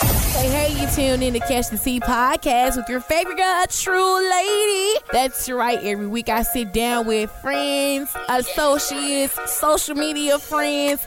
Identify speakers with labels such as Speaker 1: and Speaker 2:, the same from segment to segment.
Speaker 1: Hey, you tuned in to Catch the Tea podcast with your favorite girl, a true lady. That's right. Every week I sit down with friends, associates, social media friends,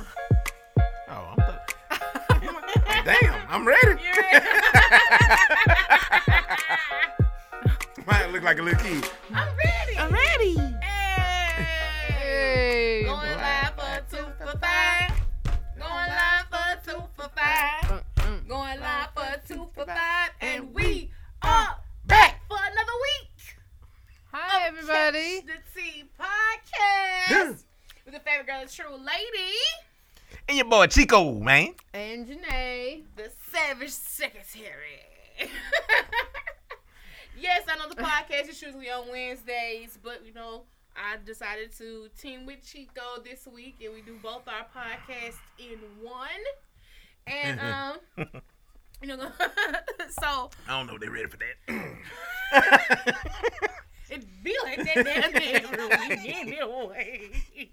Speaker 2: Oh, I'm th- Damn, I'm ready. Might look like a little kid.
Speaker 3: I'm ready. I'm ready. Hey. Going live for two for five. Going live for two for five. Going live for two for five. And we are back for another week.
Speaker 4: Hi, everybody.
Speaker 3: Catch The Tea Podcast. With the favorite girl, the true lady,
Speaker 2: And your boy Chico, man.
Speaker 4: And Janae.
Speaker 3: the Savage Secretary. yes, I know the podcast is usually on Wednesdays, but you know, I decided to team with Chico this week and we do both our podcasts in one. And um you know so
Speaker 2: I don't know if they ready for that.
Speaker 3: it be like that damn thing really anyway.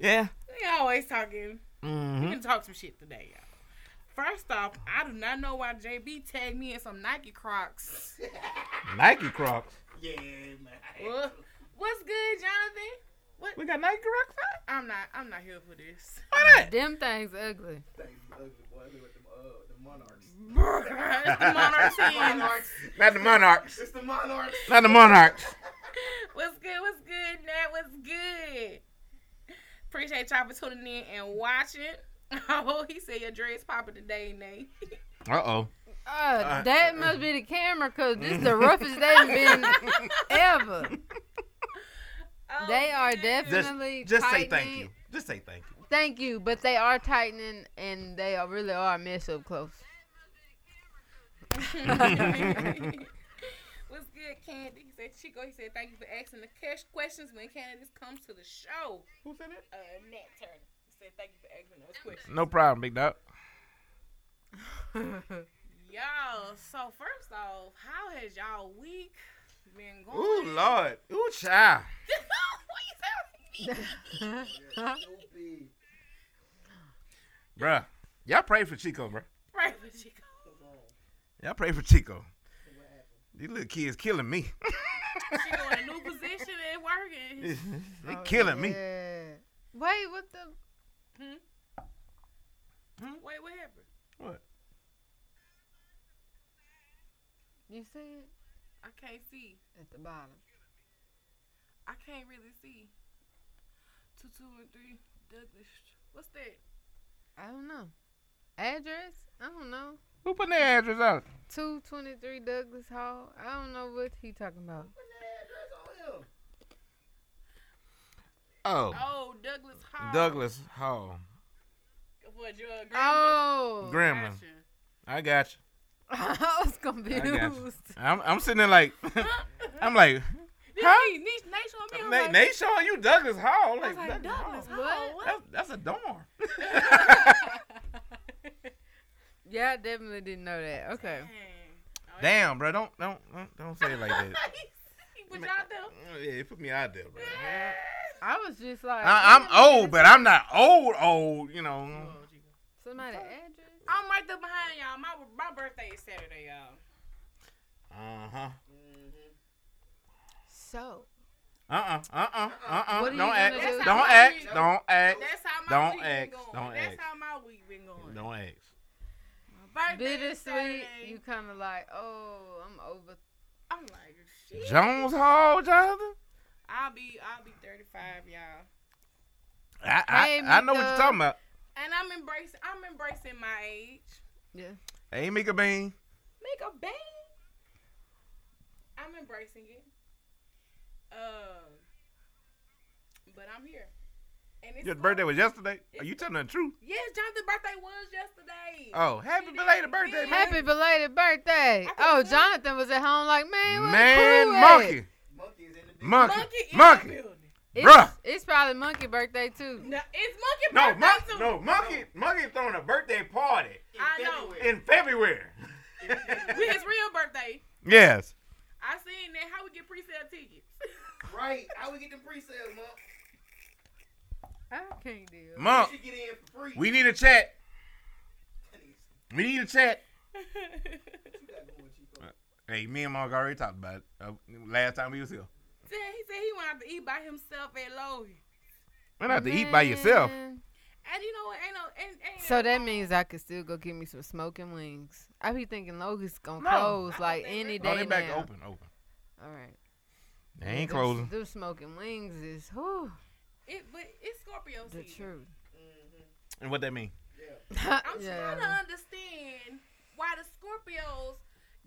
Speaker 2: yeah.
Speaker 3: they always talking
Speaker 2: Mm-hmm.
Speaker 3: We can talk some shit today, y'all. First off, I do not know why JB tagged me in some Nike Crocs.
Speaker 2: Nike Crocs.
Speaker 3: Well, what's good, Jonathan? What?
Speaker 2: We got Nike Crocs out?
Speaker 3: I'm not. I'm not here for this.
Speaker 2: Why that?
Speaker 4: Them things ugly.
Speaker 3: the Monarchs. in.
Speaker 2: Not the Monarchs.
Speaker 5: It's the monarchs.
Speaker 2: Not the Monarchs.
Speaker 3: What's good? What's good, Nat? What's good? Appreciate y'all for tuning in and watching. Oh, he said your dress popping today, Nate.
Speaker 2: Uh-oh.
Speaker 4: Uh, that must be the camera because this is the
Speaker 2: mm-hmm.
Speaker 4: roughest they've been ever.
Speaker 3: Oh,
Speaker 4: They are
Speaker 3: goodness.
Speaker 2: Just,
Speaker 4: Definitely
Speaker 2: just say thank
Speaker 4: tightening.
Speaker 2: you. Just say thank you.
Speaker 4: Thank you, but they are tightening and they are really are mess up close.
Speaker 3: What's good, Candy? He said Chico. He said thank you for asking the cash questions when candidates comes to the show.
Speaker 2: Who said that?
Speaker 3: Uh, Nat Turner. He said thank you for asking those questions.
Speaker 2: No problem, big dog.
Speaker 3: Y'all, so first off, how has y'all week been going?
Speaker 2: Ooh, Lord. Ooh, child.
Speaker 3: what you telling me?
Speaker 2: Bruh. Y'all pray for Chico, bruh.
Speaker 3: Right, but she
Speaker 2: Y'all pray for Chico. These little kids killing me.
Speaker 3: she got a new position and working.
Speaker 2: they killing me.
Speaker 4: Yeah. Wait, what the?
Speaker 3: Wait, what happened?
Speaker 2: What?
Speaker 4: You see it?
Speaker 3: I can't see.
Speaker 4: At the bottom.
Speaker 3: I can't really see. Two, two, and three. Douglas. What's that?
Speaker 4: I don't know. Address? I don't know.
Speaker 2: Who put their address out?
Speaker 4: 223 Douglas Hall. I don't know what he talking about.
Speaker 2: Oh,
Speaker 3: Oh, Douglas Hall.
Speaker 2: Douglas Hall.
Speaker 3: What, your grandma?
Speaker 4: Oh.
Speaker 2: Gremlin. I got you.
Speaker 4: I was
Speaker 2: I got you.
Speaker 4: confused.
Speaker 2: I'm, I'm sitting there like, I'm like,
Speaker 3: Huh? Niche, Niche, Niche on me.
Speaker 2: they,
Speaker 3: I'm
Speaker 2: they showing you Douglas Hall. Like,
Speaker 3: like, I was like, Douglas
Speaker 2: Hall.
Speaker 3: Hall. What?
Speaker 4: What?
Speaker 2: That's, that's a dorm.
Speaker 4: Yeah, I definitely didn't know that. Okay.
Speaker 2: Damn, bro. Don't, don't, don't- don't say it like that.
Speaker 3: But y'all though.
Speaker 2: Yeah, you put me out there, bro.
Speaker 4: I was just like,
Speaker 2: I,
Speaker 4: wait a
Speaker 2: I'm old,
Speaker 4: minute,
Speaker 2: but I'm not old, old, you know.
Speaker 4: somebody address.
Speaker 3: I'm right there behind y'all. My my birthday is Saturday, y'all.
Speaker 2: Uh-huh.
Speaker 4: Mm-hmm. So
Speaker 2: Uh-uh. Uh-uh. Uh-uh.
Speaker 4: What are you
Speaker 2: Don't act.
Speaker 4: gonna
Speaker 3: do?
Speaker 2: Don't act.
Speaker 3: That's
Speaker 2: Don't act.
Speaker 3: That's how my
Speaker 2: Don't
Speaker 3: week
Speaker 2: ask,
Speaker 3: been going.
Speaker 2: don't
Speaker 3: That's
Speaker 2: ask.
Speaker 3: how my week been going.
Speaker 2: Don't act.
Speaker 3: Birthday is
Speaker 4: bittersweet.
Speaker 3: Saturday.
Speaker 4: You kind of like, oh, I'm over.
Speaker 3: I'm like, shit.
Speaker 2: Jones Hall, Jonathan?
Speaker 3: I'll be I'll be 35, y'all.
Speaker 2: I, I,
Speaker 4: Hey,
Speaker 2: I know what you're
Speaker 4: Mika.
Speaker 2: talking about.
Speaker 3: And I'm embracing I'm embracing my age.
Speaker 4: Yeah.
Speaker 2: Hey, Mika Bean.
Speaker 3: embracing it. Um, but I'm here. And it's
Speaker 2: Your
Speaker 3: fun.
Speaker 2: birthday was yesterday. Are you telling the truth?
Speaker 3: Yes, Jonathan's birthday was yesterday.
Speaker 2: Oh, happy belated birthday, man.
Speaker 4: Happy belated birthday.
Speaker 3: I
Speaker 4: Oh,
Speaker 3: think-
Speaker 4: Jonathan was at home like, man, where the
Speaker 2: Man,
Speaker 4: crew at?
Speaker 2: monkey. Monkey.
Speaker 3: monkey, in the
Speaker 2: Monkey.
Speaker 3: building.
Speaker 4: It's,
Speaker 2: Bruh.
Speaker 4: it's probably monkey birthday too.
Speaker 3: No, it's monkey
Speaker 2: No,
Speaker 3: birthday
Speaker 2: monkey.
Speaker 3: too.
Speaker 2: No, monkey. Monkey throwing a birthday party
Speaker 3: I know.
Speaker 2: in February.
Speaker 3: With his real birthday,
Speaker 2: yes.
Speaker 3: I seen that how we get pre-sale tickets.
Speaker 5: Right. How we get them pre-sales, Monk?
Speaker 4: I can't deal.
Speaker 5: We
Speaker 2: Monk.
Speaker 5: should get in for free.
Speaker 2: Oh. We need a chat. We need a chat. Hey, me and Mark already talked about it uh, last time we was here.
Speaker 3: said, he said he went out to eat by himself at Lowy.
Speaker 2: We're not to eat by yourself.
Speaker 4: Man.
Speaker 3: And you know what? Ain't no ain't, ain't
Speaker 4: So that means I could still go get me some smoking wings. I be thinking Logan's gonna
Speaker 2: No.
Speaker 4: close like
Speaker 3: I don't think
Speaker 4: any
Speaker 3: they-
Speaker 2: No,
Speaker 4: day
Speaker 2: they back
Speaker 4: now.
Speaker 2: open, open.
Speaker 4: All right.
Speaker 2: They ain't
Speaker 4: Them-
Speaker 2: closing.
Speaker 4: Them smoking wings is whew,
Speaker 3: it, but it's Scorpio
Speaker 4: the
Speaker 3: season.
Speaker 4: truth.
Speaker 2: And what that mean?
Speaker 3: I'm trying to
Speaker 4: yeah.
Speaker 3: understand why the Scorpios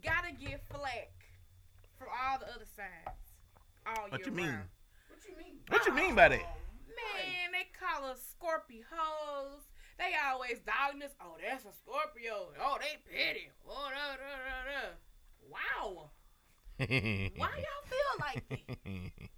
Speaker 3: gotta get flack from all the other signs all
Speaker 2: What
Speaker 3: year
Speaker 2: you mean?
Speaker 3: round.
Speaker 5: What you mean?
Speaker 2: What you mean by that?
Speaker 3: Man, they call us Scorpio hoes. They always dogging us. Oh, that's a Scorpio. Oh, they petty. Oh, da, da, da, da. Wow. Why
Speaker 2: Mm-hmm.
Speaker 3: y'all feel like that?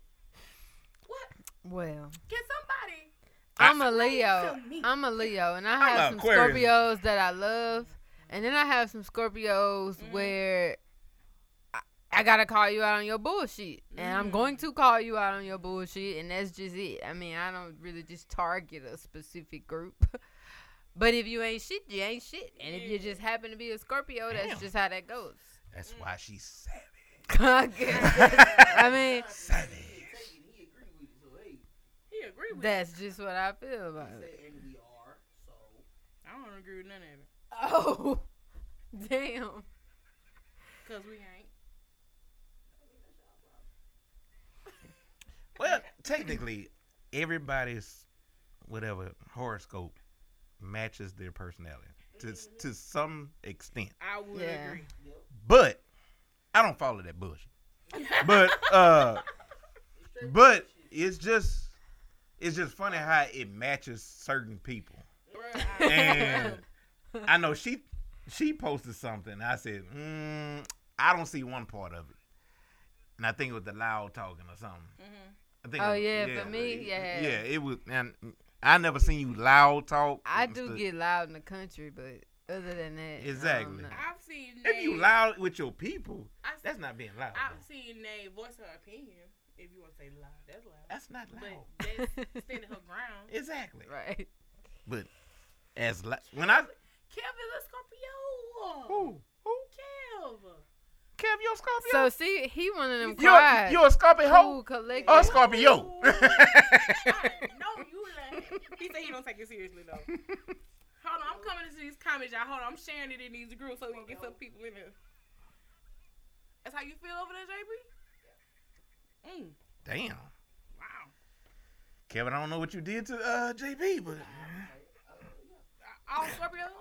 Speaker 3: What?
Speaker 4: Well,
Speaker 3: Can somebody?
Speaker 4: I'm a
Speaker 3: to
Speaker 4: Leo.
Speaker 3: me.
Speaker 4: I'm a Leo, and I
Speaker 2: I'm
Speaker 4: have
Speaker 2: an
Speaker 4: some
Speaker 2: Aquarius.
Speaker 4: Scorpios that I love, and then I have some Scorpios where I, I gotta call you out on your bullshit, and I'm going to call you out on your bullshit, and that's just it. I mean, I don't really just target a specific group. But if you ain't shit, you ain't shit. And if you just happen to be a Scorpio, that's
Speaker 2: Damn.
Speaker 4: just how that goes.
Speaker 2: That's why she's savage.
Speaker 4: I mean,
Speaker 2: Savage.
Speaker 5: He agreed with you, so hey,
Speaker 3: He agree with
Speaker 4: that's just what I feel about it.
Speaker 5: say, and we are, so.
Speaker 3: you. I don't agree with none of it.
Speaker 4: Oh, damn.
Speaker 3: Cause we ain't.
Speaker 2: Well, technically, everybody's whatever horoscope matches their personality to to some extent.
Speaker 3: I would
Speaker 4: Yeah.
Speaker 3: agree.
Speaker 2: But I don't follow that bullshit. but uh but it's just it's just funny how it matches certain people.
Speaker 3: Bruh, I-
Speaker 2: And I know she she posted something. I said, mm, I don't see one part of it. And I think it was the loud talking or something.
Speaker 3: mm-hmm.
Speaker 2: I think
Speaker 4: Oh,
Speaker 2: it was-
Speaker 4: yeah, for me, yeah.
Speaker 2: Yeah, it was and I never seen you loud talk.
Speaker 4: I
Speaker 2: and
Speaker 4: do
Speaker 2: stuff.
Speaker 4: get loud in the country, but other than that,
Speaker 2: Exactly.
Speaker 4: I don't know.
Speaker 3: I've seen.
Speaker 2: if you
Speaker 3: Nate-
Speaker 2: loud with your people,
Speaker 3: I s-
Speaker 2: that's not being loud.
Speaker 3: I've
Speaker 2: though.
Speaker 3: seen Nay voice her opinion. If you want to say loud, that's loud.
Speaker 2: That's not loud.
Speaker 3: But that's standing her ground.
Speaker 2: Exactly.
Speaker 4: right?
Speaker 2: But as li- when I
Speaker 3: Kevin's a Scorpio.
Speaker 2: who who
Speaker 3: Kev.
Speaker 2: Kev, you a Scorpio?
Speaker 4: So see, he one of them
Speaker 2: you're,
Speaker 4: quiet,
Speaker 2: you're a Scorpio
Speaker 4: cool,
Speaker 2: hoe
Speaker 4: collected.
Speaker 2: or a Scorpio?
Speaker 3: no, you lying. He said he don't take it seriously though. Hold on, I'm coming into these comments, y'all. Hold on, I'm sharing it in these groups so we can get some people in there. That's how you feel over there, JB? Mm,
Speaker 2: Damn.
Speaker 3: wow.
Speaker 2: Kevin, I don't know what you did to uh, JB, but
Speaker 3: All Scorpios?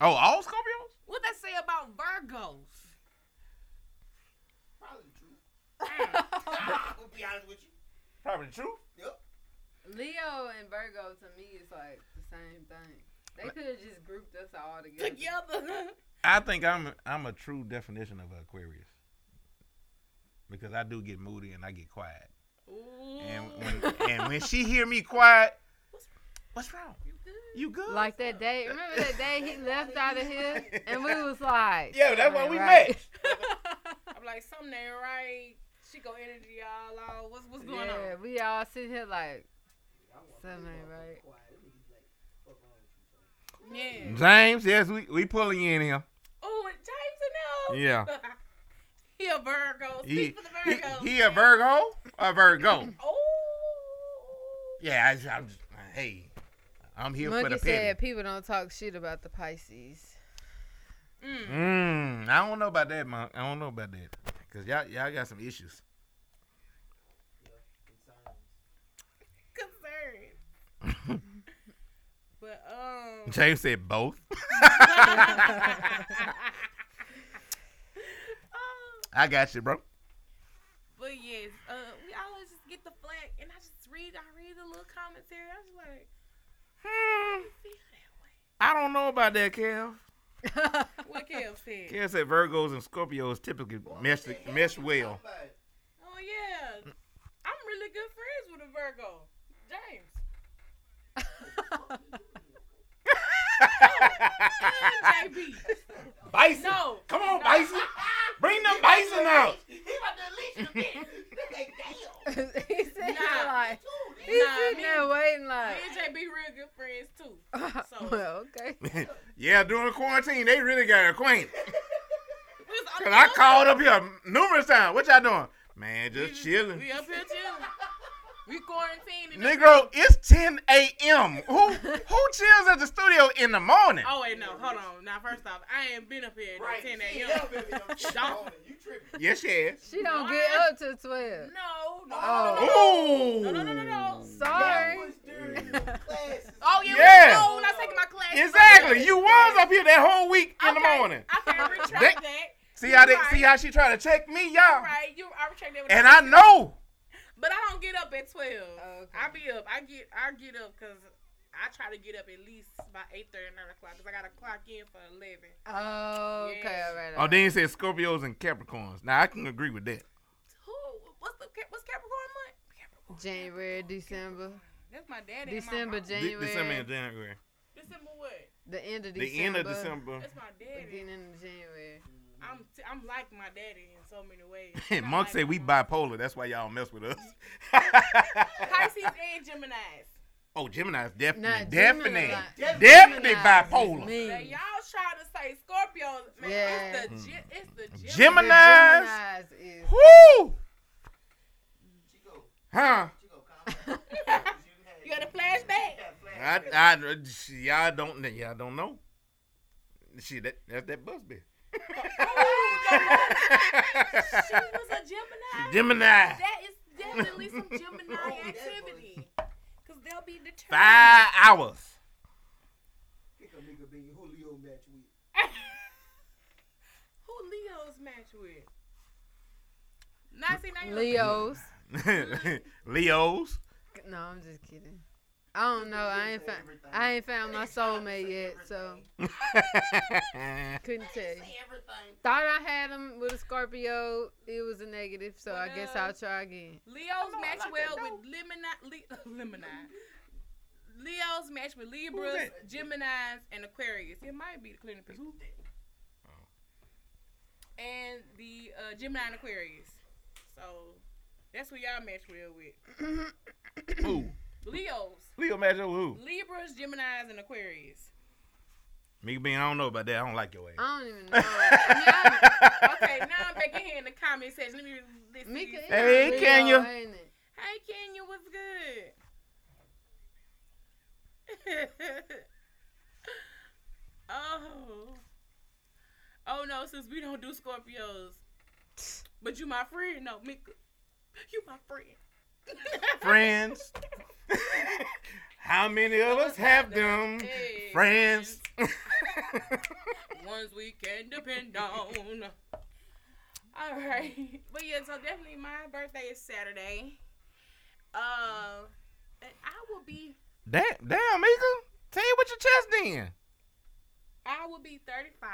Speaker 2: oh, all Scorpios?
Speaker 3: What they say about Virgos?
Speaker 5: Probably the truth.
Speaker 3: Mm.
Speaker 5: I'm gonna be honest with you.
Speaker 2: Probably the truth.
Speaker 5: Yep.
Speaker 4: Leo and Virgo to me is like the same thing. They could have just grouped us all together.
Speaker 3: Together.
Speaker 2: I think I'm I'm a true definition of Aquarius because I do get moody and I get quiet.
Speaker 3: Ooh.
Speaker 2: And when, and when she hear me quiet, what's wrong?
Speaker 3: You good?
Speaker 2: You good?
Speaker 4: Like that day, remember that day he left out of here, and we was like,
Speaker 2: yeah, that's why
Speaker 4: "Alright,
Speaker 2: we
Speaker 4: right."
Speaker 2: met.
Speaker 3: I'm like, something ain't right. She go energy all out. What's, what's going
Speaker 4: Yeah,
Speaker 3: on?
Speaker 4: we all sit here like
Speaker 5: I walked in,
Speaker 4: something ain't
Speaker 5: motherfucker
Speaker 4: right.
Speaker 5: Quiet. Them niggas like, fuck wrong with you, son?
Speaker 3: Yeah.
Speaker 2: James, yes, we we pulling you in here.
Speaker 3: Oh, and James and
Speaker 2: Yeah.
Speaker 3: them. he a Virgo. Speak
Speaker 2: He,
Speaker 3: for the
Speaker 2: he,
Speaker 3: Virgo.
Speaker 2: he a Virgo or Virgo?
Speaker 3: Oh.
Speaker 2: yeah, I, I'm, hey, I'm here for
Speaker 4: Monkey
Speaker 2: the
Speaker 4: said
Speaker 2: petty.
Speaker 4: people don't talk shit about the Pisces.
Speaker 2: Mm, I don't know about that, Monk. I don't know about that. Because y'all, y'all got some issues.
Speaker 5: Concerns.
Speaker 3: Concerned. but, um.
Speaker 2: James said both.
Speaker 3: oh, um,
Speaker 2: I got you, bro.
Speaker 3: uh, commentary. I was like,
Speaker 2: Hmm,
Speaker 3: I feel that
Speaker 2: I don't know about that, Kev.
Speaker 3: way. What Kev said.
Speaker 2: Kev said Virgos and Scorpios typically mesh mesh well.
Speaker 3: Oh yeah, I'm really good friends with a Virgo, James. And JB.
Speaker 2: Bison,
Speaker 3: No.
Speaker 2: come on, Bison, bring them Bison out.
Speaker 5: He about to unleash the bitch. They like, damn.
Speaker 4: he said he
Speaker 3: Nah.
Speaker 4: like
Speaker 5: Dude,
Speaker 4: he's
Speaker 3: Nah,
Speaker 4: sitting
Speaker 3: me-
Speaker 4: there waiting
Speaker 3: Me
Speaker 4: like.
Speaker 3: and JB real good friends too. So-
Speaker 4: well, okay.
Speaker 2: yeah, during quarantine, they really got acquainted.
Speaker 3: We was
Speaker 2: Cause
Speaker 3: on the
Speaker 2: I
Speaker 3: phone.
Speaker 2: called up here numerous times. What y'all doing? Man,
Speaker 3: We
Speaker 2: just chilling.
Speaker 3: We up here chilling. We quarantined. and-
Speaker 2: Negro, it's 10 a.m. Who who chills at the studio in the morning?
Speaker 3: Oh wait, no, hold on. Now first off, I ain't been up here
Speaker 5: Right.
Speaker 3: at 10
Speaker 5: She
Speaker 3: a.m.
Speaker 5: up in the
Speaker 3: Don't.
Speaker 5: You tripping.
Speaker 2: Yes, yes.
Speaker 4: She don't
Speaker 3: No,
Speaker 4: get
Speaker 3: I-
Speaker 4: up till twelve.
Speaker 3: No, no,
Speaker 4: Oh.
Speaker 2: Ooh.
Speaker 3: no, no, no, no, no, no, no.
Speaker 4: Sorry.
Speaker 5: That was during your classes.
Speaker 3: Oh yeah,
Speaker 2: Yeah.
Speaker 3: yeah. when I was taking my class.
Speaker 2: Exactly. You was up here that whole week in the
Speaker 3: Okay,
Speaker 2: morning.
Speaker 3: I can retract
Speaker 2: That-
Speaker 3: that.
Speaker 2: See how they,
Speaker 3: Right.
Speaker 2: see how she try to check me,
Speaker 3: All
Speaker 2: y'all.
Speaker 3: right, you I retract that. with-
Speaker 2: And I know.
Speaker 3: but I don't get up at twelve.
Speaker 4: Oh, Okay.
Speaker 3: I be up. I get I get up because I try to get up at least by eight thirty nine o'clock because I got to clock in for eleven.
Speaker 4: Oh, okay,
Speaker 3: Yeah.
Speaker 4: all right.
Speaker 2: Oh, then you said Scorpios and Capricorns. Now I can agree with that.
Speaker 3: Who? What's the Cap- what's Capricorn month? Capricorn.
Speaker 4: January, December,
Speaker 3: That's my daddy.
Speaker 4: December,
Speaker 3: And my mama.
Speaker 4: January,
Speaker 2: January.
Speaker 3: December what?
Speaker 4: the end of December,
Speaker 2: The end of December.
Speaker 3: That's my daddy.
Speaker 4: beginning of January.
Speaker 3: I'm t- I'm like my daddy in so many ways. Not
Speaker 2: Monk
Speaker 3: like
Speaker 2: say
Speaker 3: my
Speaker 2: we
Speaker 3: mom.
Speaker 2: bipolar. That's why y'all mess with us.
Speaker 3: Pisces and Gemini's.
Speaker 2: oh, Gemini's definitely,
Speaker 4: Not
Speaker 2: definitely,
Speaker 4: Gemini.
Speaker 2: definitely
Speaker 4: Gemini's
Speaker 2: bipolar.
Speaker 4: mean.
Speaker 3: Now, y'all try to say Scorpio, man.
Speaker 4: Mm. Yeah.
Speaker 3: It's the Ge- it's the Gemini.
Speaker 2: Gemini.
Speaker 4: The Gemini's is
Speaker 2: Woo!
Speaker 5: Chico,
Speaker 2: Huh?
Speaker 5: Chico, calm down.
Speaker 3: You got a flashback?
Speaker 5: had
Speaker 2: I,
Speaker 5: flashes.
Speaker 2: I, y'all don't, y'all don't know. Shit, that, that's that Busby.
Speaker 3: She was a Gemini.
Speaker 2: Gemini.
Speaker 3: that is definitely some Gemini
Speaker 5: Oh,
Speaker 3: activity. Cause they'll be determined.
Speaker 2: Five hours.
Speaker 5: Pick a nigga being Julio match with.
Speaker 3: Who Leo's match with? Not see now. you-
Speaker 4: Leos.
Speaker 2: Leos.
Speaker 4: No, I'm just kidding. I don't know. I ain't found.
Speaker 5: Everything.
Speaker 4: I ain't found my soulmate yet, so couldn't tell you. Thought I had him with a Scorpio. It was a negative, so I guess I'll try again.
Speaker 3: Leo's match well with Gemini. Le- Gemini. Leo's match with Libras, Gemini's, and Aquarius. It might be the cleaning people. And the uh, Gemini and Aquarius. So that's who y'all match well with.
Speaker 2: Who?
Speaker 3: Leo's,
Speaker 2: Leo match up with who?
Speaker 3: Libras, Gemini's, and Aquarius.
Speaker 2: Me being, I don't know about that. I don't like your ass.
Speaker 4: I don't even know. I mean, Uh, I-
Speaker 3: Okay,
Speaker 2: okay,
Speaker 3: now I'm back in here in the comment section. Let me listen.
Speaker 4: Mika is
Speaker 2: Hey,
Speaker 4: a Leo,
Speaker 2: Kenya.
Speaker 4: ain't it?
Speaker 3: Hey Kenya, what's good? oh. Oh no, since we don't do Scorpios. But you my friend, no, Mika. You my friend.
Speaker 2: Friends. How many of us have them?
Speaker 3: Hey.
Speaker 2: Friends.
Speaker 3: Ones we can depend on. All right. But yeah, so definitely my birthday is Saturday. Uh, and I will be
Speaker 2: damn, damn, Mika. Tell you what your chest then.
Speaker 3: I will be 35.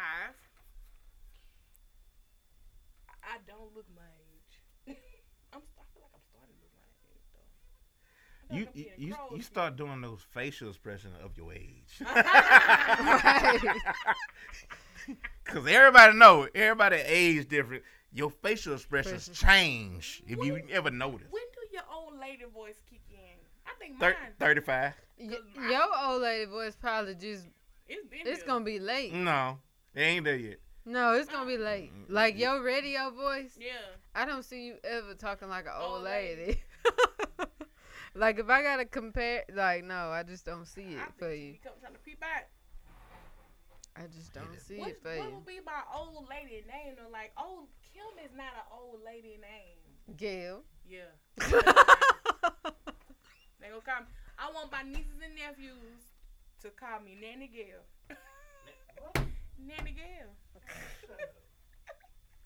Speaker 3: I don't look my age. I'm, I feel like I'm starting to look my age, though. I feel
Speaker 2: You,
Speaker 3: like I'm
Speaker 2: you,
Speaker 3: getting
Speaker 2: you,
Speaker 3: grown.
Speaker 2: you start doing those facial expressions of your age.
Speaker 4: Right.
Speaker 2: Cause everybody know, everybody age different. Your facial expressions change if you ever notice.
Speaker 3: When do your old lady voice kick in? I think mine.
Speaker 2: Thir- 35.
Speaker 4: Y- Your old lady voice probably just.
Speaker 3: it's been.
Speaker 4: It's
Speaker 3: here.
Speaker 4: gonna be late.
Speaker 2: No, they ain't there yet.
Speaker 4: No, it's gonna be late. Like your radio voice.
Speaker 3: Yeah.
Speaker 4: I don't see you ever talking like an old
Speaker 3: Old lady.
Speaker 4: lady. like if I gotta compare, like no, I just don't see
Speaker 3: I
Speaker 4: it
Speaker 3: think
Speaker 4: for
Speaker 3: she
Speaker 4: you.
Speaker 3: be come trying to peep out.
Speaker 4: I just don't see
Speaker 3: What,
Speaker 4: it for
Speaker 3: what
Speaker 4: you.
Speaker 3: would be my old lady name? Or like, old Kim is not an old lady name.
Speaker 4: Gail.
Speaker 3: Yeah. They gonna call me. I want my nieces and nephews to call me Nanny Gail. Nanny Gail. That's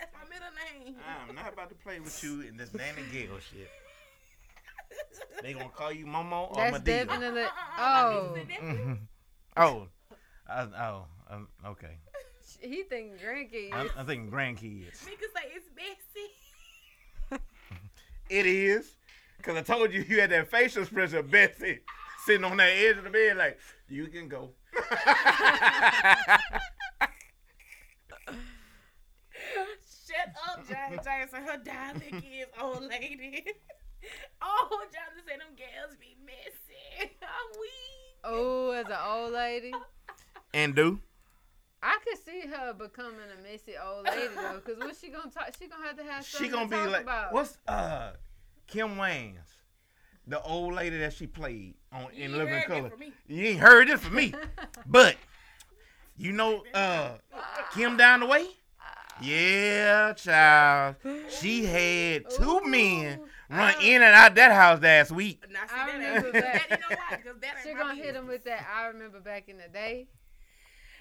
Speaker 2: Ah.
Speaker 3: my middle name.
Speaker 2: I'm not about to play with you in this Nanny Gale shit. They gonna call you Momo or
Speaker 4: That's
Speaker 2: Medea.
Speaker 4: definitely.
Speaker 3: Uh-uh,
Speaker 4: Oh,
Speaker 3: my niece and nephew.
Speaker 2: Mhm. oh, I, oh, um, okay.
Speaker 4: he thinking grandkids.
Speaker 2: I'm, I'm thinking grandkids.
Speaker 3: Mika say it's messy.
Speaker 2: It is, cause I told you you had that facial expression, of Betsy, sitting on that edge of the bed, like you can go.
Speaker 3: Shut up, Johnny Jackson. Her dialect is old lady. oh, Johnson said them gals be messy. I'm weak.
Speaker 4: Oh, as an old lady,
Speaker 2: and do.
Speaker 4: I could see her becoming a messy old lady though. Cause what she gonna talk? She gonna have to have something
Speaker 2: she gonna
Speaker 4: to
Speaker 2: be
Speaker 4: talk
Speaker 2: like
Speaker 4: about.
Speaker 2: what's uh Kim Wayans, the old lady that she played on in
Speaker 3: You
Speaker 2: Living
Speaker 3: heard that
Speaker 2: Color.
Speaker 3: from me.
Speaker 2: You ain't heard this from me, but you know uh Kim down the way. Yeah, child. She had two
Speaker 4: Ooh.
Speaker 2: men run
Speaker 4: Uh.
Speaker 2: in and out that house last week.
Speaker 3: Now, see,
Speaker 4: I
Speaker 3: that,
Speaker 4: remember
Speaker 3: ain't-
Speaker 4: that.
Speaker 3: You know why? Because that ain't
Speaker 4: She
Speaker 3: my
Speaker 4: gonna hit
Speaker 3: business.
Speaker 4: him with that. I remember back in the day.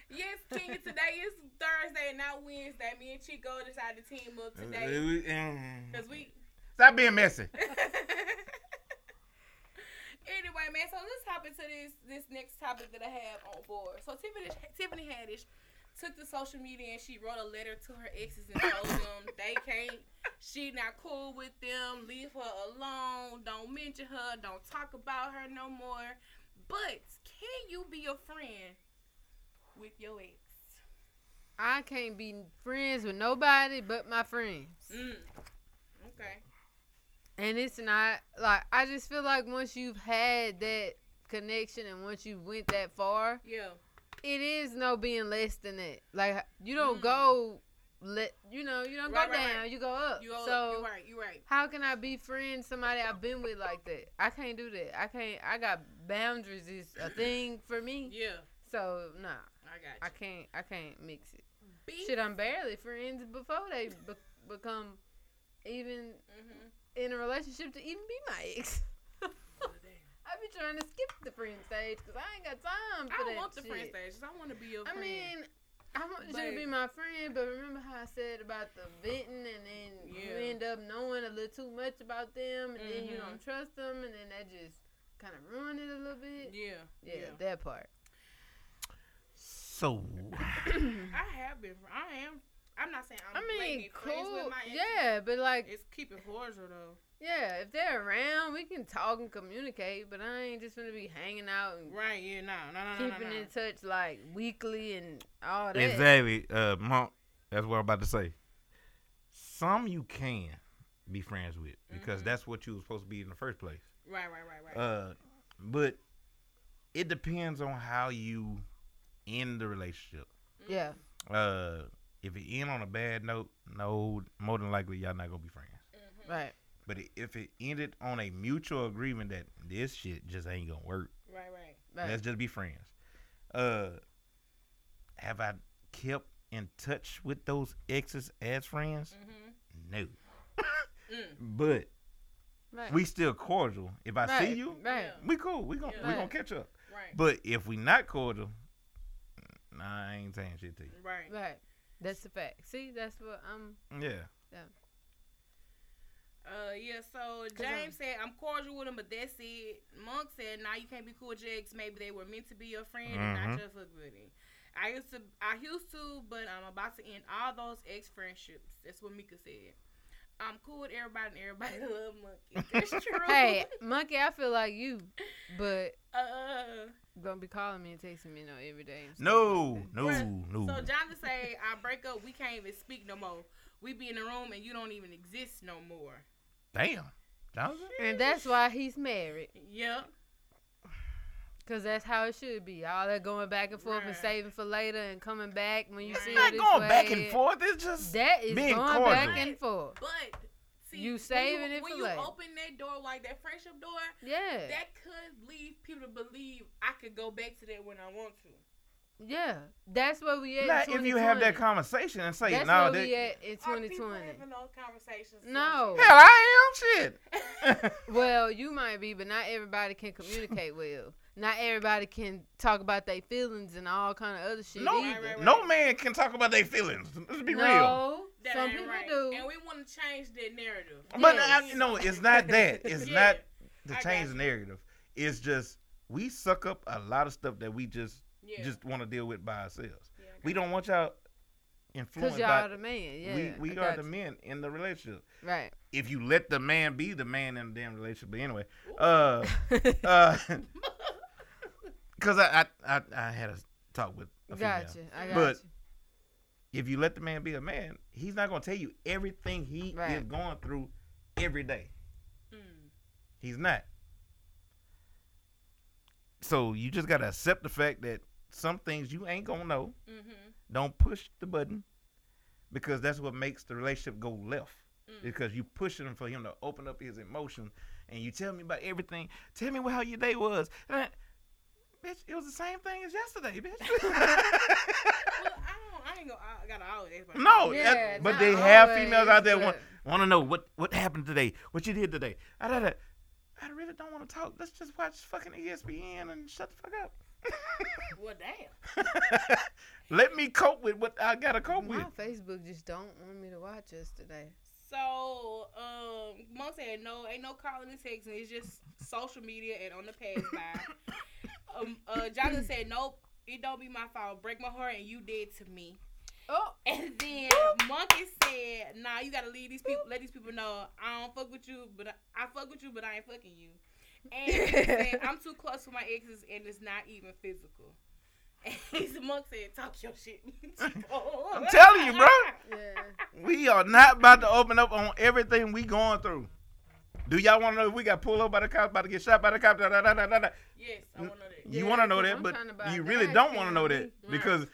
Speaker 3: Yes, King, today is Thursday, not Wednesday. Me and Chico decided to team
Speaker 2: Uh,
Speaker 3: up today. Because we.
Speaker 2: Stop being messy.
Speaker 3: anyway, man, so let's hop into this this next topic that I have on board. So Tiffany Tiffany Haddish took to social media and she wrote a letter to her exes and told them they can't. She not cool with them. Leave her alone. Don't mention her. Don't talk about her no more. But can you be a friend with your ex?
Speaker 4: I can't be friends with nobody but my friends.
Speaker 3: Mm. Okay.
Speaker 4: And it's not like I just feel like once you've had that connection and once you went that far,
Speaker 3: Yeah.
Speaker 4: it is no being less than it. Like you don't
Speaker 3: Mm.
Speaker 4: go let you know, you don't
Speaker 3: Right,
Speaker 4: go
Speaker 3: right,
Speaker 4: down,
Speaker 3: right.
Speaker 4: you go up.
Speaker 3: You all,
Speaker 4: so
Speaker 3: you right. You right.
Speaker 4: how can I be friends somebody I've been with like that? I can't do that. I can't I got boundaries is a thing for me.
Speaker 3: Yeah.
Speaker 4: So nah.
Speaker 3: I got you.
Speaker 4: I can't I can't mix it.
Speaker 3: Be-
Speaker 4: Shit, I'm barely friends before they be- become even
Speaker 3: Mhm.
Speaker 4: in a relationship to even be my ex.
Speaker 3: Well, damn.
Speaker 4: I be trying to skip the friend stage because I ain't got time for
Speaker 3: I don't
Speaker 4: that
Speaker 3: want the friend
Speaker 4: shit.
Speaker 3: stages. I want to be a
Speaker 4: I
Speaker 3: friend.
Speaker 4: mean, I want you to be
Speaker 3: But-
Speaker 4: my friend, but remember how I said about the venting and then you
Speaker 3: Yeah.
Speaker 4: end up knowing a little too much about them and then you
Speaker 3: Mhm.
Speaker 4: don't trust them and then that just kind of ruined it a little bit.
Speaker 3: yeah,
Speaker 4: Yeah, that part.
Speaker 2: So
Speaker 3: I have been. fr- I am. I'm not saying
Speaker 4: I
Speaker 3: I'm.
Speaker 4: mean,
Speaker 3: blatantly friends
Speaker 4: cool.
Speaker 3: With my ex.
Speaker 4: Yeah, but like,
Speaker 3: It's keeping cordial though.
Speaker 4: yeah, if they're around, we can talk and communicate, but I ain't just gonna be hanging out and
Speaker 3: Right? Yeah. No. No. No. no,
Speaker 4: keeping
Speaker 3: no, no.
Speaker 4: in touch like weekly and all that.
Speaker 2: exactly, uh Monk, that's what I'm about to say. Some you can be friends with because
Speaker 3: Mhm.
Speaker 2: that's what you were supposed to be in the first place.
Speaker 3: Right. Right. Right. Right.
Speaker 2: Uh, but it depends on how you end the relationship.
Speaker 3: Mm.
Speaker 4: Yeah.
Speaker 2: Uh, if it end on a bad note, no, more than likely y'all not gonna be friends.
Speaker 3: Mhm.
Speaker 4: Right.
Speaker 2: But i- if it ended on a mutual agreement that this shit just ain't gonna work,
Speaker 3: Right. Right.
Speaker 4: Right.
Speaker 2: let's just be friends. Uh, have I kept in touch with those exes as friends?
Speaker 3: Mm-hmm.
Speaker 2: No,
Speaker 3: Mm.
Speaker 2: but
Speaker 4: right.
Speaker 2: we still cordial. If I see
Speaker 4: Right,
Speaker 2: you,
Speaker 4: Right.
Speaker 3: Yeah.
Speaker 2: we cool. We gonna we
Speaker 4: Right.
Speaker 2: gonna catch up.
Speaker 3: Right.
Speaker 2: But if we not cordial, nah, I ain't saying shit to you.
Speaker 3: Right.
Speaker 4: Right. That's the fact. See, that's what I'm.
Speaker 2: Yeah.
Speaker 3: Uh. Yeah. So
Speaker 4: I'm-
Speaker 3: James said I'm cordial with him, but that's it. Monk said, "Nah, you can't be cool with your ex. Maybe they were meant to be your friend and
Speaker 4: Mm-hmm.
Speaker 2: Mhm.
Speaker 3: not your fuck buddy." I used to, I used to, but I'm about to end all those ex friendships. That's what Mika said. I'm cool with everybody, and everybody love Monkey. That's true.
Speaker 4: Hey, monkey, I feel like you, but
Speaker 3: Uh,
Speaker 4: gonna be calling me and texting me you know every day. and stuff
Speaker 2: No,
Speaker 4: like that.
Speaker 2: no,
Speaker 3: Bruh,
Speaker 2: no.
Speaker 3: So Jonathan say, I break up, we can't even speak no more. We be in the room and you don't even exist no more.
Speaker 2: Damn. Jonathan?
Speaker 4: And that's why he's married,
Speaker 3: Yep.
Speaker 4: cause that's how it should be. All that going back and forth and
Speaker 3: Right.
Speaker 4: saving for later and coming back when you
Speaker 3: It's
Speaker 4: see
Speaker 2: It's
Speaker 4: it
Speaker 2: not
Speaker 4: this
Speaker 2: going back
Speaker 4: way.
Speaker 2: and forth. It's just
Speaker 4: That is
Speaker 2: Being
Speaker 4: going
Speaker 2: cordial.
Speaker 4: back and forth.
Speaker 3: But see,
Speaker 4: You saving it
Speaker 3: when
Speaker 4: for
Speaker 3: you
Speaker 4: later.
Speaker 3: open that door, like that friendship door,
Speaker 4: Yeah,
Speaker 3: that could lead people to believe I could go back to that when I want to.
Speaker 4: yeah. That's where we at.
Speaker 2: not
Speaker 4: in
Speaker 2: if you have that
Speaker 4: 2020.
Speaker 2: conversation and say, no,
Speaker 4: That's
Speaker 2: nah,
Speaker 4: where we
Speaker 2: that,
Speaker 4: at in
Speaker 3: Are people
Speaker 4: 2020.
Speaker 3: having those conversations?
Speaker 4: No.
Speaker 2: hell, I am shit.
Speaker 4: Well, you might be, but not everybody can communicate well. Not everybody can talk about their feelings and all kind of other shit.
Speaker 2: no,
Speaker 4: either.
Speaker 3: Right, right,
Speaker 2: no man can talk about their feelings. Let's be real.
Speaker 4: No,
Speaker 3: That
Speaker 4: some
Speaker 3: ain't
Speaker 4: people
Speaker 3: right.
Speaker 4: do.
Speaker 3: And we want to change that narrative.
Speaker 2: But uh,
Speaker 4: Yes.
Speaker 2: I, no, it's not that. It's
Speaker 3: Yeah.
Speaker 2: not to
Speaker 3: I
Speaker 2: change
Speaker 3: got
Speaker 2: the narrative. It's just we suck up a lot of stuff that we just
Speaker 3: Yeah.
Speaker 2: just want to deal with by ourselves.
Speaker 3: Yeah, I
Speaker 2: We don't want y'all influenced
Speaker 4: Cause y'all are
Speaker 2: by.
Speaker 4: the man. Yeah.
Speaker 2: we we
Speaker 4: I
Speaker 2: are
Speaker 4: got
Speaker 2: the
Speaker 4: you.
Speaker 2: men in the relationship.
Speaker 4: Right.
Speaker 2: If you let the man be the man in the damn relationship, but anyway, uh, uh, because I, I I I had a talk with a female.
Speaker 4: Gotcha. I got
Speaker 2: But-
Speaker 4: you.
Speaker 2: If you let the man be a man, he's not gonna tell you everything he is
Speaker 4: Right.
Speaker 2: going through every day.
Speaker 3: Mm.
Speaker 2: He's not. So you just gotta accept the fact that some things you ain't gonna know.
Speaker 3: Mm-hmm.
Speaker 2: Don't push the button because that's what makes the relationship go left.
Speaker 3: Mm.
Speaker 2: Because you pushing him for him to open up his emotion and you tell me about everything. Tell me how your day was. And I- bitch, it was the same thing as yesterday, bitch.
Speaker 3: Well, I don't. I ain't gonna. I gotta always. ask my-
Speaker 2: no, oh, that-
Speaker 4: Yeah,
Speaker 2: but
Speaker 4: not
Speaker 2: they have
Speaker 4: always,
Speaker 2: females out there want
Speaker 4: but-
Speaker 2: want to know what what happened today, what you did today. I don't. I really don't want to talk. Let's just watch fucking E ESPN and shut the fuck up.
Speaker 3: Well, damn.
Speaker 2: Let me cope with what I gotta cope
Speaker 4: My
Speaker 2: with.
Speaker 4: Facebook just don't want me to watch us today.
Speaker 3: So, um, Mo said no, ain't no calling and texting. It's just social media and on the pass by. um, uh, Jonathan said nope. It don't be my fault. Break my heart, and you did to me.
Speaker 4: Oh.
Speaker 3: And then Monkey said, "Nah, you gotta leave these people. Let these people know I don't fuck with you, but I, I fuck with you, but I ain't fucking you." And he said, "I'm too close for my exes, and it's not even physical." And Monk said, "Talk your shit." I'm
Speaker 2: telling you, bro.
Speaker 4: Yeah.
Speaker 2: We are not about to open up on everything we going through. Do y'all want to know if we got pulled over by the cops, about to get shot by the cops? Da, da, da, da, da, da.
Speaker 3: Yes, I want to know that.
Speaker 2: You
Speaker 4: Yeah,
Speaker 2: want to know
Speaker 4: 'cause
Speaker 2: that,
Speaker 4: I'm
Speaker 2: but
Speaker 4: tryna buy
Speaker 2: you
Speaker 4: a
Speaker 2: really
Speaker 4: gas
Speaker 2: don't
Speaker 4: can
Speaker 2: want to know that Mm-hmm.
Speaker 4: with me.
Speaker 2: because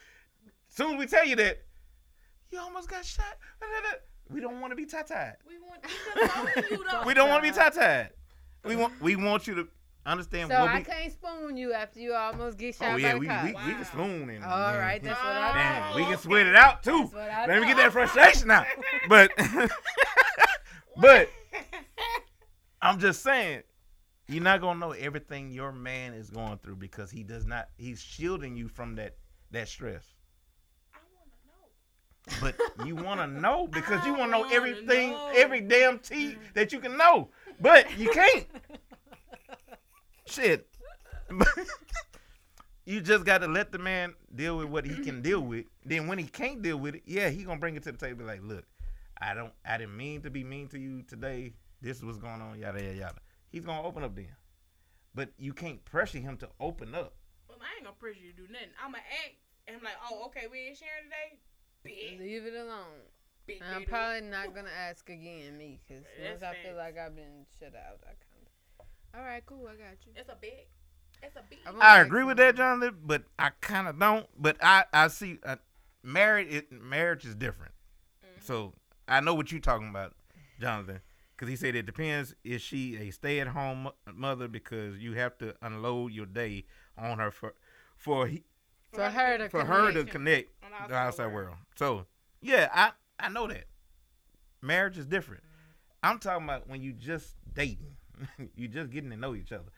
Speaker 2: soon as we tell you that, you almost got shot. Da, da, da. We don't want to be tie-tied.
Speaker 3: We want we just want you though.
Speaker 2: We don't want to be
Speaker 4: God.
Speaker 2: tie-tied. We want we want you to understand
Speaker 4: So
Speaker 2: what
Speaker 4: I
Speaker 2: we.
Speaker 4: can't spoon you after you almost get shot
Speaker 2: Oh
Speaker 4: by
Speaker 2: yeah,
Speaker 4: the
Speaker 2: we,
Speaker 4: cop.
Speaker 2: we, we
Speaker 3: Wow.
Speaker 2: can spoon and
Speaker 4: All right, that's what I
Speaker 3: Damn.
Speaker 2: Damn, we can
Speaker 3: okay.
Speaker 2: sweat it out too.
Speaker 4: That's what I
Speaker 2: Let me get that
Speaker 4: thought.
Speaker 2: frustration out. But but I'm just saying, you're not gonna know everything your man is going through because he does not he's shielding you from that that stress.
Speaker 3: I want to know.
Speaker 2: But you wanna know because you
Speaker 3: I
Speaker 2: wanna know
Speaker 3: wanna
Speaker 2: everything,
Speaker 3: know.
Speaker 2: every damn tea that you can know. But you can't. Shit. you just gotta let the man deal with what he can deal with. Then when he can't deal with it, yeah, he gonna bring it to the table like, look, I don't I didn't mean to be mean to you today. This is what's going on, yada yada yada. He's gonna open up then. But you can't pressure him to open up.
Speaker 3: Well, I ain't gonna pressure you to do nothing. I'ma act, and I'm like, oh, okay, we ain't sharing today. Big,
Speaker 4: Leave it alone.
Speaker 3: big,
Speaker 4: And I'm
Speaker 3: big,
Speaker 4: probably not gonna ask again, me, because
Speaker 3: That's
Speaker 4: once I feel
Speaker 3: facts.
Speaker 4: like I've been shut out, I kind of. All right, cool, I got you.
Speaker 3: That's a big. That's a big.
Speaker 4: I won't
Speaker 2: I
Speaker 4: text
Speaker 2: agree
Speaker 4: you
Speaker 2: with
Speaker 4: no
Speaker 2: that,
Speaker 4: more.
Speaker 2: Jonathan, but I kind of don't. But I I see uh, married it, marriage is different.
Speaker 3: Mhm.
Speaker 2: So I know what you're talking about, Jonathan, because he said it depends. Is she a stay-at-home mo- mother because you have to unload your day on her for for he,
Speaker 4: For her to
Speaker 2: for her to
Speaker 4: connect.
Speaker 2: connect
Speaker 3: On
Speaker 2: to
Speaker 3: outside
Speaker 2: the outside
Speaker 3: world.
Speaker 2: world. So yeah, I I know that marriage is different. I'm talking about when you just dating, you just getting to know each other.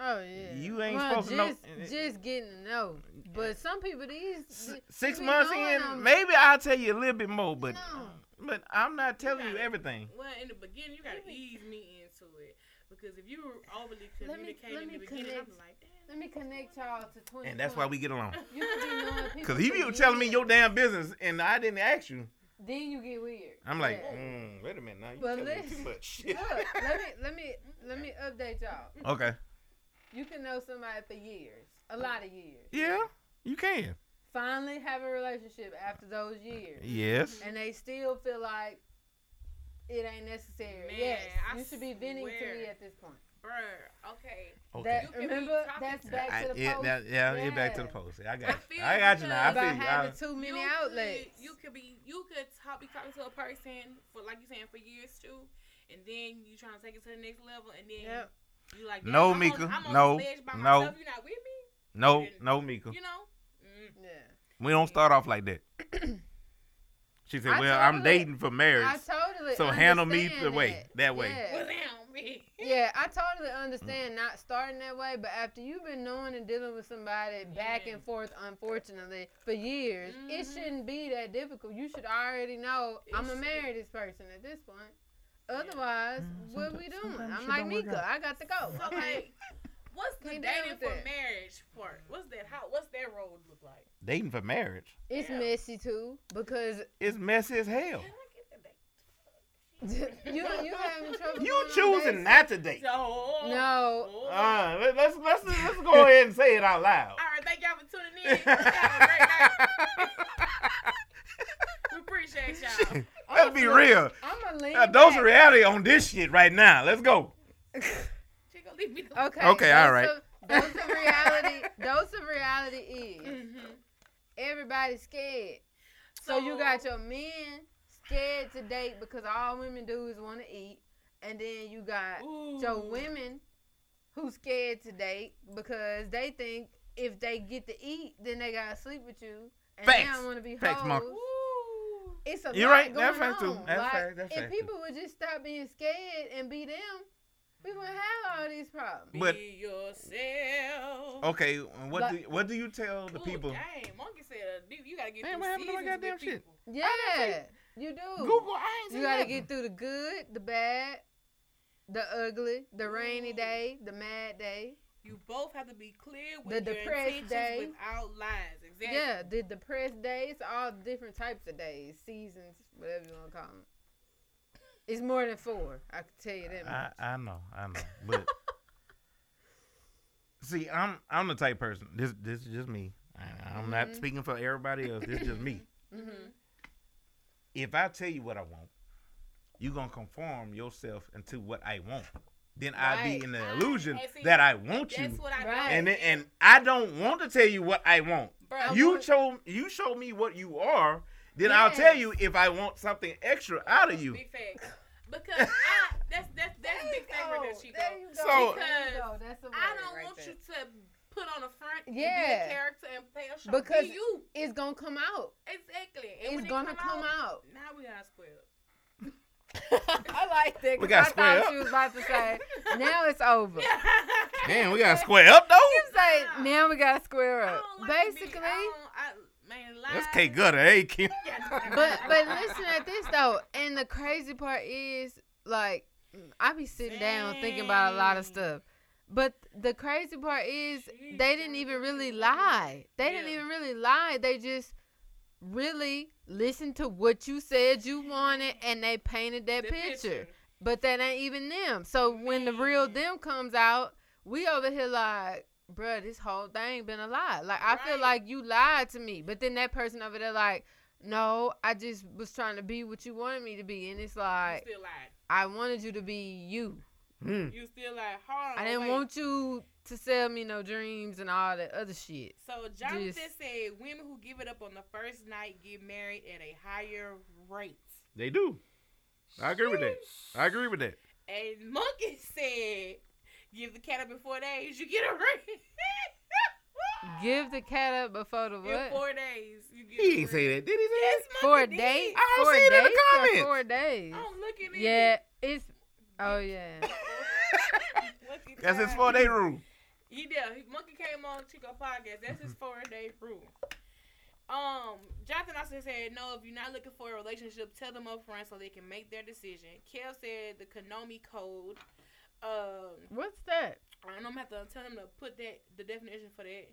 Speaker 4: Oh yeah.
Speaker 2: You ain't
Speaker 4: well,
Speaker 2: supposed to
Speaker 4: just,
Speaker 2: know- it-
Speaker 4: Just getting to know. But some people these
Speaker 2: S-
Speaker 4: they
Speaker 2: six
Speaker 4: be
Speaker 2: months
Speaker 4: knowing
Speaker 2: in,
Speaker 4: them.
Speaker 2: maybe I'll tell you a little bit more, but
Speaker 4: No.
Speaker 2: but I'm not telling you
Speaker 3: gotta-
Speaker 2: everything.
Speaker 3: Well, in the beginning, you gotta ease me into it because if you were overly
Speaker 4: Let me-
Speaker 3: communicating
Speaker 4: let
Speaker 3: in the
Speaker 4: me
Speaker 3: beginning, I'm
Speaker 4: connect.
Speaker 3: like, damn.
Speaker 4: Let me connect y'all to twenty.
Speaker 2: And that's why we get along.
Speaker 4: You can be knowing people.
Speaker 2: Cause if
Speaker 4: for
Speaker 2: you telling me
Speaker 4: years,
Speaker 2: your damn business and I didn't ask you,
Speaker 4: Then you get weird.
Speaker 2: I'm like,
Speaker 4: Yeah.
Speaker 2: mm, wait a minute, now you
Speaker 4: But
Speaker 2: telling me too
Speaker 4: listen,
Speaker 2: much shit.
Speaker 4: Look, let me let me let me update y'all.
Speaker 2: okay.
Speaker 4: You can know somebody for years, a lot of years.
Speaker 2: Yeah, you can.
Speaker 4: Finally, have a relationship after those years,
Speaker 2: Yes.
Speaker 4: and they still feel like it ain't necessary.
Speaker 3: Man,
Speaker 4: yes,
Speaker 3: I
Speaker 4: you should be venting
Speaker 3: swear.
Speaker 4: to me at this point.
Speaker 3: Bruh, okay.
Speaker 2: Okay.
Speaker 4: That,
Speaker 3: You can be
Speaker 4: remember,
Speaker 3: talking
Speaker 4: that's
Speaker 3: to-
Speaker 4: back
Speaker 2: I,
Speaker 4: to the
Speaker 2: yeah,
Speaker 4: post.
Speaker 2: now- yeah, yeah, back to the
Speaker 4: Yeah.
Speaker 2: post. I
Speaker 3: I
Speaker 2: got you.
Speaker 3: feel
Speaker 2: I got you now. I
Speaker 4: about
Speaker 2: feel you. I-
Speaker 4: having too many
Speaker 3: You
Speaker 4: outlets.
Speaker 3: Could, you could be, you could talk, be talking to a person for like you saying for years too, and then you trying to take it to the next level, and then
Speaker 4: Yep.
Speaker 3: you like,
Speaker 2: No,
Speaker 3: damn, I'm
Speaker 2: Mika,
Speaker 3: on, I'm on
Speaker 2: no,
Speaker 3: this ledge by
Speaker 2: no.
Speaker 3: myself, You're not with me,
Speaker 2: No, no, Mika.
Speaker 3: you know. Mm.
Speaker 4: yeah,
Speaker 2: We don't start off like that. She said,
Speaker 4: I
Speaker 2: "Well, I'm
Speaker 4: totally-
Speaker 2: dating for marriage,
Speaker 4: I totally.
Speaker 2: so handle me
Speaker 4: understand
Speaker 2: the way that way."
Speaker 4: Yeah.
Speaker 3: Well, damn, me.
Speaker 4: Yeah, I totally understand not starting that way, but after you've been knowing and dealing with somebody back
Speaker 3: Yeah.
Speaker 4: and forth, unfortunately, for years, it
Speaker 3: Mhm.
Speaker 4: shouldn't be that difficult. You should already know
Speaker 3: It
Speaker 4: I'm gonna
Speaker 3: should.
Speaker 4: marry this person at this point. Otherwise,
Speaker 1: Mm,
Speaker 4: what
Speaker 1: someti-
Speaker 4: we doing?
Speaker 1: sometimes
Speaker 4: I'm
Speaker 1: shit
Speaker 4: like
Speaker 1: don't work
Speaker 4: Nika.
Speaker 1: out.
Speaker 4: I got to go.
Speaker 3: So like, what's the
Speaker 4: Can't deal
Speaker 3: dating
Speaker 4: with
Speaker 3: for
Speaker 4: that.
Speaker 3: marriage part? What's that? How? What's that road look like?
Speaker 2: Dating for marriage.
Speaker 4: it's
Speaker 3: Yeah.
Speaker 4: messy too because
Speaker 2: It's messy as hell.
Speaker 3: Can I get the date?
Speaker 4: you you having trouble.
Speaker 2: You
Speaker 4: going on
Speaker 2: choosing
Speaker 4: dates?
Speaker 2: not to date.
Speaker 3: So,
Speaker 4: No.
Speaker 3: Oh.
Speaker 2: Uh, let, let's let's let's go ahead and say it out loud.
Speaker 3: All right, thank y'all for tuning in. Y'all have a great night. We appreciate y'all.
Speaker 2: Let's be real.
Speaker 4: I'm a lean.
Speaker 1: Uh,
Speaker 2: Now, dose
Speaker 4: back.
Speaker 2: of reality on this shit right now. Let's go.
Speaker 3: She gonna leave me the
Speaker 4: Okay.
Speaker 2: Okay, all right.
Speaker 4: Dose of, dose of reality. dose of reality is
Speaker 3: Mhm.
Speaker 4: everybody's scared. Mm-hmm. So you got your men scared to date because all women do is want to eat, and then you got
Speaker 3: Ooh.
Speaker 4: your women who scared to date because they think if they get to eat, then they gotta sleep with you, and they
Speaker 2: Facts.
Speaker 4: don't want to be
Speaker 2: Facts,
Speaker 4: hoes.
Speaker 2: Mark.
Speaker 3: Ooh.
Speaker 4: It's a
Speaker 2: You're
Speaker 4: lot
Speaker 2: right.
Speaker 4: going
Speaker 2: That's fact, too.
Speaker 4: on.
Speaker 2: That's
Speaker 4: like,
Speaker 2: fact. That's
Speaker 4: if
Speaker 2: fact, too.
Speaker 4: people would just stop being scared and be them, we wouldn't have all these problems.
Speaker 2: But-
Speaker 3: Be yourself.
Speaker 2: Okay, and what
Speaker 4: Like-
Speaker 2: do you, what do you tell the
Speaker 3: Ooh,
Speaker 2: people?
Speaker 3: Dang, Monkey said uh, you- you gotta get
Speaker 2: Man,
Speaker 3: through
Speaker 2: what happened to my
Speaker 3: seasons
Speaker 2: goddamn
Speaker 3: with
Speaker 2: shit?
Speaker 3: people.
Speaker 4: Yeah, you do.
Speaker 2: Google, I ain't
Speaker 4: You
Speaker 2: seen
Speaker 4: gotta
Speaker 2: nothing.
Speaker 4: get through the good, the bad, the ugly, the rainy
Speaker 3: Ooh.
Speaker 4: day, the mad day.
Speaker 3: You both have to be clear with
Speaker 4: The
Speaker 3: your
Speaker 4: depressed
Speaker 3: intentions
Speaker 4: day.
Speaker 3: without lies. Exactly.
Speaker 4: Yeah, the depressed days, all different types of days, seasons, whatever you wanna call them. It's more than four. I can tell you that.
Speaker 2: I,
Speaker 4: much.
Speaker 2: I know, I know, but see, I'm I'm the type person. This this is just me. I, I'm not
Speaker 3: Mm-hmm.
Speaker 4: Mhm.
Speaker 2: speaking for everybody else. This is just me.
Speaker 4: Mhm.
Speaker 2: If I tell you what I want, you gonna conform yourself into what I want. Then I
Speaker 4: Right.
Speaker 2: be in the
Speaker 3: I-
Speaker 2: illusion
Speaker 3: Ah, and see,
Speaker 2: that I want
Speaker 3: That's
Speaker 2: you,
Speaker 3: what I
Speaker 4: Right.
Speaker 3: got.
Speaker 2: and then- and I don't want to tell you what I want.
Speaker 4: I
Speaker 2: You
Speaker 4: want-
Speaker 2: show you show me what you are. Then I'll tell you if I want something extra out of you.
Speaker 3: Big facts. Because I that's that's that's
Speaker 4: There
Speaker 3: big
Speaker 4: you
Speaker 3: favorite
Speaker 4: go.
Speaker 3: that she
Speaker 4: There
Speaker 3: go.
Speaker 4: you go.
Speaker 2: So-
Speaker 4: There you go. That's the
Speaker 3: I
Speaker 4: word
Speaker 3: don't
Speaker 4: right
Speaker 3: want
Speaker 4: there.
Speaker 3: you to put on a front and be
Speaker 4: Yeah.
Speaker 3: a character and play a show.
Speaker 4: Because-
Speaker 3: be you.
Speaker 4: It's gonna come out.
Speaker 3: Exactly. And when
Speaker 4: It's
Speaker 3: it
Speaker 4: gonna come out.
Speaker 3: Now we gotta square up.
Speaker 4: I like that.
Speaker 2: We
Speaker 4: 'cause
Speaker 2: gotta
Speaker 4: I thought
Speaker 2: square up.
Speaker 4: she was about to say, now it's over.
Speaker 2: Damn, we gotta square up though.
Speaker 4: It's like, now we gotta square
Speaker 3: I
Speaker 4: up.
Speaker 3: don't like to be-
Speaker 4: Basically.
Speaker 3: I don't, I, man, lies.
Speaker 2: That's K Gutter, hey Kim.
Speaker 4: but but listen at this though, and the crazy part is like I be sitting down thinking about a lot of
Speaker 3: Dang.
Speaker 4: stuff. But the crazy part is they didn't even really lie. They didn't
Speaker 3: Yeah.
Speaker 4: even really lie. They just really listened to what you said you wanted and they painted that
Speaker 3: The
Speaker 4: picture. But that ain't even them. So when the real
Speaker 3: Man.
Speaker 4: them comes out, we over here like Bruh, this whole thing been a lie. Like I feel
Speaker 3: Right.
Speaker 4: like you lied to me, but then that person over there like, no, I just was trying to be what you wanted me to be, and it's
Speaker 3: You
Speaker 4: like
Speaker 3: still lied.
Speaker 4: I wanted you to be you.
Speaker 2: Hmm.
Speaker 3: You still lied. Hold on.
Speaker 4: I didn't
Speaker 3: wait.
Speaker 4: want you to sell me no dreams and all that other shit.
Speaker 3: So Jonathan
Speaker 4: Just-
Speaker 3: said women who give it up on the first night get married at a higher rate.
Speaker 2: They do. I agree with that. I agree with that.
Speaker 3: And Monkey said, "Give the cat up in four days, you get a ring.
Speaker 4: Give the cat up before the
Speaker 3: in
Speaker 4: what?
Speaker 3: four days, you
Speaker 2: He
Speaker 3: get." a
Speaker 2: didn't
Speaker 3: ring.
Speaker 2: say that, did he? Say
Speaker 3: Yes, Monkey
Speaker 4: Four
Speaker 3: did.
Speaker 4: days.
Speaker 2: I don't
Speaker 4: Four
Speaker 2: see it in the
Speaker 4: days or
Speaker 2: comments.
Speaker 4: Four days.
Speaker 3: I'm looking at
Speaker 4: Yeah, it's. Oh yeah.
Speaker 3: Monkey
Speaker 2: that? That's his
Speaker 3: tried.
Speaker 2: four day rule.
Speaker 3: He did. He- Monkey came on Chico podcast. That's his four day rule. Um, Jonathan also said, no, if you're not looking for a relationship, tell them up front so they can make their decision. Kev said the Konami code. Um,
Speaker 4: What's that?
Speaker 3: I don't know, I'm gonna have to tell him to put that the definition for that.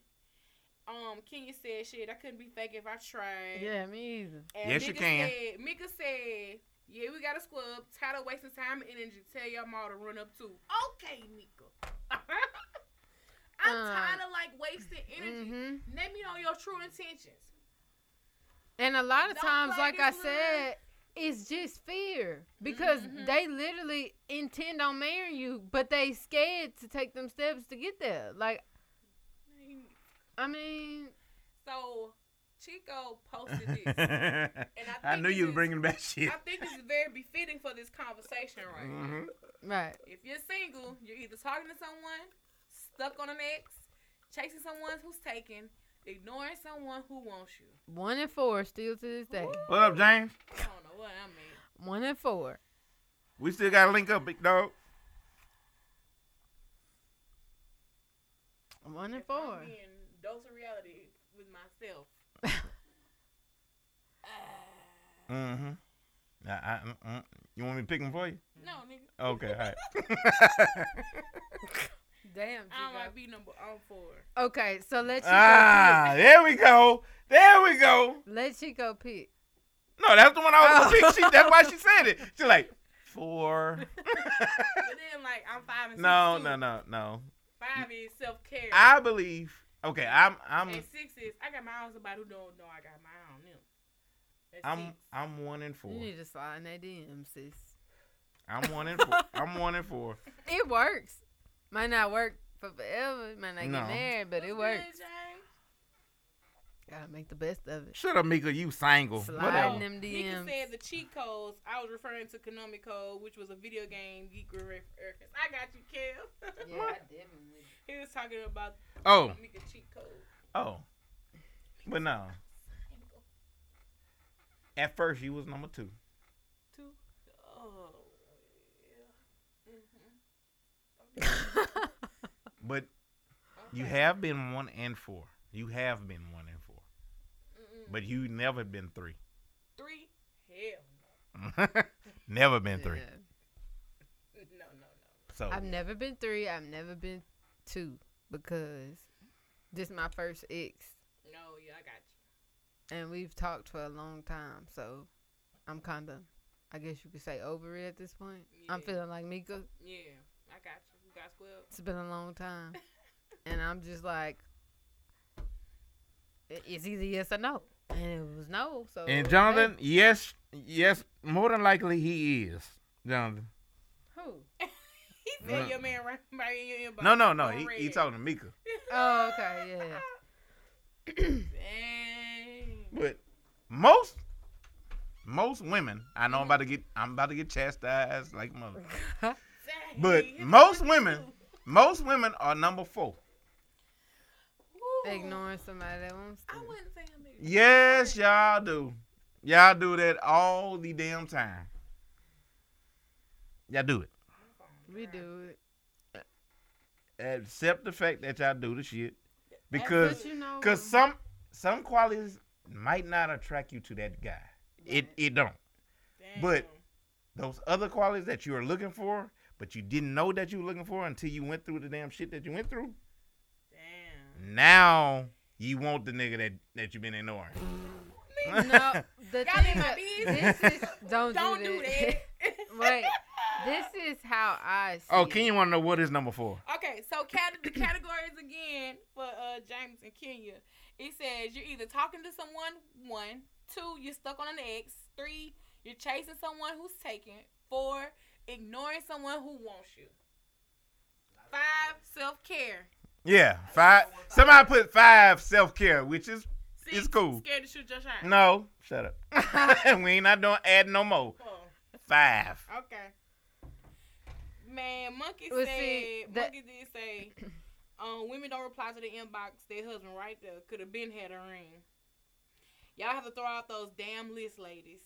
Speaker 3: Um, Kenya said, shit, I couldn't be fake if I tried.
Speaker 4: Yeah, me either.
Speaker 3: And
Speaker 2: Yes, you
Speaker 3: Mika
Speaker 2: can.
Speaker 3: Said, Mika said, yeah, we got to scrub. Tired of wasting time and energy. Tell your mom to run up too. Okay, Mika. I'm
Speaker 4: Um,
Speaker 3: tired of like wasting energy.
Speaker 4: hmm
Speaker 3: Let me know your true intentions.
Speaker 4: And a lot of
Speaker 3: Don't
Speaker 4: times,
Speaker 3: play
Speaker 4: like I
Speaker 3: this line.
Speaker 4: said, it's just fear because
Speaker 3: Mhm.
Speaker 4: they literally intend on marrying you, but they scared to take them steps to get there. Like, I mean,
Speaker 3: So Chico posted this. and I,
Speaker 2: I
Speaker 3: think
Speaker 2: knew
Speaker 3: this
Speaker 2: you was
Speaker 3: is-
Speaker 2: bringing back shit.
Speaker 3: I think this is very befitting for this conversation right now.
Speaker 2: Mhm.
Speaker 4: right?
Speaker 3: If you're single, you're either talking to someone, stuck on an ex, chasing someone who's taken, ignoring someone who wants you.
Speaker 4: One and four still to this day.
Speaker 2: What up, James?
Speaker 3: I don't know what I mean.
Speaker 4: One and four.
Speaker 2: We still gotta link up, big dog.
Speaker 4: One and
Speaker 3: If I'm
Speaker 4: four.
Speaker 3: being dose of reality with myself. Ah,
Speaker 2: Mm-hmm. I, I, mm, mm. you want me to pick them for you?
Speaker 3: No, nigga.
Speaker 2: Okay, all right.
Speaker 4: Damn.
Speaker 3: I don't like
Speaker 4: Chico.
Speaker 3: being number on four.
Speaker 4: Okay, so let Chico
Speaker 2: ah, there we go. There we go.
Speaker 4: pick. Let Chico pick.
Speaker 2: No, that's the one I was
Speaker 4: Oh.
Speaker 2: gonna pick. She, that's why she said it. She's like four.
Speaker 3: But then, like, I'm five and
Speaker 2: no,
Speaker 3: six.
Speaker 2: no,
Speaker 3: too.
Speaker 2: no, no.
Speaker 3: Five is self care.
Speaker 2: I believe. Okay, I'm, I'm,
Speaker 3: And six is I got my own somebody who don't know I got my own them. That's
Speaker 2: I'm,
Speaker 3: six.
Speaker 2: I'm one in four.
Speaker 4: You need to slide in that DM, sis.
Speaker 2: I'm one in four. I'm one in four.
Speaker 4: It works. Might not work for forever. Might not
Speaker 2: No.
Speaker 4: get married, but
Speaker 3: What's
Speaker 4: it
Speaker 3: good,
Speaker 4: works.
Speaker 3: James?
Speaker 4: Gotta make the best of it.
Speaker 2: Shut up, Mika. You single.
Speaker 4: Sliding
Speaker 2: Whatever.
Speaker 4: them
Speaker 3: Nika
Speaker 4: DMs.
Speaker 3: said the cheat codes. I was referring to Konami Code, which was a video game geek re- reference. I got you, Kev. he was talking about
Speaker 2: Oh,
Speaker 3: Mika cheat code.
Speaker 2: oh. But no. At first, you was number two.
Speaker 3: Two. Oh. yeah. Mhm.
Speaker 2: But you
Speaker 3: Okay.
Speaker 2: have been one and four. You have been one and four.
Speaker 3: Mm-mm.
Speaker 2: But you never been three.
Speaker 3: three? Hell
Speaker 2: never been three.
Speaker 4: Yeah.
Speaker 3: no. No, no, no.
Speaker 2: So
Speaker 4: I've never been three. I've never been two because this my first ex,
Speaker 3: No, yeah, I got you.
Speaker 4: and we've talked for a long time. So I'm kind of, I guess you could say, over it at this point. I'm
Speaker 3: Yeah.
Speaker 4: feeling like Mika.
Speaker 3: Yeah, I got you. You got twelve.
Speaker 4: It's been a long time, and I'm just like, i- it's either yes or no, and it was no. So
Speaker 2: and Jonathan, yes, yes, more than likely he is Jonathan.
Speaker 4: Hey, who?
Speaker 3: He said
Speaker 2: No.
Speaker 3: your man right, right in your inbox.
Speaker 2: No, no, no.
Speaker 3: on
Speaker 2: He, he
Speaker 3: red.
Speaker 2: talking to Mika.
Speaker 4: Oh, okay, yeah.
Speaker 3: Dang.
Speaker 2: But most most women, I know I'm about to get I'm about to get chastised like mother.
Speaker 3: Dang.
Speaker 2: But
Speaker 3: He
Speaker 2: most
Speaker 3: talking
Speaker 2: women,
Speaker 3: to
Speaker 2: most women are number four.
Speaker 3: you. Ooh.
Speaker 4: Ignoring somebody that wants to.
Speaker 3: I wouldn't say I'm ignorant.
Speaker 2: Yes, y'all do. Y'all do that all the damn time. Y'all do it.
Speaker 4: We do it
Speaker 2: Accept the fact that y'all do the shit because
Speaker 4: but you know,
Speaker 2: Cause some some qualities might not attract you to that guy. It it don't.
Speaker 3: Damn.
Speaker 2: But- Those other qualities that you are looking for, but you didn't know that you were looking for until you went through the damn shit that you went through.
Speaker 3: Damn.
Speaker 2: Now you want the nigga that that you've been ignoring.
Speaker 4: no, the
Speaker 3: Y'all
Speaker 4: thing
Speaker 3: in my
Speaker 4: that-
Speaker 3: business.
Speaker 4: this is don't,
Speaker 3: Don't do
Speaker 4: do that.
Speaker 3: that.
Speaker 4: Wait, this is how I. See
Speaker 2: Oh, Kenya
Speaker 4: it.
Speaker 2: want to know what is number four?
Speaker 3: Okay, so cat- the categories again for uh, James and Kenya. It says you're either talking to someone, one, two, you're stuck on an ex, three, you're chasing someone who's taken, four, ignoring someone who wants you, five, self care,
Speaker 2: Yeah, five. Somebody put five self care, which is
Speaker 3: six,
Speaker 2: It's cool.
Speaker 3: scared to shoot your shot.
Speaker 2: no. Shut up. we ain't not doing add no more.
Speaker 3: Oh,
Speaker 2: Five.
Speaker 3: okay. Man, monkey
Speaker 4: Well,
Speaker 3: said,
Speaker 4: see, that-
Speaker 3: monkey did say, um, women don't reply to the inbox. Their husband right there could have been had a ring. Y'all have to throw out those damn lists, ladies.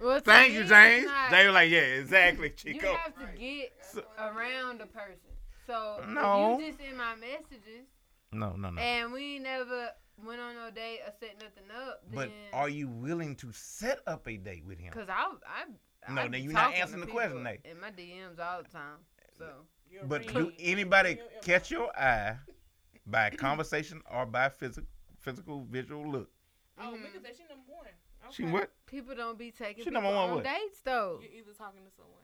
Speaker 4: Well, to
Speaker 2: Thank
Speaker 4: me,
Speaker 2: you,
Speaker 4: it's
Speaker 2: James.
Speaker 4: not-
Speaker 2: They were like, yeah, exactly, Chico.
Speaker 4: You have to get
Speaker 2: So-
Speaker 4: around a person. So if
Speaker 2: No.
Speaker 4: you just in my messages,
Speaker 2: no, no, no.
Speaker 4: and we ain't never went on no date or set nothing up.
Speaker 2: But
Speaker 4: then,
Speaker 2: are you willing to set up a date with him?
Speaker 4: Cause I, I. I
Speaker 2: No,
Speaker 4: be
Speaker 2: then you not
Speaker 4: talking to
Speaker 2: answering the
Speaker 4: people
Speaker 2: question, like-
Speaker 4: In my DMs all the time. So
Speaker 3: Your
Speaker 2: But
Speaker 3: ring.
Speaker 2: do anybody
Speaker 3: Your inbox.
Speaker 2: catch your eye by conversation or by physical, physical, visual look?
Speaker 3: Oh,
Speaker 4: Mhm.
Speaker 3: because that she number one. Okay.
Speaker 2: She what?
Speaker 4: people don't be taking
Speaker 2: She
Speaker 4: people
Speaker 2: number one
Speaker 4: on
Speaker 2: what?
Speaker 4: dates though.
Speaker 3: You're either talking to someone.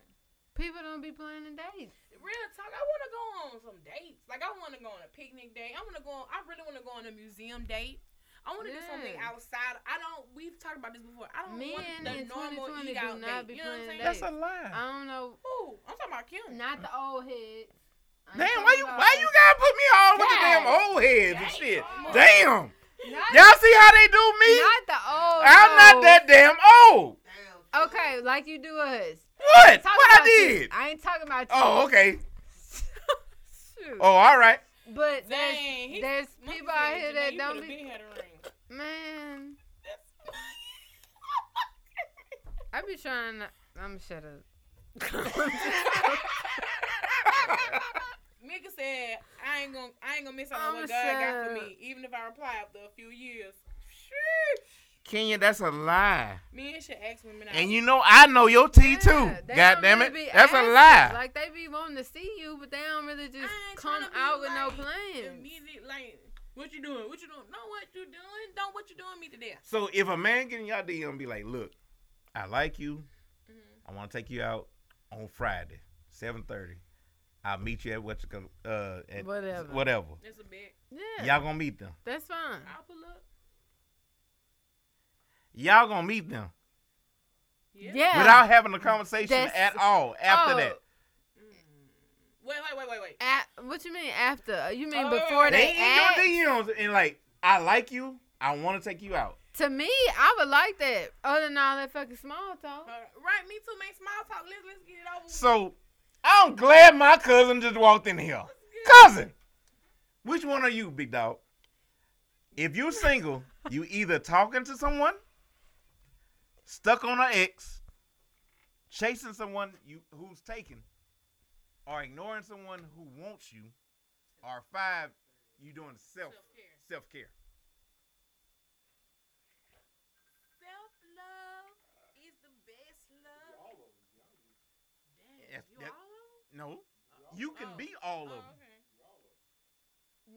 Speaker 4: People don't be planning dates.
Speaker 3: Real talk, I want to go on some dates. Like I want to go on a picnic date. I want to go on. I really want to go on a museum date. I want to do something
Speaker 4: Yeah.
Speaker 3: outside. I don't. We've talked about this before. I don't want
Speaker 4: Men
Speaker 3: the
Speaker 4: in
Speaker 3: normal
Speaker 4: 2020
Speaker 3: eat
Speaker 4: do
Speaker 3: out
Speaker 4: not
Speaker 3: date.
Speaker 4: be
Speaker 3: you know what I'm
Speaker 4: planning
Speaker 3: saying?
Speaker 2: That's a
Speaker 4: Dates.
Speaker 2: lie.
Speaker 4: I don't know.
Speaker 3: Ooh, I'm talking about Kim.
Speaker 4: Not the old heads. I ain't
Speaker 2: Damn,
Speaker 4: talking
Speaker 2: why you
Speaker 4: about
Speaker 2: why you gotta put me all with the damn
Speaker 4: Dang.
Speaker 2: old heads and
Speaker 3: Dang.
Speaker 2: shit?
Speaker 3: Oh.
Speaker 2: Damn,
Speaker 4: Not,
Speaker 2: y'all see how they do me?
Speaker 4: not the old.
Speaker 2: I'm not
Speaker 4: old.
Speaker 2: that damn old.
Speaker 4: Okay, like you do us.
Speaker 2: What?
Speaker 4: Talk
Speaker 2: What I
Speaker 4: about you.
Speaker 2: did?
Speaker 4: I ain't talking about you.
Speaker 2: Oh, okay.
Speaker 4: Shoot.
Speaker 2: Oh, all right.
Speaker 4: But there's,
Speaker 3: Dang, he-
Speaker 4: there's
Speaker 3: Monkey
Speaker 4: people
Speaker 3: said,
Speaker 4: out here
Speaker 3: "Janae,
Speaker 4: that
Speaker 3: you
Speaker 4: don't
Speaker 3: coulda
Speaker 4: be.
Speaker 3: been had a ring."
Speaker 4: Man, I be trying to. I'm shut up.
Speaker 3: Mika said, "I ain't gonna, I ain't gonna miss out on
Speaker 4: I'ma
Speaker 3: what God got
Speaker 4: shut
Speaker 3: for
Speaker 4: up.
Speaker 3: me, even if I reply after a few years." Shit.
Speaker 2: Kenya, that's a lie.
Speaker 3: Men should ask women out.
Speaker 2: And you know I know your tea
Speaker 4: Yeah,
Speaker 2: too.
Speaker 4: they
Speaker 2: God
Speaker 4: don't
Speaker 2: damn
Speaker 4: really
Speaker 2: it.
Speaker 4: be
Speaker 2: That's a
Speaker 4: asking.
Speaker 2: lie.
Speaker 4: Like they be wanting to see you, but they don't really just
Speaker 3: I ain't
Speaker 4: come
Speaker 3: tryna be
Speaker 4: out with no
Speaker 3: like
Speaker 4: plans.
Speaker 3: Immediate, like, what you doing? What you doing? Know what you doing? Don't what you doing me to death.
Speaker 2: So if a man getting y'all DM be like, look, I like you.
Speaker 4: Mm-hmm.
Speaker 2: I want to take you out on Friday, seven thirty. I'll meet you at what you call- uh at
Speaker 4: Whatever.
Speaker 2: whatever.
Speaker 3: That's a bet.
Speaker 4: Yeah,
Speaker 2: Y'all gonna meet them.
Speaker 4: that's fine.
Speaker 3: I'll pull up.
Speaker 2: Y'all gonna meet them
Speaker 3: Yeah.
Speaker 4: Yeah.
Speaker 2: without having a conversation
Speaker 4: That's-
Speaker 2: at all after
Speaker 4: Oh,
Speaker 2: that.
Speaker 3: Mm. Wait, wait, wait, wait, wait.
Speaker 4: A- what you mean after? Uh, You mean
Speaker 3: Oh,
Speaker 4: before
Speaker 2: They
Speaker 4: they, ask?
Speaker 2: in your DMs and like, I like you. I want to take you out.
Speaker 4: To me, I would like that. Other than all that fucking small talk.
Speaker 3: Uh, right, me too, man. Small talk. Let's, let's get it over with.
Speaker 2: So I'm glad my cousin just walked in here. Cousin, which one are you, big dog? If you're single, you either talking to someone, stuck on an ex, chasing someone you who's taken, or ignoring someone who wants you, or five, you doing self
Speaker 3: Self-care.
Speaker 2: self care.
Speaker 3: Self love is the best love. Damn,
Speaker 2: Yes,
Speaker 3: you
Speaker 2: that-
Speaker 3: all of 'em?
Speaker 2: No, you can be all of them.
Speaker 3: Oh, okay.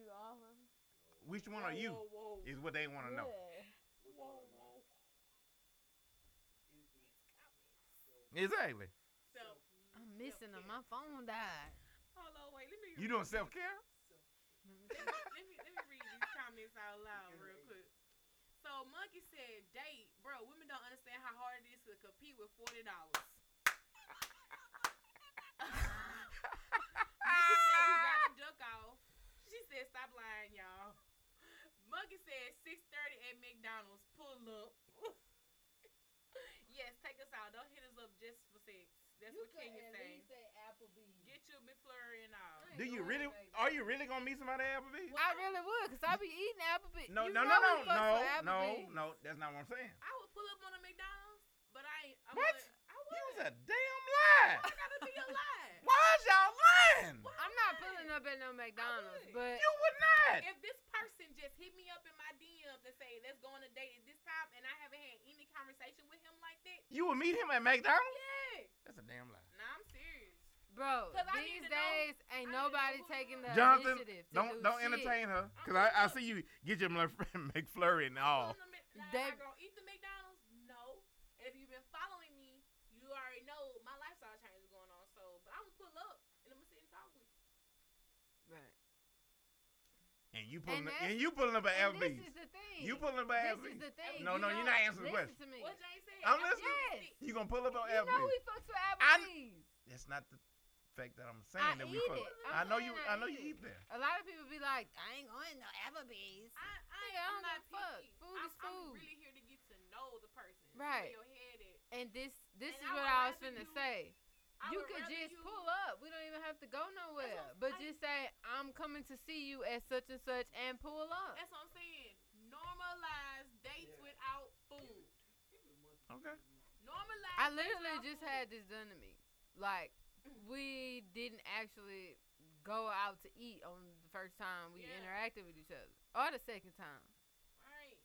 Speaker 2: Which one are you?
Speaker 3: Whoa, whoa, whoa.
Speaker 2: Is what they want to know.
Speaker 3: Whoa, whoa.
Speaker 2: Exactly.
Speaker 3: Self.
Speaker 4: I'm missing them. My phone died.
Speaker 3: Hold on, wait. Let me.
Speaker 2: You doing
Speaker 3: read these.
Speaker 2: self care?
Speaker 3: let, me, let, me, let me read these comments out loud real quick. So Monkey said, "Date, bro. Women don't understand how hard it is to compete with forty dollars." Nikki said we got to duck off. She said, "Stop lying, y'all." Monkey said, "6:30 at McDonald's. Pull up." yes, take us out. Don't hit us up just for sex. That's what Kenya saying. Get you a McFlurry and all.
Speaker 2: Do you really? Are you really gonna meet somebody at Applebee's?
Speaker 4: I really would, cause I be eating Applebee's.
Speaker 2: No,
Speaker 4: You
Speaker 2: no, no, no,
Speaker 4: know we fucks
Speaker 2: no,
Speaker 4: with
Speaker 2: no,
Speaker 4: Applebee's.
Speaker 2: no. That's not what I'm saying.
Speaker 3: I would pull up on a McDonald's, but I ain't. I'm
Speaker 2: What?
Speaker 3: A, I
Speaker 2: You was
Speaker 3: would.
Speaker 2: a damn lie.
Speaker 3: I gotta be alive.
Speaker 2: Why is y'all lying?
Speaker 4: I'm not pulling up at no McDonald's,
Speaker 3: would.
Speaker 4: but
Speaker 2: You would not.
Speaker 3: If this person just hit me up in my DMs and say let's go on a date at this time, and I haven't had any conversation with him like that,
Speaker 2: You would meet him at McDonald's.
Speaker 3: yeah,
Speaker 2: That's a damn lie.
Speaker 3: nah, I'm serious.
Speaker 4: bro,
Speaker 3: 'Cause I need to
Speaker 4: these
Speaker 3: know-
Speaker 4: days ain't
Speaker 3: I need to
Speaker 4: nobody
Speaker 3: know who
Speaker 4: taking
Speaker 3: you
Speaker 4: the
Speaker 3: are.
Speaker 2: Jonathan,
Speaker 4: initiative. to
Speaker 2: don't
Speaker 4: do
Speaker 2: don't
Speaker 4: shit.
Speaker 2: entertain her, cause I, I see you get your McFlurry- McFlurry and all.
Speaker 3: Pull up on a Mc- now,
Speaker 4: They-
Speaker 3: am I gonna eat the McDonald's? No. And if you've been following me, you already know my lifestyle change is going on. So, but I'm gonna pull up and I'm gonna sit and talk with you.
Speaker 4: Right.
Speaker 2: And you pulling
Speaker 4: And
Speaker 2: up,
Speaker 4: that's-
Speaker 2: and you pulling up at
Speaker 4: And
Speaker 2: Applebee's.
Speaker 4: This is the thing.
Speaker 2: You pulling up at
Speaker 4: This is
Speaker 2: Applebee's.
Speaker 4: the thing.
Speaker 2: No, no,
Speaker 4: you know,
Speaker 2: you're not answering the
Speaker 4: listen
Speaker 2: question.
Speaker 4: To me.
Speaker 3: What Jane said.
Speaker 2: I'm
Speaker 3: gonna
Speaker 2: listening.
Speaker 3: sit and
Speaker 4: Yes.
Speaker 2: You gonna pull up on
Speaker 4: You know
Speaker 2: Applebee's.
Speaker 4: we fucks with Applebee's.
Speaker 2: That's not the fact that I'm saying
Speaker 4: I
Speaker 2: that we.
Speaker 4: eat
Speaker 2: fuck-
Speaker 4: it.
Speaker 2: I
Speaker 4: I'm
Speaker 2: know you.
Speaker 4: saying I
Speaker 2: I know
Speaker 4: eat
Speaker 2: you
Speaker 4: it.
Speaker 2: eat there.
Speaker 4: A lot of people be like, I ain't going to Applebee's.
Speaker 3: I, I,
Speaker 4: Yeah, I
Speaker 3: I'm
Speaker 4: don't
Speaker 3: not
Speaker 4: give a fuck.
Speaker 3: picky.
Speaker 4: Food
Speaker 3: I'm,
Speaker 4: is food.
Speaker 3: I'm really here to get to know the person. See Where
Speaker 4: Right.
Speaker 3: your head at.
Speaker 4: And this, this
Speaker 3: And I
Speaker 4: is
Speaker 3: would
Speaker 4: what I was
Speaker 3: rather
Speaker 4: finna
Speaker 3: you-
Speaker 4: say.
Speaker 3: I
Speaker 4: You
Speaker 3: would
Speaker 4: could
Speaker 3: rather
Speaker 4: just
Speaker 3: you-
Speaker 4: pull up. We don't even have to go nowhere.
Speaker 3: what I'm
Speaker 4: But
Speaker 3: saying.
Speaker 4: just say, I'm coming to see you at such and such, and pull up.
Speaker 3: That's what I'm saying. Normalize dates without food.
Speaker 2: Okay.
Speaker 3: Normalize.
Speaker 4: I
Speaker 3: dates
Speaker 4: literally
Speaker 3: without
Speaker 4: just
Speaker 3: food.
Speaker 4: had this done to me. Like,
Speaker 3: Mm-hmm.
Speaker 4: we didn't actually go out to eat on the first time we
Speaker 3: Yeah.
Speaker 4: interacted with each other, or the second time.
Speaker 3: Right.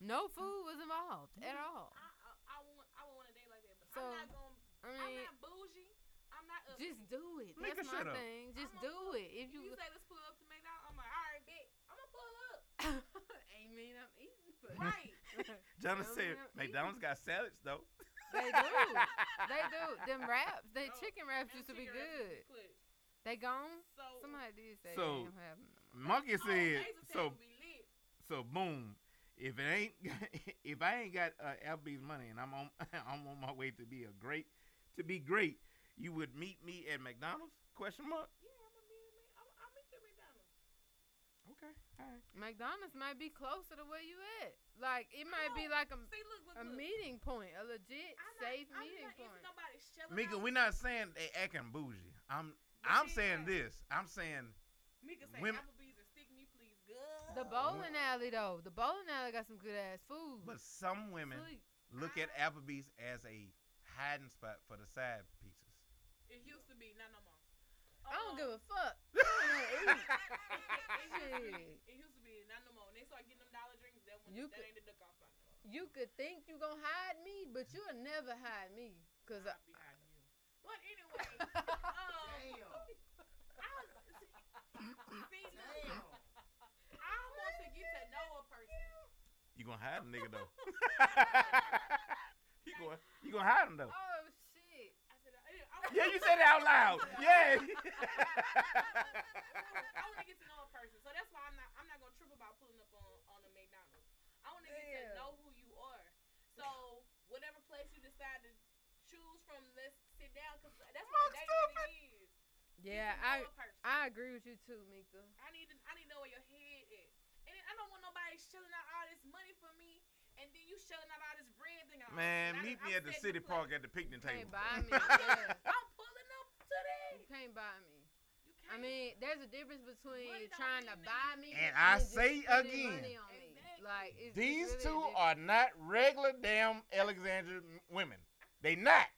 Speaker 4: No
Speaker 3: Mm-hmm.
Speaker 4: food was involved at all.
Speaker 3: I, I, I want I want a date like that, but
Speaker 4: So,
Speaker 3: I'm not gonna.
Speaker 4: I
Speaker 3: I'm
Speaker 4: mean,
Speaker 3: not bougie. I'm not. Up.
Speaker 4: just do it.
Speaker 2: Nigga,
Speaker 4: That's my
Speaker 2: shut up.
Speaker 4: thing. Just
Speaker 3: I'm a-
Speaker 4: do it. If
Speaker 3: you
Speaker 4: you
Speaker 3: say let's pull up to McDonald's. I'm like, all right, bet. I'm gonna pull up.
Speaker 4: ain't mean I'm eating, but
Speaker 3: Right.
Speaker 2: Jonathan
Speaker 4: Don't
Speaker 2: said
Speaker 4: even eat.
Speaker 2: McDonald's got salads though.
Speaker 4: they do. They do. Them wraps, they
Speaker 3: No,
Speaker 4: chicken wraps
Speaker 3: Them
Speaker 4: used to be
Speaker 3: chicken wraps Oh. used
Speaker 4: good.
Speaker 3: to be good.
Speaker 4: They gone.
Speaker 3: So.
Speaker 4: Somebody did say
Speaker 2: So-
Speaker 4: they ain't having them.
Speaker 2: Monkey
Speaker 3: oh,
Speaker 2: said
Speaker 3: laser tag
Speaker 2: so.
Speaker 3: would be lit.
Speaker 2: So boom. If it ain't, if I ain't got uh, Applebee's money and I'm on, I'm on my way to be a great, to be great, you would meet me at McDonald's? Question mark.
Speaker 3: Yeah, I'm gonna be. I'm, I'm at your McDonald's.
Speaker 2: Okay. All right.
Speaker 4: McDonald's might be closer to where you at. Like it might be like a,
Speaker 3: See, look, look,
Speaker 4: a
Speaker 3: look.
Speaker 4: meeting point, a legit
Speaker 3: I'm not-
Speaker 4: safe
Speaker 3: I'm
Speaker 4: meeting
Speaker 3: not into
Speaker 4: point.
Speaker 3: nobody shelling
Speaker 2: Mika,
Speaker 3: out.
Speaker 2: we're not saying they acting bougie. I'm,
Speaker 3: But
Speaker 2: I'm
Speaker 3: she
Speaker 2: saying
Speaker 3: ain't.
Speaker 2: this. I'm saying
Speaker 3: Mika say
Speaker 2: women-
Speaker 3: Applebee's and stick me, please. Good.
Speaker 4: The bowling alley though, the bowling alley got some good ass food.
Speaker 2: But some women
Speaker 4: Sleep.
Speaker 2: look at Applebee's as a hiding spot for the side pieces.
Speaker 3: It used to be, not no more. Uh-uh.
Speaker 4: I don't give
Speaker 3: Uh-huh.
Speaker 4: a fuck.
Speaker 3: Oh,
Speaker 4: Shit.
Speaker 3: It used to be not no more. When they start getting them dollar drinks, that one
Speaker 4: You
Speaker 3: that
Speaker 4: could-
Speaker 3: ain't the duck off. no more.
Speaker 4: You could think you gonna hide me, but you'll never hide me. Cause I,
Speaker 3: I'll be hiding you. But anyway, um,
Speaker 5: Damn.
Speaker 3: I was- see, look, I
Speaker 5: Damn.
Speaker 3: want to get to know a person.
Speaker 2: You gonna hide him, nigga though. you gonna you gonna hide him though.
Speaker 4: oh shit.
Speaker 3: I said, I, I
Speaker 2: Yeah, you said it out loud. Yeah.
Speaker 3: I want to get to know a person, so that's why I'm not. I'm not gonna trip about pulling up on on a McDonald's. I want to get to
Speaker 4: Damn.
Speaker 3: know who you are. So whatever place you decide to choose from, let's sit down because that's what dating really is. Get
Speaker 4: Yeah,
Speaker 3: to
Speaker 4: I
Speaker 3: know a person.
Speaker 4: I agree with you too, Mika.
Speaker 3: I need to I need to know where your head is. And then I don't want nobody shelling out all this money for me, and then you shelling out all this bread thing. and all
Speaker 2: Man, meet
Speaker 3: this. And I-
Speaker 2: me
Speaker 3: I'm
Speaker 2: at the city
Speaker 3: setting the
Speaker 2: park
Speaker 3: place.
Speaker 2: at the picnic
Speaker 4: You
Speaker 2: table.
Speaker 4: can't buy me. Yeah.
Speaker 3: I'm pulling up today.
Speaker 4: You can't buy me.
Speaker 3: You
Speaker 4: I
Speaker 3: can't.
Speaker 4: mean, there's a difference
Speaker 3: Money
Speaker 4: between
Speaker 3: don't
Speaker 4: trying to
Speaker 3: mean
Speaker 4: buy me
Speaker 2: And I
Speaker 4: just
Speaker 2: say
Speaker 4: spending
Speaker 2: again,
Speaker 4: money on me.
Speaker 3: Exactly.
Speaker 4: like it's, it's
Speaker 2: These
Speaker 4: really a
Speaker 2: two
Speaker 4: difference.
Speaker 2: are not regular damn Alexandria m- women. They not.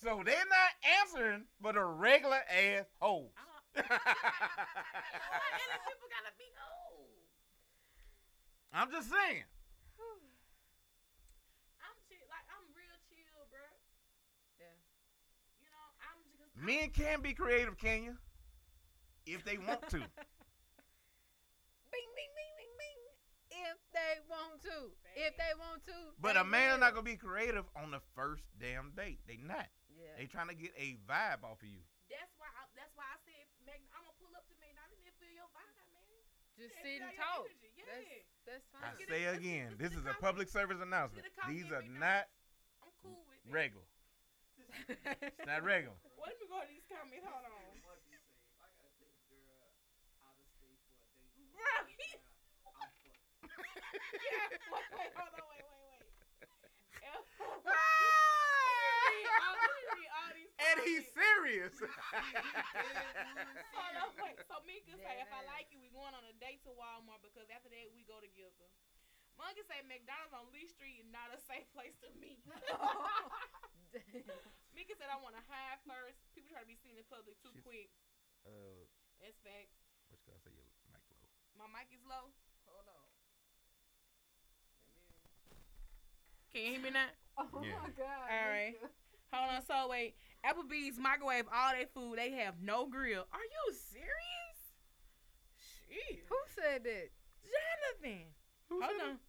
Speaker 2: So they're not answering for the regular ass hoes.
Speaker 3: I don't- You know what? Other people gotta be old.
Speaker 2: I'm just saying.
Speaker 3: I'm chill, like I'm real chill, bro.
Speaker 4: Yeah.
Speaker 3: You know, I'm just cause I-
Speaker 2: Men can be creative, can you? If they want to.
Speaker 4: Bing, bing, bing, bing, bing. If they want to, if they want to.
Speaker 2: But
Speaker 4: they
Speaker 2: a man
Speaker 4: will.
Speaker 2: not gonna be creative on the first damn date. They not.
Speaker 4: Yeah.
Speaker 2: They trying to get a vibe off of you.
Speaker 3: that's why I, that's why I said Mac, I'm gonna pull up to McDonald's and feel your vibe, man.
Speaker 4: Just
Speaker 3: Yeah,
Speaker 4: sit
Speaker 3: feel
Speaker 4: and
Speaker 3: your
Speaker 4: talk.
Speaker 3: energy, Yeah.
Speaker 4: That's that's
Speaker 2: I
Speaker 4: fine.
Speaker 3: Let's get
Speaker 2: say
Speaker 3: it- let's-
Speaker 2: again,
Speaker 3: let's
Speaker 2: this
Speaker 3: get
Speaker 2: is a
Speaker 3: the coffee.
Speaker 2: public service announcement.
Speaker 3: Let's get the coffee
Speaker 2: These
Speaker 3: at
Speaker 2: are
Speaker 3: McDonald's.
Speaker 2: not
Speaker 3: I'm cool with that.
Speaker 2: regular. It's not regular.
Speaker 3: Wait, let me go to these comments. Hold on.
Speaker 5: Must be saved. I gotta take a girl out of state for a date.
Speaker 3: Bro, he-
Speaker 5: I'm fucked.
Speaker 3: yeah. Wait, wait, hold on. Wait, wait, wait. I'm literally all these
Speaker 2: and he's
Speaker 3: comments.
Speaker 2: serious.
Speaker 3: Hold on, wait. So Mika say, if I
Speaker 4: Deadass.
Speaker 3: like you, we going on a date to Walmart because after that we go together. Monkey say McDonald's on Lee Street is not a safe place to meet. Mika said I want to hide first. People try to be seen in public too
Speaker 2: Shit.
Speaker 3: quick.
Speaker 2: uh,
Speaker 3: That's facts.
Speaker 2: what you gotta say your mic low?
Speaker 3: My mic is low.
Speaker 5: Hold on. Let me-
Speaker 3: Can you hear me now?
Speaker 4: oh
Speaker 2: Yeah.
Speaker 4: my god.
Speaker 3: All right. Hold on. So wait, Applebee's microwave all their food. They have no grill. Are you serious? Shit.
Speaker 4: Who said that?
Speaker 3: Jonathan.
Speaker 2: Who
Speaker 3: Hold
Speaker 2: said
Speaker 3: on.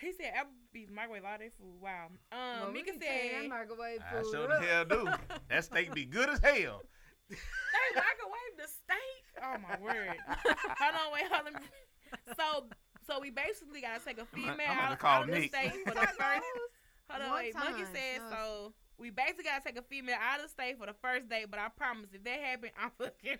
Speaker 3: He said Applebee's microwave all their food. Wow. Um,
Speaker 4: Well, we
Speaker 3: Mika
Speaker 4: can take that
Speaker 3: said
Speaker 4: microwave
Speaker 2: I
Speaker 4: food
Speaker 2: sure the
Speaker 4: up.
Speaker 2: hell do. That steak be good as hell.
Speaker 3: they microwave the steak. Oh my word. hold on, wait, hold on. So, so we basically gotta take a female
Speaker 2: gonna- I'm gonna
Speaker 3: out,
Speaker 2: call
Speaker 3: out of the
Speaker 2: Nick.
Speaker 3: steak for the first. Hold on,
Speaker 4: One
Speaker 3: wait. Monkey
Speaker 4: time,
Speaker 3: said
Speaker 4: no.
Speaker 3: so. We basically gotta take a female out of the state for the first date, but I promise if that happen, I'm fucking.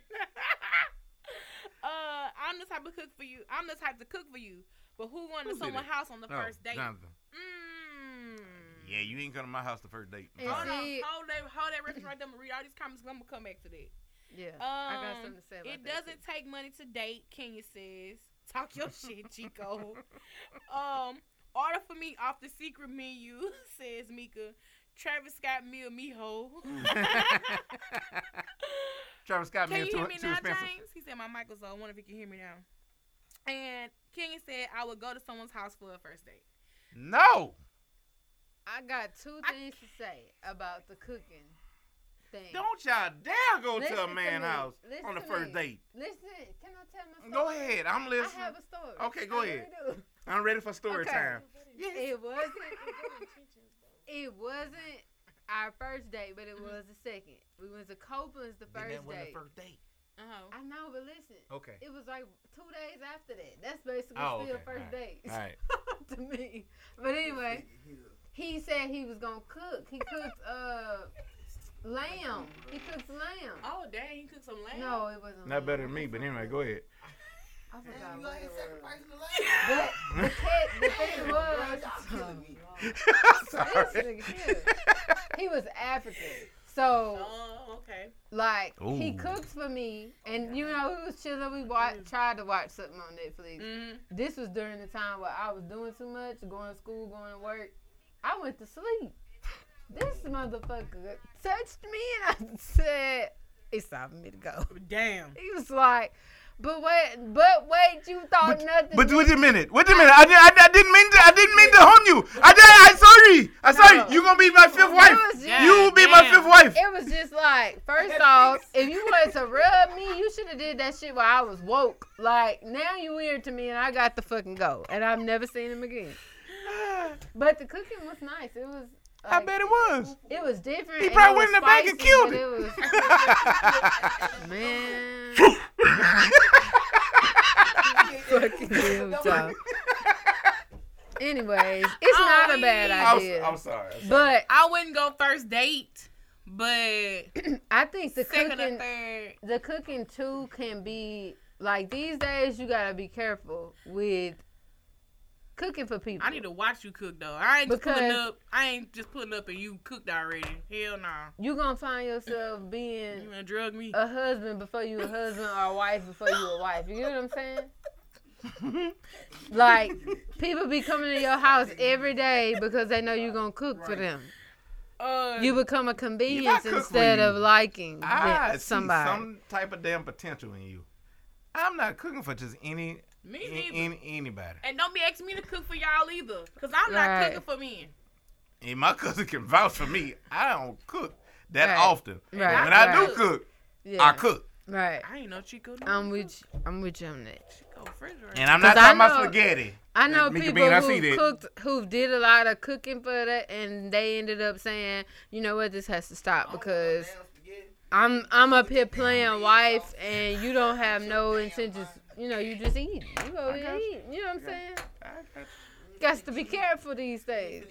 Speaker 3: uh, I'm the type of cook for you. I'm the type to cook for you. But who going
Speaker 2: Who
Speaker 3: to
Speaker 2: did
Speaker 3: someone's
Speaker 2: it? Oh,
Speaker 3: house on the
Speaker 2: No,
Speaker 3: first date?
Speaker 2: Jonathan.
Speaker 3: Mm.
Speaker 2: Yeah, you ain't come to my house the first date.
Speaker 4: And
Speaker 3: Hold
Speaker 2: Sorry.
Speaker 4: see-
Speaker 3: on, hold that, hold that reference right there. I'm gonna read all these comments. 'cause I'm gonna come back to that.
Speaker 4: Yeah.
Speaker 3: Um,
Speaker 4: I got something to say about
Speaker 3: it
Speaker 4: that, too.
Speaker 3: doesn't take money to date, Kenya says. Talk your shit, Chico. um, order for me off the secret menu, says Mika. Travis Scott meal me ho.
Speaker 2: Travis Scott
Speaker 3: Can
Speaker 2: me
Speaker 3: you
Speaker 2: too,
Speaker 3: hear me
Speaker 2: too
Speaker 3: now,
Speaker 2: expensive.
Speaker 3: James? He said my mic was low. I wonder if you can hear me now. And Kenya said I would go to someone's house for a first date.
Speaker 2: No.
Speaker 4: I got two
Speaker 3: I-
Speaker 4: things to say about the cooking thing.
Speaker 2: Don't y'all dare go
Speaker 4: Listen
Speaker 2: to a
Speaker 4: to
Speaker 2: man's
Speaker 4: me.
Speaker 2: house
Speaker 4: Listen
Speaker 2: on the
Speaker 4: to
Speaker 2: first
Speaker 4: me.
Speaker 2: date.
Speaker 4: Listen, can I tell my story?
Speaker 2: Go ahead. I'm
Speaker 4: I
Speaker 2: listening.
Speaker 4: have a story.
Speaker 2: Okay, go
Speaker 4: I really
Speaker 2: ahead.
Speaker 4: do.
Speaker 2: I'm ready for story
Speaker 4: Okay.
Speaker 2: time.
Speaker 4: It wasn't. it wasn't our first date, but it
Speaker 3: Mhm.
Speaker 4: was the second. We went to Copeland's the first date.
Speaker 2: date.
Speaker 3: Uh huh.
Speaker 4: I know, but listen,
Speaker 2: Okay.
Speaker 4: it was like two days after that. That's basically
Speaker 2: Oh,
Speaker 4: still
Speaker 2: okay.
Speaker 4: first date
Speaker 2: All right.
Speaker 4: to me. But anyway, he said he was gonna cook. He cooked uh lamb. He cooked lamb.
Speaker 3: Oh dang, he cooked some lamb.
Speaker 4: No, it wasn't.
Speaker 2: Not
Speaker 4: lamb.
Speaker 2: better than me, but anyway, go ahead.
Speaker 4: I forgot.
Speaker 5: Damn, you
Speaker 4: what
Speaker 5: out here
Speaker 4: it was.
Speaker 5: sacrificing the
Speaker 4: But the cat, the thing
Speaker 5: Damn,
Speaker 4: was,
Speaker 5: bro, y'all killing me.
Speaker 4: this
Speaker 2: Sorry.
Speaker 4: nigga here, he was African. So
Speaker 3: Oh okay.
Speaker 4: like he
Speaker 2: Ooh.
Speaker 4: cooked for me, and you know we was chilling. We watched, tried to watch something on Netflix.
Speaker 3: Mm.
Speaker 4: This was during the time where I was doing too much, going to school, going to work. I went to sleep. This motherfucker touched me, and I said, it's time for me to go.
Speaker 3: Damn.
Speaker 4: He was like, but wait, but wait, you thought nothing.
Speaker 2: But wait a minute. Wait a minute. I, did, I, I didn't mean to. I didn't mean to harm you. I did. I sorry. I sorry.
Speaker 4: No.
Speaker 2: You gonna be my fifth
Speaker 4: It
Speaker 2: wife.
Speaker 4: was just-
Speaker 2: You will be my
Speaker 3: Damn.
Speaker 2: fifth wife.
Speaker 4: It was just like, first off, if you wanted to rub me, you should have did that shit while I was woke. Like now you weird to me, and I got to fucking go, and I've never seen him again. But the cooking was nice. It was.
Speaker 2: I
Speaker 4: Like,
Speaker 2: bet it was.
Speaker 4: it was different.
Speaker 2: He
Speaker 4: and
Speaker 2: probably
Speaker 4: it was
Speaker 2: went in the back and
Speaker 4: spicy,
Speaker 2: killed
Speaker 4: but
Speaker 2: it.
Speaker 4: was- man, fucking dude, dog. Anyways, it's
Speaker 3: Oh,
Speaker 4: not a bad
Speaker 3: yeah.
Speaker 2: I'm,
Speaker 4: idea.
Speaker 2: I'm sorry.
Speaker 4: but
Speaker 3: I wouldn't go first date, but
Speaker 4: I think the
Speaker 3: second or
Speaker 4: cooking,
Speaker 3: third.
Speaker 4: the cooking too can be like these days. You gotta be careful with cooking for people.
Speaker 3: I need to watch you cook though. I ain't just pulling
Speaker 4: Because-
Speaker 3: up. I ain't just pulling up and you cooked already. Hell no.
Speaker 4: you gonna find yourself being
Speaker 3: You gonna drug me?
Speaker 4: a husband before you a husband or a wife before you a wife. You get what I'm saying? like people be coming to your house every day because they know you're gonna cook for them.
Speaker 3: Uh,
Speaker 4: You become a convenience
Speaker 2: cook for
Speaker 4: instead
Speaker 2: you,
Speaker 4: of liking
Speaker 2: I
Speaker 4: them-
Speaker 2: see
Speaker 4: somebody.
Speaker 2: some type of damn potential in you. I'm not cooking for just any,
Speaker 3: me
Speaker 2: any,
Speaker 3: neither.
Speaker 2: any anybody.
Speaker 3: and don't be asking me to cook for y'all either, cause I'm
Speaker 4: Right.
Speaker 3: not cooking for men.
Speaker 2: And my cousin can vouch for me. I don't cook that
Speaker 4: Right.
Speaker 2: often. But
Speaker 4: Right,
Speaker 2: When I do
Speaker 3: right.
Speaker 2: cook,
Speaker 4: yeah,
Speaker 2: I cook.
Speaker 4: Right.
Speaker 3: I ain't no Chico. No.
Speaker 4: I'm with you. I'm with you on that.
Speaker 3: Chico refrigerator.
Speaker 2: And I'm not
Speaker 4: 'Cause I
Speaker 2: talking about
Speaker 4: know-
Speaker 2: spaghetti.
Speaker 4: I know
Speaker 2: Mika
Speaker 4: people
Speaker 2: Bean, I see
Speaker 4: who
Speaker 2: that.
Speaker 4: cooked, who did a lot of cooking for that, and they ended up saying, "You know what? This has to stop
Speaker 3: Oh,
Speaker 4: because I'm I'm up here playing wife, and you don't have no intentions. You know, you just eat. You go here eat. You know what I'm saying? Got to be careful these days.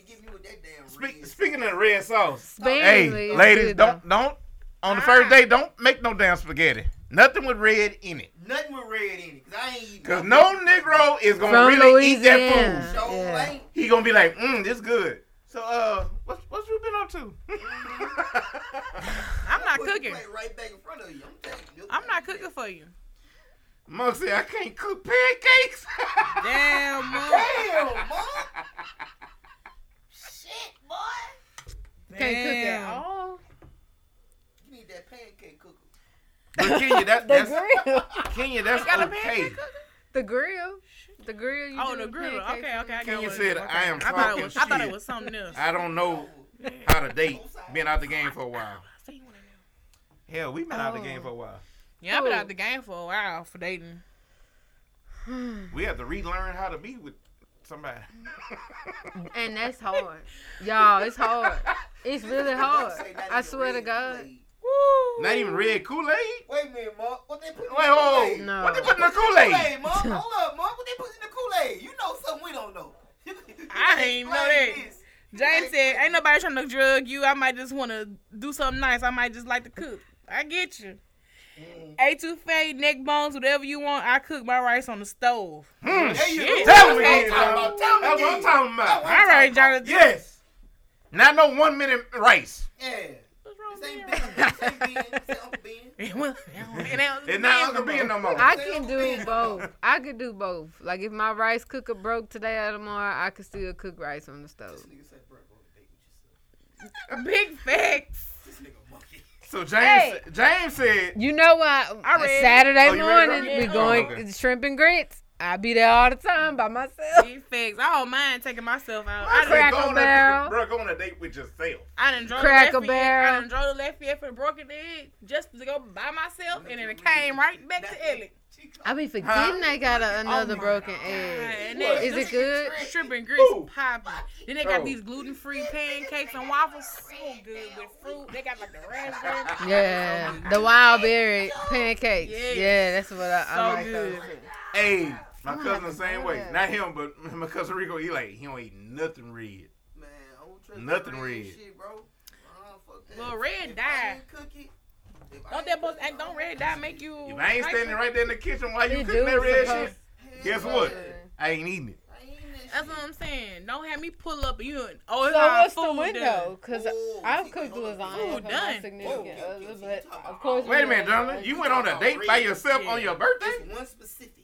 Speaker 2: Speak, speaking of red sauce,
Speaker 4: Sparingly
Speaker 2: hey,
Speaker 4: is
Speaker 2: ladies,
Speaker 4: good,
Speaker 2: don't
Speaker 4: though. Ah.
Speaker 2: don't on the first day don't make no damn spaghetti. Nothing with red in it,
Speaker 5: Nothing with red in it, cause I ain't eating.
Speaker 2: cause no Negro is gonna
Speaker 4: From
Speaker 2: really eat
Speaker 4: Louisiana.
Speaker 2: that food.
Speaker 5: Show
Speaker 4: Yeah.
Speaker 5: ain't.
Speaker 2: He gonna be like, mm, this good. So, uh, what's what's you been up to?
Speaker 3: I'm not
Speaker 5: Put the
Speaker 3: cooking.
Speaker 5: plate Right back in front of you. I'm telling you.
Speaker 3: I'm not cooking for you.
Speaker 2: Mom said I can't cook pancakes.
Speaker 3: Damn, mom.
Speaker 5: Damn, mom. Shit, boy.
Speaker 4: Can't cook
Speaker 3: Damn.
Speaker 4: at all.
Speaker 5: You need that pancake cooker.
Speaker 2: but Kenya, that,
Speaker 4: The
Speaker 2: that's
Speaker 4: grill,
Speaker 2: Kenya, that's
Speaker 3: Got a
Speaker 2: okay.
Speaker 3: pancake cooker?
Speaker 4: the grill, the grill. You
Speaker 3: Oh,
Speaker 4: do
Speaker 3: the grill.
Speaker 4: pancakes
Speaker 3: Okay,
Speaker 4: in.
Speaker 3: okay. I got
Speaker 2: Kenya
Speaker 3: what-
Speaker 2: said,
Speaker 3: okay.
Speaker 2: "I am
Speaker 3: I thought, it
Speaker 2: talking
Speaker 3: was, I thought
Speaker 2: shit."
Speaker 3: it was something else.
Speaker 2: I don't know how to date. Been out the game for a while.
Speaker 3: So you wanna know.
Speaker 2: Hell, we been out the game
Speaker 4: Oh.
Speaker 2: for a while.
Speaker 3: Yeah, I've been
Speaker 4: Who?
Speaker 3: out the game for a while for dating.
Speaker 2: We have to relearn how to be with somebody.
Speaker 4: And that's hard, y'all. It's hard. It's really hard.
Speaker 5: Say not
Speaker 4: I
Speaker 5: even
Speaker 4: swear to
Speaker 5: red
Speaker 4: God.
Speaker 5: Kool-Aid.
Speaker 3: Woo!
Speaker 2: Not even red Kool Aid.
Speaker 5: Wait a minute, mom. What they put in
Speaker 2: Wait, hold
Speaker 5: the Kool-Aid?
Speaker 2: on.
Speaker 4: No.
Speaker 2: What they put in the Kool Aid?
Speaker 5: Kool-Aid, mom. Hold up, mom. What they put in the Kool-Aid? You know something we don't know. You
Speaker 3: I
Speaker 5: can't
Speaker 3: ain't know
Speaker 5: explain
Speaker 3: that.
Speaker 5: this.
Speaker 3: James said, "Ain't nobody trying to drug you. I might just want to do something nice. I might just like to cook. I get you.
Speaker 5: Mm.
Speaker 3: A two fade, neck bones, whatever you want. I cook my rice on the stove.
Speaker 2: Hmm.
Speaker 5: There you
Speaker 3: Shit.
Speaker 5: go.
Speaker 2: Tell me, Kenya.
Speaker 5: That's what I'm talking about. Tell me,
Speaker 2: That's what I'm
Speaker 5: Kenya.
Speaker 2: talking about.
Speaker 5: That's what
Speaker 3: All
Speaker 5: I'm
Speaker 3: right,
Speaker 5: talking
Speaker 3: Jonathan.
Speaker 5: about.
Speaker 2: Yes. Not no one minute rice.
Speaker 5: Yeah.
Speaker 3: What's wrong
Speaker 5: This ain't
Speaker 3: with
Speaker 5: Ben. This ain't Ben. This ain't Uncle Ben.
Speaker 3: you? Well, it ain't-
Speaker 2: It's not Uncle Ben no more.
Speaker 4: I can do both. I can do both. Like if my rice cooker broke today or tomorrow, I could still cook rice on the
Speaker 5: This
Speaker 4: stove.
Speaker 5: nigga said, bro, go to date with yourself.
Speaker 3: Big facts.
Speaker 5: This nigga monkey.
Speaker 2: So James,
Speaker 4: Hey.
Speaker 2: James said,
Speaker 4: You know what?
Speaker 3: I read it.
Speaker 4: Saturday
Speaker 2: Oh, you read it?
Speaker 4: morning we
Speaker 3: Yeah.
Speaker 4: going
Speaker 2: Oh, okay.
Speaker 4: shrimp and grits. I be there all the time by myself.
Speaker 3: Big facts. I don't mind taking myself out.
Speaker 4: My
Speaker 3: I done,
Speaker 4: Cracker
Speaker 2: go on
Speaker 4: Barrel.
Speaker 2: A, bro, go on a date with yourself.
Speaker 3: I done drove
Speaker 4: Cracker
Speaker 3: the left
Speaker 4: Barrel.
Speaker 3: I done drove the left ear for the broken egg just to go by myself, and then it came right back to Ellie.
Speaker 4: I be forgetting
Speaker 2: Huh? Oh
Speaker 4: I got a, another
Speaker 3: my
Speaker 4: broken
Speaker 3: And
Speaker 4: egg.
Speaker 3: then
Speaker 4: Is it
Speaker 3: just
Speaker 4: good?
Speaker 3: shrimp and grits
Speaker 2: Ooh.
Speaker 3: popping. Then they got
Speaker 2: Bro.
Speaker 3: these gluten free pancakes and waffles, so good with fruit. They got like the raspberry.
Speaker 2: Oh
Speaker 4: Yeah,
Speaker 3: So good.
Speaker 4: the wild berry pancakes.
Speaker 3: Yes.
Speaker 4: Yeah, that's what I, I
Speaker 3: So
Speaker 4: like.
Speaker 3: good.
Speaker 4: those.
Speaker 2: Hey, my
Speaker 4: gonna
Speaker 2: cousin
Speaker 4: have
Speaker 2: the
Speaker 4: to
Speaker 2: same
Speaker 4: do
Speaker 2: way.
Speaker 4: that.
Speaker 2: Not him, but my cousin Rico. He like he don't eat nothing red.
Speaker 5: Man, I don't trust
Speaker 2: Nothing
Speaker 5: that
Speaker 2: red.
Speaker 5: Shit, bro. I don't fuck that.
Speaker 3: Well, red
Speaker 5: If I
Speaker 3: dye.
Speaker 5: ain't cook it, if I
Speaker 3: Don't
Speaker 5: ain't
Speaker 3: that bus,
Speaker 5: cook it,
Speaker 3: and
Speaker 5: I
Speaker 3: don't red dye make you?
Speaker 2: If I ain't standing right there in the kitchen while you
Speaker 4: It
Speaker 2: cooking
Speaker 4: do
Speaker 2: that red
Speaker 4: supposed-
Speaker 2: shit,
Speaker 5: Hell
Speaker 2: guess
Speaker 5: no.
Speaker 2: what?
Speaker 4: Yeah.
Speaker 2: I ain't eating it.
Speaker 5: I ain't eating that
Speaker 3: That's
Speaker 5: shit.
Speaker 3: what I'm saying. Don't have me pull up and you. and- Oh, it's
Speaker 4: So
Speaker 3: all
Speaker 4: what's
Speaker 3: food
Speaker 4: the window? Because
Speaker 5: Whoa,
Speaker 4: I've
Speaker 5: she
Speaker 4: cooked
Speaker 5: cooked
Speaker 4: lasagna
Speaker 5: food
Speaker 4: for my
Speaker 3: done.
Speaker 4: significant
Speaker 5: Whoa,
Speaker 4: other,
Speaker 5: she
Speaker 4: but of
Speaker 5: talking about-
Speaker 4: course.
Speaker 2: Wait a
Speaker 4: we
Speaker 2: minute,
Speaker 4: don't-
Speaker 2: Jonathan. You went on a date by yourself on your
Speaker 5: It's
Speaker 2: birthday?
Speaker 5: one specific.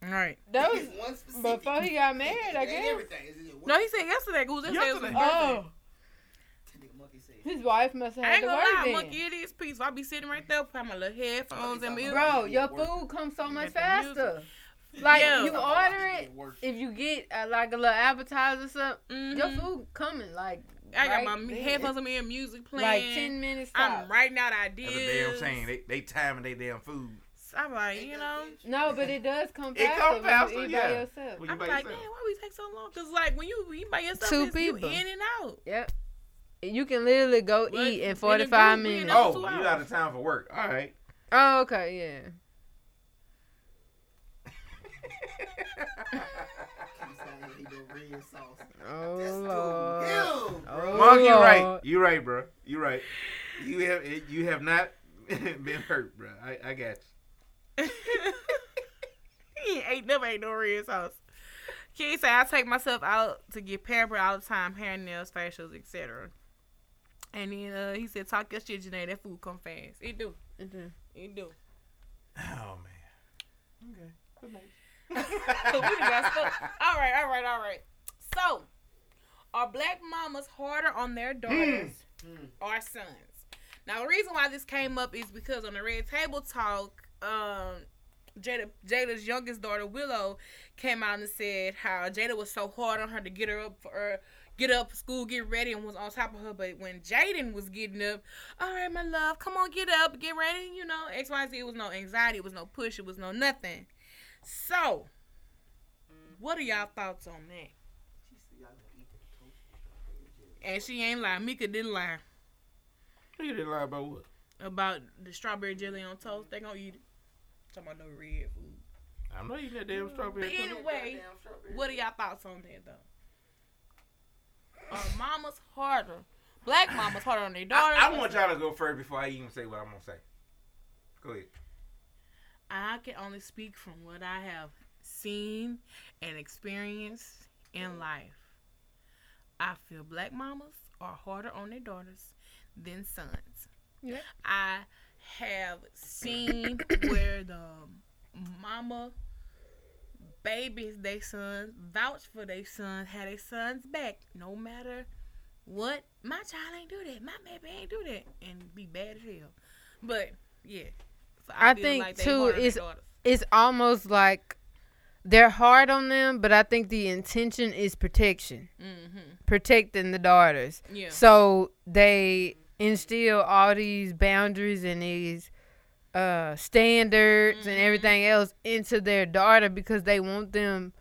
Speaker 3: Done. Right.
Speaker 4: That
Speaker 5: It's
Speaker 4: was
Speaker 5: one specific.
Speaker 4: before he got married, I
Speaker 5: Ain't
Speaker 4: guess.
Speaker 5: everything. It's just one-
Speaker 3: No, he said yesterday. Goose. Yesterday. was his
Speaker 2: Yesterday.
Speaker 3: birthday.
Speaker 4: Oh,
Speaker 5: That nigga monkey said.
Speaker 4: His wife must have
Speaker 3: I
Speaker 4: had
Speaker 3: ain't
Speaker 4: to
Speaker 3: gonna lie,
Speaker 4: work
Speaker 3: monkey.
Speaker 4: then.
Speaker 3: It is peaceful. I be sitting right there, put my little headphones and music.
Speaker 4: Bro,
Speaker 5: He
Speaker 4: your
Speaker 5: at work.
Speaker 4: food comes so
Speaker 3: Get
Speaker 4: much
Speaker 3: the music.
Speaker 4: faster. Like
Speaker 3: Yeah.
Speaker 4: you order it, if you get uh, like a little appetizer or something,
Speaker 3: Mhm.
Speaker 4: your food coming like
Speaker 3: I got
Speaker 4: right
Speaker 3: my
Speaker 4: there.
Speaker 3: headphones on me and music playing.
Speaker 4: like ten minutes.
Speaker 3: I'm
Speaker 4: tops.
Speaker 3: writing out
Speaker 2: That's
Speaker 3: ideas.
Speaker 2: a damn saying. They they timing their damn food.
Speaker 3: So I'm like, you know,
Speaker 4: No, but it does come
Speaker 2: It
Speaker 4: faster.
Speaker 2: come
Speaker 4: when you
Speaker 2: faster,
Speaker 4: eat
Speaker 2: yeah.
Speaker 4: by yourself.
Speaker 2: When you
Speaker 3: I'm
Speaker 2: by
Speaker 3: like, man,
Speaker 2: yourself.
Speaker 3: why we take so long? Cause like when you you by yourself,
Speaker 4: Two
Speaker 3: it's you
Speaker 4: people.
Speaker 3: in and out.
Speaker 4: Yep. You can literally go
Speaker 3: Well,
Speaker 4: eat
Speaker 3: in
Speaker 4: in
Speaker 3: a
Speaker 4: 45
Speaker 3: group, we in
Speaker 4: minutes.
Speaker 3: a-
Speaker 4: Oh.
Speaker 2: Oh,
Speaker 3: was two
Speaker 2: you out of town for work. All right.
Speaker 4: okay, yeah. Oh, Lord. Oh,
Speaker 2: Monk, you right.
Speaker 4: Lord.
Speaker 2: You right, bro. You right. You have you have not been hurt, bro. I, I got you.
Speaker 3: he ain't never ate no red sauce. Kid say I take myself out to get pampered all the time, hair, nails, facials, etc. And then uh, he said, "Talk your shit, Janae. That food come fast. It do.
Speaker 4: Mhm.
Speaker 3: It do."
Speaker 2: Oh man.
Speaker 3: So we done got
Speaker 2: Okay.
Speaker 3: stuck. all right, all right, all right. So, are black mamas harder on their daughters or sons? Now, the reason why this came up is because on the Red Table Talk, um, Jada, Jada's youngest daughter Willow came out and said how Jada was so hard on her to get her up for her, get up for school, get ready, and was on top of her. But when Jaden was getting up, all right, my love, come on, get up, get ready. You know, X, Y, Z. It was no anxiety, it was no push, it was no nothing. So, what are y'all thoughts on that? And she ain't lying. Mika didn't lie
Speaker 2: You didn't lie about what?
Speaker 3: about the strawberry jelly on toast. They gonna eat it. Talking about no red food.
Speaker 2: I'm not eating that damn
Speaker 3: Mm, But
Speaker 2: strawberry. cookie.
Speaker 3: anyway, what are y'all thoughts on that though? Are mamas harder? Black mamas harder on their daughters.
Speaker 2: I, I want y'all to go first before I even say what I'm gonna say. Go ahead.
Speaker 3: I can only speak from what I have seen and experienced in life. I feel black mamas are harder on their daughters than sons.
Speaker 4: Yep.
Speaker 3: I have seen where the mama babies they sons vouch for their sons, had their sons back, no matter what. My child ain't do that. My baby ain't do that, and be bad as hell. But yeah, so
Speaker 4: I
Speaker 3: feel
Speaker 4: think,
Speaker 3: they
Speaker 4: too,
Speaker 3: harder on their
Speaker 4: it's-
Speaker 3: daughters.
Speaker 4: It's almost like they're hard on them, but I think the intention is protection,
Speaker 3: Mm-hmm.
Speaker 4: protecting the daughters.
Speaker 3: Yeah.
Speaker 4: So they instill all these boundaries and these uh, standards and
Speaker 2: Mm-hmm.
Speaker 3: Mhm.
Speaker 4: everything else into their daughter because they want them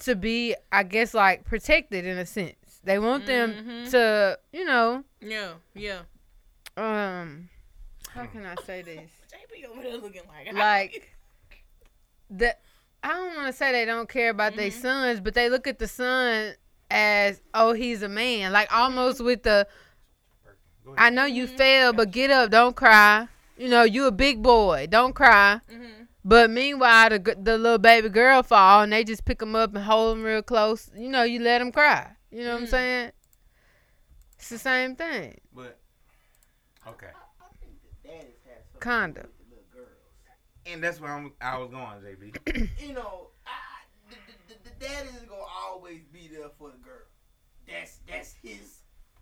Speaker 4: to be, I guess, like protected in a sense. They want them
Speaker 2: Mm-hmm.
Speaker 3: Mhm.
Speaker 4: to, you know,
Speaker 3: Yeah. Yeah.
Speaker 4: um, how can I say this?
Speaker 3: JB over there looking like
Speaker 4: Like the I don't want to say they don't care about their
Speaker 3: Mhm.
Speaker 4: sons, but they look at the son as oh he's a man, like almost with the
Speaker 2: Go
Speaker 4: I
Speaker 2: ahead.
Speaker 4: know you
Speaker 3: Mhm.
Speaker 4: failed, but get up. Don't cry. You know, you a big boy. Don't cry.
Speaker 3: Mm-hmm.
Speaker 4: But meanwhile, the, g- the little baby girl fall, and they just pick them up and hold them real close. You know, you let them cry. You know what I'm
Speaker 3: Mm.
Speaker 4: saying? It's the same thing.
Speaker 2: but okay,
Speaker 4: Kinda.
Speaker 2: and that's where I'm. I was going, JB.
Speaker 5: You know, I, I- the, the, the, the dad is gonna always be there for the girl. That's that's his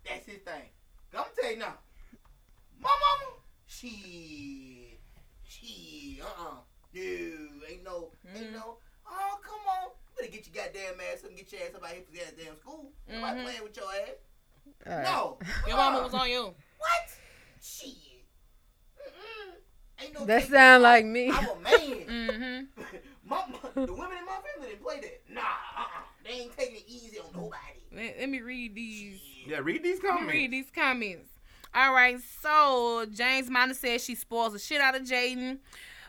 Speaker 5: that's his thing. I'm gonna tell you now, my mama, she she uh uh dude ain't no ain't
Speaker 3: Mhm.
Speaker 5: no oh come on you better get your goddamn ass up and get your ass up out here for goddamn school. Nobody
Speaker 3: Mhm.
Speaker 5: playing with your ass.
Speaker 4: All right.
Speaker 5: No,
Speaker 3: Your
Speaker 5: uh-uh.
Speaker 3: mama was on you.
Speaker 5: What? Shit. Mm-mm. Ain't no
Speaker 4: That
Speaker 5: taking
Speaker 4: sound
Speaker 5: that.
Speaker 4: like me.
Speaker 5: I'm a man.
Speaker 3: Mm-hmm.
Speaker 5: my, my- the women in my family didn't play that. Nah, uh-uh. they ain't taking it easy on nobody.
Speaker 3: Let, let me read these.
Speaker 2: Yeah, read these
Speaker 3: Let me read
Speaker 2: comments.
Speaker 3: these comments. All right, so James Minor says she spoils the shit out of Jaden.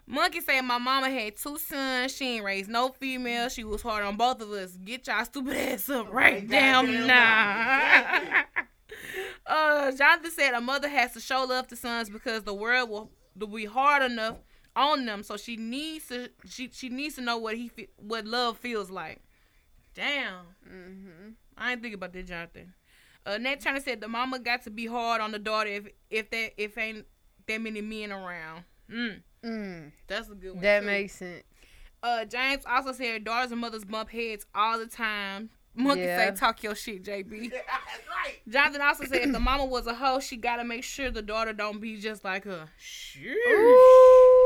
Speaker 3: Monkey said my mama had two sons. She ain't raised no female. She was hard on both of us. Get y'all stupid ass up right
Speaker 5: Right
Speaker 3: damn
Speaker 5: goddamn
Speaker 3: now.
Speaker 5: now.
Speaker 3: uh, Jonathan said a mother has to show love to sons because the world will, will be hard enough on them. So she needs to she she needs to know what he fe- what love feels like. Damn.
Speaker 4: Mm-hmm.
Speaker 3: I ain't think about that, Jonathan. Uh, Nat Turner said the mama got to be hard on the daughter if if that if ain't that many men around. Mm,
Speaker 4: Mm,
Speaker 3: that's a good one.
Speaker 4: that
Speaker 3: too.
Speaker 4: makes sense.
Speaker 3: Uh, James also said daughters and mothers bump heads all the time. Monkey
Speaker 4: Yeah.
Speaker 3: say talk your shit, JB.
Speaker 5: That's right. right.
Speaker 3: Jonathan also said if the mama was a hoe, she gotta make sure the daughter don't be just like her. Sure.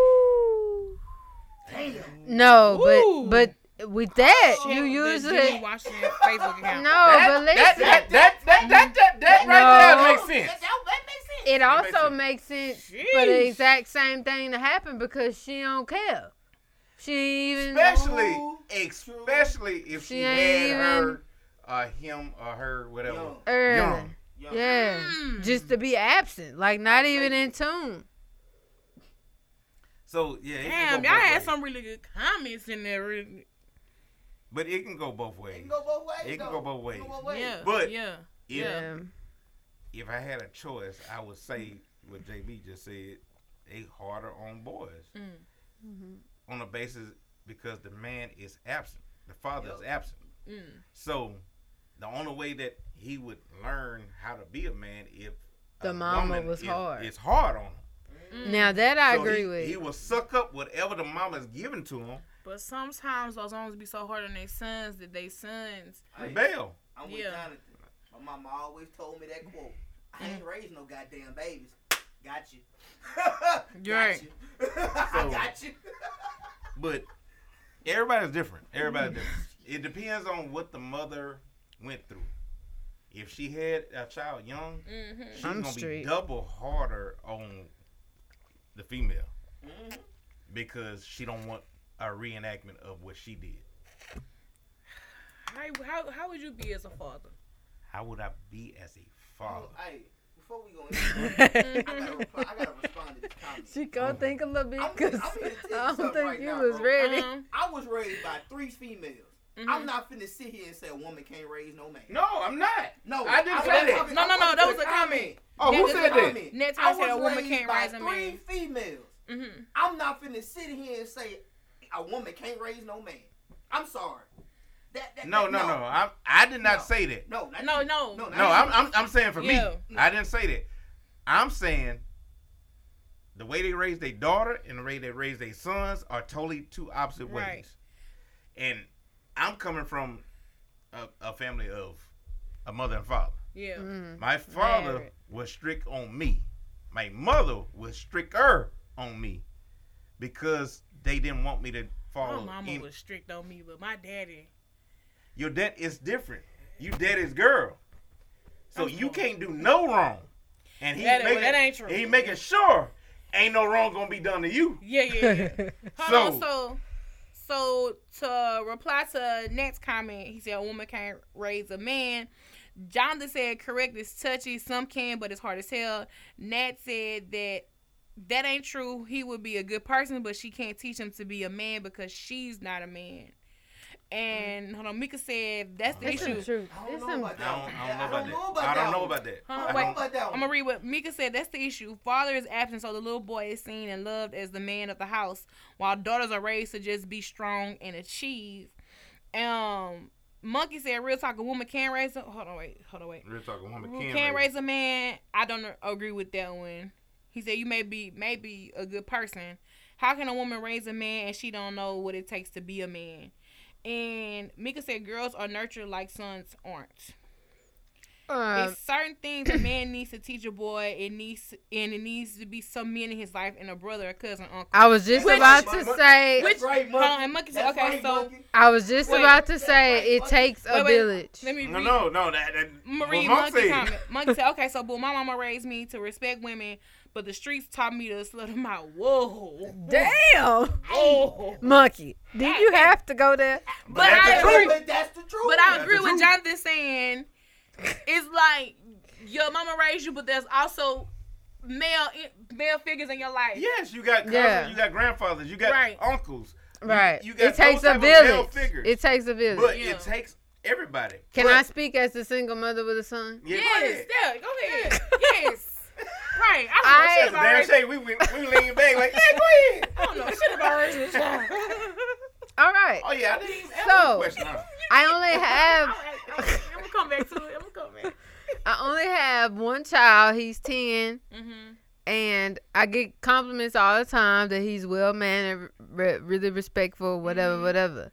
Speaker 5: Damn.
Speaker 4: No,
Speaker 3: Ooh. Oh,
Speaker 4: but but with that you
Speaker 3: use
Speaker 4: usually no,
Speaker 3: Facebook account.
Speaker 4: but listen.
Speaker 6: that, that, that, that, that, that, that
Speaker 4: No.
Speaker 6: right there makes
Speaker 5: That,
Speaker 6: sense.
Speaker 5: that, that makes sense.
Speaker 4: it
Speaker 6: makes
Speaker 4: also
Speaker 6: sense.
Speaker 4: makes sense for
Speaker 3: Jeez.
Speaker 4: the exact same thing to happen because she don't care. She even
Speaker 2: Especially,
Speaker 5: True.
Speaker 2: especially if she,
Speaker 4: She
Speaker 2: had
Speaker 4: ain't
Speaker 2: her, uh, him or her, whatever.
Speaker 5: Young.
Speaker 4: early.
Speaker 2: Young.
Speaker 5: Young.
Speaker 4: Yeah,
Speaker 3: Mm.
Speaker 4: just to be absent, like not even in tune.
Speaker 2: So yeah, it can
Speaker 3: Damn,
Speaker 2: go
Speaker 3: y'all
Speaker 2: both
Speaker 3: had
Speaker 2: ways.
Speaker 3: some really good comments in there. Really.
Speaker 2: but it can go both
Speaker 5: It
Speaker 2: ways.
Speaker 5: can go both ways.
Speaker 2: It can
Speaker 5: though.
Speaker 2: go both ways.
Speaker 5: It can go
Speaker 3: Yeah.
Speaker 2: But-
Speaker 3: yeah.
Speaker 2: If,
Speaker 3: Yeah.
Speaker 2: if I had a choice, I would say what JB just said. They harder on boys
Speaker 3: Mm.
Speaker 2: on the basis because the man is absent, the father is
Speaker 5: Yup.
Speaker 2: absent.
Speaker 3: Mm.
Speaker 2: So the only way that he would learn how to be a man if
Speaker 4: The
Speaker 2: a
Speaker 4: mama
Speaker 2: woman
Speaker 4: was
Speaker 2: is-
Speaker 4: hard.
Speaker 2: It's hard on him.
Speaker 4: Now that I
Speaker 2: So
Speaker 4: agree
Speaker 2: he,
Speaker 4: with.
Speaker 2: He will suck up whatever the mama's giving to him.
Speaker 3: But sometimes those owners be so hard on their sons that they sons.
Speaker 5: Hey,
Speaker 2: Rebel.
Speaker 5: I'm with
Speaker 3: Yeah.
Speaker 5: Jonathan. My mama always told me that quote. I ain't raised no goddamn babies. Got you. got
Speaker 3: Right.
Speaker 5: you. I got you.
Speaker 2: But everybody's different. Everybody's different. It depends on what the mother went through. If she had a child young,
Speaker 3: Mm-hmm.
Speaker 2: she's
Speaker 4: I'm
Speaker 2: gonna
Speaker 4: straight.
Speaker 2: be double harder on the female
Speaker 5: Mhm.
Speaker 2: because she don't want a reenactment of what she did.
Speaker 3: How, how how would you be as a father?
Speaker 2: How would I be as a father?
Speaker 5: Oh, hey, before we go in, I gotta, reply, I gotta respond to this comment.
Speaker 4: she gonna think a little bit
Speaker 5: Oh. I'm-
Speaker 4: because
Speaker 5: I'm gonna tell you
Speaker 4: I don't
Speaker 5: something
Speaker 4: think
Speaker 5: right
Speaker 4: you
Speaker 5: now,
Speaker 4: was
Speaker 5: bro.
Speaker 4: ready.
Speaker 3: Um,
Speaker 5: I was raised by three females. I'm
Speaker 3: mhm.
Speaker 5: not finna sit here and say a woman can't raise no man.
Speaker 2: No, I'm not.
Speaker 5: No,
Speaker 2: I didn't
Speaker 5: I'm
Speaker 2: say that.
Speaker 5: talking-
Speaker 3: No,
Speaker 5: I'm
Speaker 3: no, no,
Speaker 5: talking
Speaker 3: that
Speaker 5: to
Speaker 3: was
Speaker 5: the
Speaker 3: a comment.
Speaker 2: Oh,
Speaker 3: That
Speaker 2: who
Speaker 3: is
Speaker 2: said
Speaker 3: a
Speaker 2: that?
Speaker 5: comment.
Speaker 3: Next
Speaker 5: I
Speaker 3: I said
Speaker 5: was
Speaker 3: a woman
Speaker 5: raised
Speaker 3: can't
Speaker 5: by
Speaker 3: raise a
Speaker 5: three
Speaker 3: man.
Speaker 5: females.
Speaker 3: Mhm.
Speaker 5: I'm not finna sit here and say a woman can't raise no man. I'm sorry. That, that,
Speaker 2: No,
Speaker 5: that-
Speaker 2: no, no. I I did not
Speaker 5: No.
Speaker 2: say that.
Speaker 5: No, not
Speaker 3: No,
Speaker 5: you.
Speaker 3: no.
Speaker 5: No, not
Speaker 2: No,
Speaker 5: you.
Speaker 2: I'm I'm, I'm saying for
Speaker 3: Yeah.
Speaker 2: me. I didn't say that. I'm saying the way they raise their daughter and the way they raise their sons are totally two opposite
Speaker 3: Right.
Speaker 2: ways. And I'm coming from a, a family of a mother and father.
Speaker 3: Yeah.
Speaker 4: Mm.
Speaker 2: My father
Speaker 4: Married.
Speaker 2: was strict on me. My mother was stricter on me because they didn't want me to
Speaker 3: My
Speaker 2: follow.
Speaker 3: mama
Speaker 2: any-
Speaker 3: was strict on me, but my daddy.
Speaker 2: Your dad is different. You dad is girl. So
Speaker 3: That's
Speaker 2: you
Speaker 3: cool.
Speaker 2: can't do no wrong. And he
Speaker 3: That ain't-
Speaker 2: making,
Speaker 3: that ain't true.
Speaker 2: He making sure ain't no wrong gonna be done to you.
Speaker 3: Yeah, yeah, yeah. Hold
Speaker 2: So-
Speaker 3: on, so so to reply to Nat's comment, he said a woman can't raise a man. Jonathan said correct is touchy, some can, but it's hard as hell. Nat said that that ain't true. He would be a good person, but she can't teach him to be a man because she's not a man. And hold on, Mika said that's the
Speaker 4: It's
Speaker 3: issue.
Speaker 4: some truth.
Speaker 5: I don't
Speaker 4: It's
Speaker 5: know
Speaker 4: some
Speaker 5: about
Speaker 2: I
Speaker 5: that.
Speaker 2: don't, I don't know about that.
Speaker 5: one.
Speaker 2: I don't know about that.
Speaker 3: Huh?
Speaker 5: I
Speaker 3: Uh, Wait,
Speaker 5: don't know about that
Speaker 3: I'm
Speaker 5: one.
Speaker 3: gonna read what Mika said. That's the issue. Father is absent, so the little boy is seen and loved as the man of the house, while daughters are raised to just be strong and achieve. Um, Monkey said, "Real talk, a woman can raise a hold on, wait, hold on, wait,
Speaker 2: Real talk, a woman
Speaker 3: can,
Speaker 2: can,
Speaker 3: can
Speaker 2: raise.
Speaker 3: raise a man." I don't agree with that one. He said, "You may be maybe a good person. How can a woman raise a man and she don't know what it takes to be a man?" And Mika said, "Girls are nurtured like sons aren't."
Speaker 4: Um,
Speaker 3: It's certain things a man needs to teach a boy. It needs and it needs to be some men in his life and a brother, a cousin, uncle.
Speaker 4: I was just
Speaker 5: Which-
Speaker 4: about to say.
Speaker 5: That's right,
Speaker 3: Hold on,
Speaker 5: monkey.
Speaker 3: and monkey said,
Speaker 5: That's
Speaker 3: okay,
Speaker 5: right,
Speaker 3: so
Speaker 5: monkey.
Speaker 4: I was just
Speaker 3: Wait.
Speaker 4: about to say it
Speaker 5: Wait,
Speaker 4: takes a
Speaker 3: wait, wait.
Speaker 4: village.
Speaker 3: let me
Speaker 2: No,
Speaker 3: read.
Speaker 2: no, no. That, that what
Speaker 3: Marie
Speaker 2: Mom
Speaker 3: Monkey
Speaker 2: said.
Speaker 3: comment. Monkey said, okay, so, but my mama raised me to respect women, but the streets taught me to slut them out. Whoa.
Speaker 4: Damn,
Speaker 3: Whoa.
Speaker 4: monkey, did you have to go there?
Speaker 2: But,
Speaker 3: But
Speaker 2: that's
Speaker 3: I
Speaker 2: the
Speaker 3: agree.
Speaker 2: truth.
Speaker 5: But that's the truth.
Speaker 3: But I
Speaker 2: That's
Speaker 3: agree
Speaker 2: the
Speaker 3: with
Speaker 2: truth.
Speaker 3: Jonathan saying it's like your mama raised you, but there's also male male figures in your life.
Speaker 2: Yes, you got cousins,
Speaker 4: Yeah.
Speaker 2: you got grandfathers, you got
Speaker 3: Right.
Speaker 2: uncles. You-
Speaker 4: Right.
Speaker 2: You, got
Speaker 4: it takes
Speaker 2: those type
Speaker 4: a
Speaker 2: of male
Speaker 4: village.
Speaker 2: figures.
Speaker 4: It takes a village.
Speaker 2: but
Speaker 3: Yeah.
Speaker 2: it takes everybody.
Speaker 4: Can
Speaker 2: but,
Speaker 4: I speak as a single mother with a son?
Speaker 2: Yeah, go
Speaker 3: Yes,
Speaker 2: ahead.
Speaker 3: yeah, go ahead. Yes. Right. I don't
Speaker 4: I-
Speaker 3: know
Speaker 2: That's
Speaker 3: shit
Speaker 2: a
Speaker 3: about
Speaker 2: damn
Speaker 3: raising-
Speaker 2: shame. We, we, we lean back like, yeah, go ahead.
Speaker 3: I don't know shit about raising a child.
Speaker 4: All right.
Speaker 2: Oh yeah, I didn't even ask
Speaker 4: So-
Speaker 2: the question. huh?
Speaker 4: I only have
Speaker 3: I'm gonna come back to it. I'm gonna come back.
Speaker 4: I only have one child. He's ten,
Speaker 3: Mm-hmm.
Speaker 4: and I get compliments all the time that he's well mannered, re- really respectful, whatever,
Speaker 3: Mhm.
Speaker 4: whatever.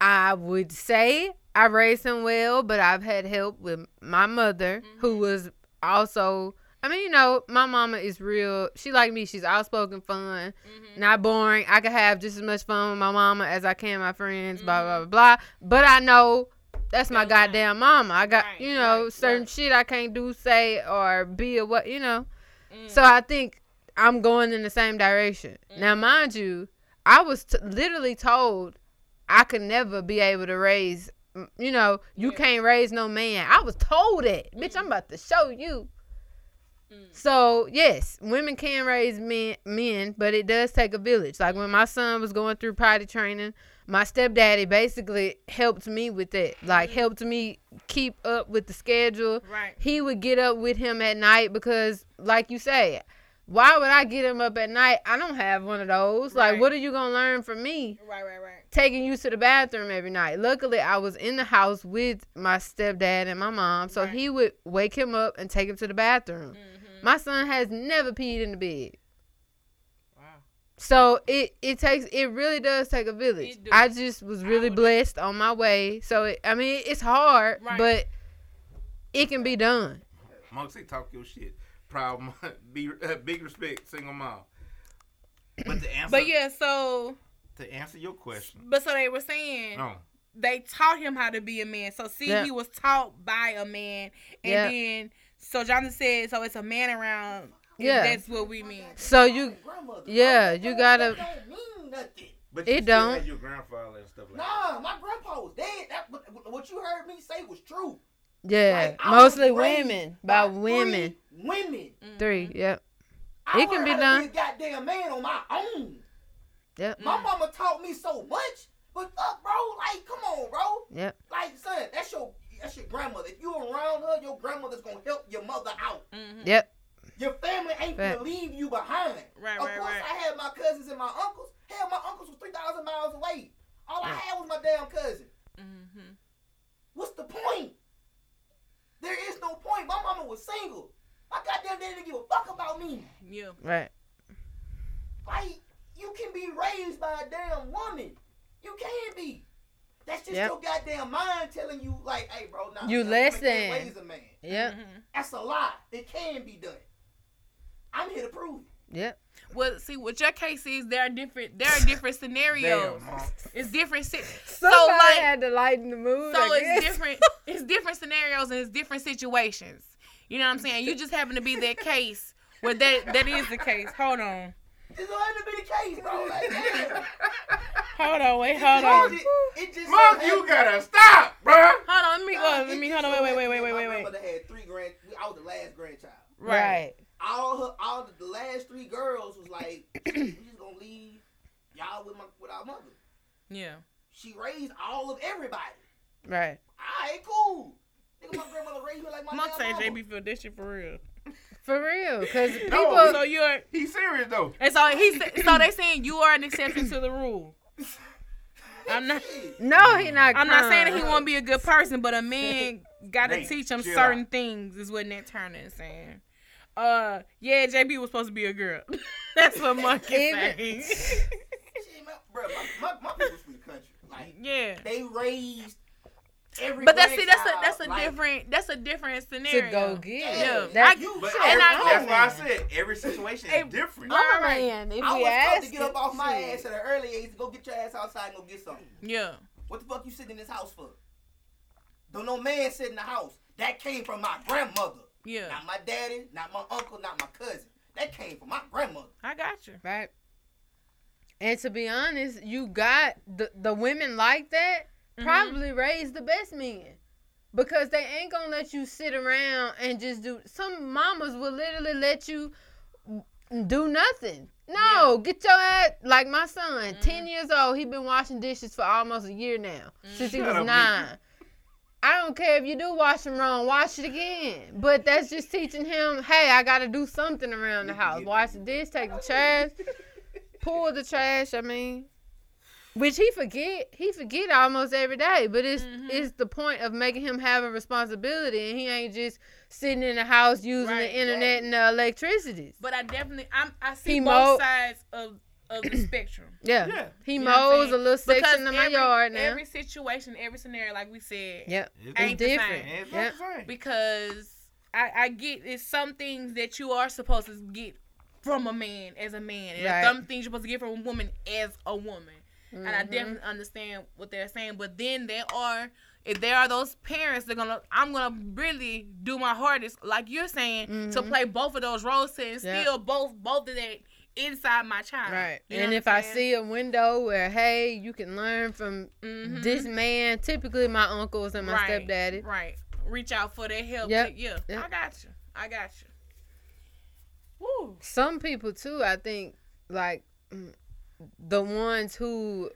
Speaker 4: I would say I raised him well, but I've had help with my mother, who was also. I mean, you know, my mama is real. She like me. She's outspoken, fun,
Speaker 3: Mm-hmm.
Speaker 4: not boring. I could have just as much fun with my mama as I can my friends. Blah blah blah. blah. But I know that's my
Speaker 3: Mm-hmm. That's right.
Speaker 4: goddamn mama. I got
Speaker 3: Right,
Speaker 4: you know
Speaker 3: right,
Speaker 4: certain
Speaker 3: right.
Speaker 4: shit I can't do, say, or be, or what you know.
Speaker 3: Mm. Mm-hmm.
Speaker 4: So I think I'm going in the same direction. Now, mind you, I was t- literally told I could never be able to raise, mm, you know, you
Speaker 3: Yeah.
Speaker 4: can't raise no man. I was told that. Bitch, I'm about to show you.
Speaker 3: Mm.
Speaker 4: So, yes, women can raise men, men, but it does take a village. Like when my son was going through potty training, my stepdaddy basically helped me with that. Like, helped me keep up with the schedule
Speaker 3: Mm. Right.
Speaker 4: he would get up with him at night because like you say why would i get him up at night i don't have one of those
Speaker 3: Right.
Speaker 4: like what are you gonna learn from me
Speaker 3: Right. Right. Right.
Speaker 4: taking you to the bathroom every night luckily i was in the house with my stepdad and my mom so
Speaker 3: Right.
Speaker 4: he would wake him up and take him to the bathroom
Speaker 3: Mm-hmm.
Speaker 4: my son has never peed in the bed
Speaker 3: Wow.
Speaker 4: so it it takes it really does take a village
Speaker 3: It do.
Speaker 4: i just was
Speaker 3: I
Speaker 4: really
Speaker 3: would-
Speaker 4: blessed on my way so it, i mean it's hard
Speaker 3: Right.
Speaker 4: but it can be done
Speaker 2: Monk say talk your shit. Proud, mom. be uh, big respect, single mom. But to answer,
Speaker 3: But yeah. So,
Speaker 2: to answer your question,
Speaker 3: but so they were saying
Speaker 2: no,
Speaker 3: they taught him how to be a man. So see,
Speaker 4: Oh. Yeah.
Speaker 3: he was taught by a man, and
Speaker 4: Yeah.
Speaker 3: then so Jonathan said, so it's a man around. and
Speaker 4: Yeah.
Speaker 3: That's what we mean.
Speaker 4: so you
Speaker 5: Grandmother.
Speaker 4: Yeah, you gotta-
Speaker 5: That don't mean nothing.
Speaker 2: but
Speaker 4: It
Speaker 2: you still
Speaker 4: don't.
Speaker 2: had your grandfather and stuff like that.
Speaker 5: Nah, my grandpa was dead. That what- what you heard me say was true.
Speaker 4: Yeah,
Speaker 5: Like, I was
Speaker 4: mostly
Speaker 5: raised
Speaker 4: women by
Speaker 5: three
Speaker 4: women.
Speaker 5: Women.
Speaker 4: Three,
Speaker 3: Mm-hmm.
Speaker 4: yep.
Speaker 5: I
Speaker 4: It can
Speaker 5: learned
Speaker 4: be
Speaker 5: how to
Speaker 4: done. Mm.
Speaker 5: a goddamn man on my own.
Speaker 4: Yep.
Speaker 5: My mama taught me so much, but fuck, bro. Like, come on, bro.
Speaker 4: Yep.
Speaker 5: Like, son, that's your that's your grandmother. If you around her, your grandmother's gonna help your mother out.
Speaker 3: Mm-hmm.
Speaker 4: Yep.
Speaker 5: Your family ain't
Speaker 4: Fact.
Speaker 5: gonna leave you behind.
Speaker 3: Right,
Speaker 5: of
Speaker 3: right,
Speaker 5: course,
Speaker 3: right.
Speaker 5: I had my cousins and my uncles. Hell, my uncles was three thousand miles away. All I
Speaker 4: Right.
Speaker 5: had was my damn cousin.
Speaker 3: Mm-hmm.
Speaker 5: What's the point? There is no point. My mama was single. My goddamn daddy didn't give a fuck about me.
Speaker 3: Yeah.
Speaker 4: Right.
Speaker 5: Like, you can be raised by a damn woman. You can be. That's just
Speaker 4: Yep.
Speaker 5: your goddamn mind telling you, like, hey, bro, nah,
Speaker 4: You
Speaker 5: nah,
Speaker 4: less
Speaker 5: woman can't
Speaker 4: than.
Speaker 5: Raise a man.
Speaker 4: Yep.
Speaker 3: Mhm.
Speaker 5: That's a lie. It can be done. I'm here to prove it.
Speaker 3: Mm-hmm.
Speaker 4: Yep.
Speaker 3: Well, see, what your case is, there are different. There are different scenarios.
Speaker 2: Damn, Monk.
Speaker 3: It's different. si- So
Speaker 4: Somebody
Speaker 3: like,
Speaker 4: had to lighten the mood.
Speaker 3: So
Speaker 4: I
Speaker 3: it's
Speaker 4: guess.
Speaker 3: different. It's different scenarios and it's different situations. You know what I'm saying? You just happen to be that case where that that is the case. Hold on.
Speaker 5: This ought to be the case, bro. Like, damn.
Speaker 3: Hold on. Wait. Hold on.
Speaker 5: It just- It just
Speaker 2: Monk, you gotta stop, bruh.
Speaker 3: Hold on. Let me
Speaker 5: Nah,
Speaker 3: go.
Speaker 5: it
Speaker 3: Let me.
Speaker 5: just
Speaker 3: Hold on.
Speaker 5: so
Speaker 3: Wait. Wait. Wait.
Speaker 5: happened
Speaker 3: Wait. Wait.
Speaker 5: that My
Speaker 3: Wait.
Speaker 5: grandmother had three grand. I was the last grandchild.
Speaker 3: Right.
Speaker 5: all her, all the, the last three girls was like, we just gonna leave y'all with my with our mother.
Speaker 3: Yeah.
Speaker 5: She raised all of everybody.
Speaker 4: Right.
Speaker 5: I ain't cool. Nigga, my grandmother raised me like my
Speaker 3: Monk say
Speaker 5: damn mama.
Speaker 3: JB feel this shit for real.
Speaker 4: For real, because people.
Speaker 2: Well-
Speaker 3: So you're
Speaker 2: He's serious though.
Speaker 3: and so he's so they saying you are an exception to the rule. I'm not.
Speaker 5: Shit.
Speaker 4: no, he not.
Speaker 3: I'm not saying that he
Speaker 4: crying.
Speaker 3: won't be a good person, but a man gotta
Speaker 2: Man,
Speaker 3: teach him
Speaker 2: chill
Speaker 3: certain
Speaker 2: out.
Speaker 3: things, is what Nat Turner is saying. Uh, yeah, JB was supposed to be a girl. That's what Monk is saying.
Speaker 5: Shit, my, bro, my, my, my people's from the country. Like
Speaker 3: yeah,
Speaker 5: they raised every.
Speaker 3: but that's see, that's a
Speaker 5: grandchild,
Speaker 3: that's a
Speaker 5: like,
Speaker 3: different that's a different
Speaker 4: to
Speaker 3: scenario.
Speaker 4: go get.
Speaker 5: Yeah,
Speaker 3: Yeah,
Speaker 4: That-
Speaker 5: you,
Speaker 2: But
Speaker 5: shit,
Speaker 2: every,
Speaker 3: I
Speaker 5: wrong.
Speaker 2: that's why I said every situation
Speaker 3: Hey,
Speaker 2: is different.
Speaker 3: Monk-
Speaker 4: I'm
Speaker 3: Right.
Speaker 4: saying, if
Speaker 5: I
Speaker 4: we
Speaker 5: was told to
Speaker 4: ask,
Speaker 5: get up off my
Speaker 4: it,
Speaker 5: ass at an early age to go get your ass outside and go get something.
Speaker 3: Yeah,
Speaker 5: What the fuck you sitting in this house for? Don't no man sit in the house. That came from my grandmother.
Speaker 3: yeah,
Speaker 5: Not my daddy, not my uncle, not my cousin. That came from my grandmother.
Speaker 3: I got you.
Speaker 4: Right. And to be honest, you got the the women like that
Speaker 2: Mm-hmm.
Speaker 3: Mhm.
Speaker 4: probably raise the best men. Because they ain't gonna let you sit around and just do some mamas will literally let you do nothing. No, get your ass like my son,
Speaker 2: Mm-hmm.
Speaker 4: ten years old, he been washing dishes for almost a year now. Since he
Speaker 2: Shut
Speaker 4: was
Speaker 2: up, Nikki.
Speaker 4: nine. I don't care if you do wash them wrong, wash it again. But that's just teaching him, hey, I gotta do something around the house. Wash the dish, take the trash, pull the trash. I mean, which he forget, he forget almost every day. But it's
Speaker 3: Mhm.
Speaker 4: it's the point of making him have a responsibility, and he ain't just sitting in the house using
Speaker 3: Right,
Speaker 4: the internet and the electricity.
Speaker 3: But I definitely I'm I see
Speaker 4: He
Speaker 3: both
Speaker 4: mowed-
Speaker 3: sides of of the spectrum.
Speaker 4: Yeah.
Speaker 5: Yeah.
Speaker 4: He
Speaker 3: You know what I'm
Speaker 4: mows a
Speaker 3: saying?
Speaker 4: little
Speaker 3: Because
Speaker 4: section of my
Speaker 3: every-
Speaker 4: yard now.
Speaker 3: Every situation, every scenario, like we said,
Speaker 4: yep.
Speaker 2: It's
Speaker 3: ain't
Speaker 4: It's
Speaker 3: the
Speaker 4: different.
Speaker 3: same.
Speaker 5: It's
Speaker 4: Yep.
Speaker 5: not the same.
Speaker 3: because I, I get it's some things that you are supposed to get from a man as a man, and
Speaker 4: Right.
Speaker 3: some things you're supposed to get from a woman as a woman. And I
Speaker 4: Mhm.
Speaker 3: definitely understand what they're saying, but then there are if there are those parents they're gonna I'm gonna really do my hardest, like you're saying, to
Speaker 4: Mhm.
Speaker 3: play both of those roles to instill both both of that inside my child.
Speaker 4: Right.
Speaker 3: You know
Speaker 4: and
Speaker 3: what
Speaker 4: if
Speaker 3: I'm
Speaker 4: I
Speaker 3: saying?
Speaker 4: see a window where, hey, you can learn from
Speaker 3: Mhm.
Speaker 4: this man, typically my uncles and my
Speaker 3: Right,
Speaker 4: stepdaddy.
Speaker 3: Right. Reach out for their help.
Speaker 4: Yep.
Speaker 3: Yeah.
Speaker 4: Yep.
Speaker 3: I got you. I got you. Woo.
Speaker 4: Some people, too, I think, like mm, the ones who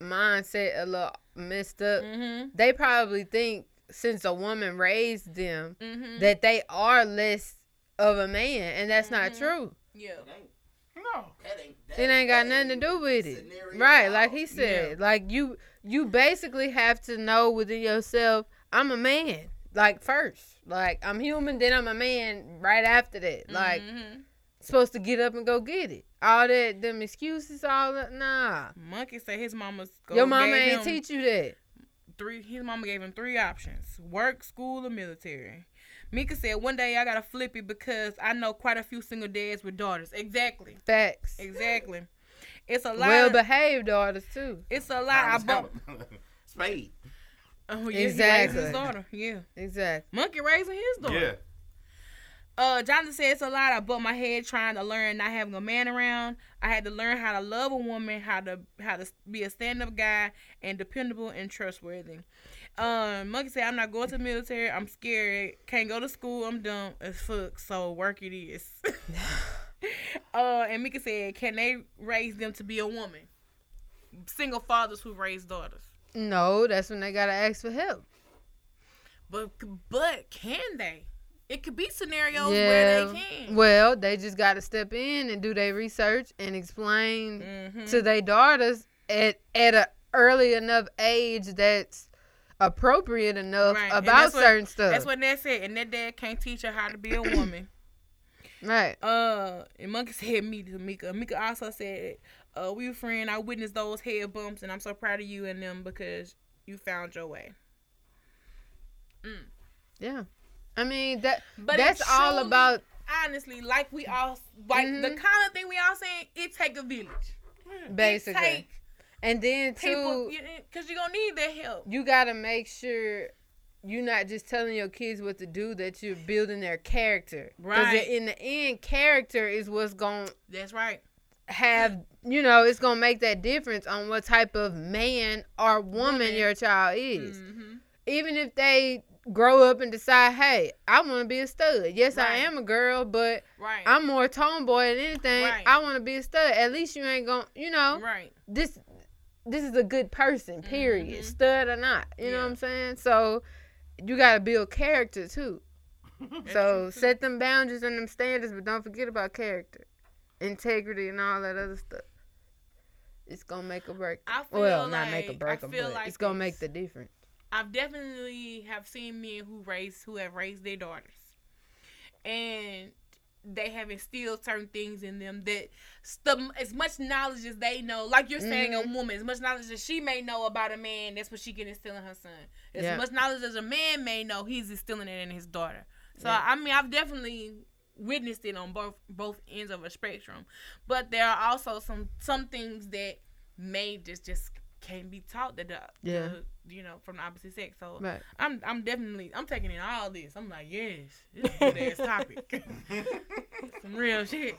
Speaker 4: mindset a little messed up,
Speaker 3: Mm-hmm.
Speaker 4: they probably think since a woman raised them
Speaker 3: Mm-hmm.
Speaker 4: that they are less of a man, and that's not
Speaker 3: Mhm.
Speaker 4: true.
Speaker 3: yeah.
Speaker 5: It ain't-
Speaker 2: No.
Speaker 5: that ain't- that
Speaker 4: It ain't got nothing to
Speaker 5: ain't
Speaker 4: do with it,
Speaker 5: scenario
Speaker 4: right?
Speaker 5: at
Speaker 4: Like
Speaker 5: all.
Speaker 4: he said, like you, you basically have to know within yourself, I'm a man. Like first, like I'm human, then I'm a man. Right after that, like
Speaker 3: Mhm.
Speaker 4: supposed to get up and go get it. All that them excuses, all that nah.
Speaker 3: Monkey said his mama's go-
Speaker 4: Your mama
Speaker 3: gave
Speaker 4: ain't
Speaker 3: him
Speaker 4: teach you that.
Speaker 3: three. His mama gave him three options: work, school, or military. Mika said one day I gotta flip it because I know quite a few single dads with daughters. Exactly.
Speaker 4: Facts.
Speaker 3: Exactly. It's a lot.
Speaker 4: Well behaved daughters too.
Speaker 3: it's a lot. I bought.
Speaker 5: Spade.
Speaker 3: Oh, yeah, exactly.
Speaker 4: Exactly.
Speaker 3: His daughter. Yeah.
Speaker 4: Exactly.
Speaker 3: Monkey raising his daughter.
Speaker 2: Yeah.
Speaker 3: Uh, Jonathan said it's a lot. I butt my head trying to learn not having a man around. I had to learn how to love a woman, how to how to be a stand up guy and dependable and trustworthy. Um, Monkey said I'm not going to the military. I'm scared. Can't go to school. I'm dumb as fuck. So work it is. uh, and Mika said, can they raise them to be a woman? Single fathers who raise daughters,
Speaker 4: No, that's when they gotta ask for help.
Speaker 3: but but can they? It could be scenarios where they can.
Speaker 4: Well, they just got to step in and do their research and explain
Speaker 3: Mhm.
Speaker 4: to their daughters at at a early enough age that's appropriate enough
Speaker 3: Right, and
Speaker 4: about
Speaker 3: that's what-
Speaker 4: certain stuff.
Speaker 3: That's what Ned said, and that dad can't teach her how to be a woman.
Speaker 4: right.
Speaker 3: uh, and Monkey said me to Mika. Mika also said, "Uh, we were friend. I witnessed those head bumps, and I'm so proud of you and them because you found your way."
Speaker 4: Yeah. I mean that
Speaker 3: But it
Speaker 4: that's all
Speaker 3: truly-
Speaker 4: about
Speaker 3: Honestly, like we all like
Speaker 4: Mhm.
Speaker 3: the common thing we all saying, it take a village.
Speaker 4: basically.
Speaker 3: it take
Speaker 4: and then too
Speaker 3: people because you, are gonna need their help.
Speaker 4: you got to make sure you're not just telling your kids what to do that you're building their character. 'Cause
Speaker 3: Right.
Speaker 4: in the end character is what's going to
Speaker 3: That's right.
Speaker 4: have you know it's gonna make that difference on what type of man or woman,
Speaker 3: Woman.
Speaker 4: your child is
Speaker 3: Mhm.
Speaker 4: even if they grow up and decide hey i want to be a stud yes i
Speaker 3: Right.
Speaker 4: am a girl but
Speaker 3: Right.
Speaker 4: i'm more tomboy than anything
Speaker 3: Right.
Speaker 4: i want to be a stud at least you ain't gonna you know
Speaker 3: right.
Speaker 4: this this is a good person period
Speaker 3: Mhm.
Speaker 4: stud or not you know
Speaker 3: Yeah.
Speaker 4: what i'm saying so you gotta build character too so
Speaker 3: That's true, too.
Speaker 4: set them boundaries and them standards, but don't forget about character, integrity, and all that other stuff. It's gonna make a break.
Speaker 3: I feel
Speaker 4: well, not make a
Speaker 3: like- I
Speaker 4: break,
Speaker 3: feel
Speaker 4: but
Speaker 3: like
Speaker 4: it's gonna make
Speaker 3: it's-
Speaker 4: the difference.
Speaker 3: I've definitely have seen men who raise who have raised their daughters, and they have instilled certain things in them that stum- as much knowledge as they know, like you're saying,
Speaker 4: Mm-hmm.
Speaker 3: a woman, as much knowledge as she may know about a man, that's what she can instill in her son. As
Speaker 4: Yeah.
Speaker 3: much knowledge as a man may know, he's instilling it in his daughter. So
Speaker 4: Yeah.
Speaker 3: I mean, I've definitely witnessed it on both both ends of a spectrum, but there are also some some things that may just just can't be taught that the,
Speaker 4: Yeah.
Speaker 3: the- you know from the opposite sex. So
Speaker 4: Right.
Speaker 3: I'm I'm definitely I'm taking in all this. I'm like yes, this is a good ass topic, some real shit.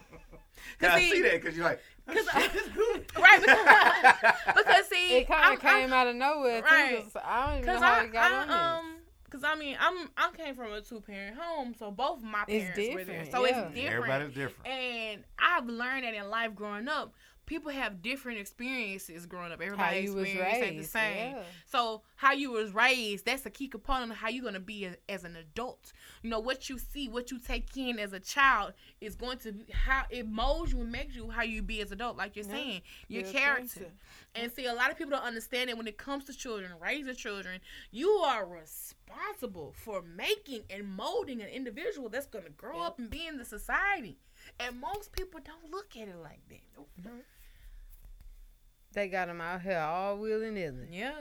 Speaker 2: I
Speaker 3: see-
Speaker 2: see that because you're like, oh,
Speaker 3: 'cause I-
Speaker 2: shit, this good.
Speaker 3: Right, because, because see,
Speaker 4: It kind
Speaker 3: I'm-
Speaker 4: of
Speaker 3: I'm-
Speaker 4: came out of nowhere
Speaker 3: too, right.
Speaker 4: too.
Speaker 3: 'cause
Speaker 4: I don't even know
Speaker 3: Cause
Speaker 4: how
Speaker 3: I,
Speaker 4: it got
Speaker 3: I,
Speaker 4: on
Speaker 3: um, cause I mean, I'm I came from a two parent home, so both my
Speaker 4: It's
Speaker 3: parents were there,
Speaker 4: different,
Speaker 3: so
Speaker 4: yeah.
Speaker 3: it's different.
Speaker 2: Everybody's different.
Speaker 3: and I've learned that in life growing up, people have different experiences growing up.
Speaker 4: How
Speaker 3: Everybody
Speaker 4: you was
Speaker 3: experience ain't the
Speaker 4: raised.
Speaker 3: same. So how you was raised, that's a key component of how you're gonna be a, as an adult. You know what you see, what you take in as a child is going to be how it molds you and makes you how you be as adult. Like you're
Speaker 4: Yeah.
Speaker 3: saying, your
Speaker 4: Your
Speaker 3: character.
Speaker 4: character.
Speaker 3: And see, a lot of people don't understand that when it comes to children, raising children, you are responsible for making and molding an individual that's gonna grow up and be in the society. And most people don't look at it like that.
Speaker 4: They got them out here all willy nilly.
Speaker 3: Yeah.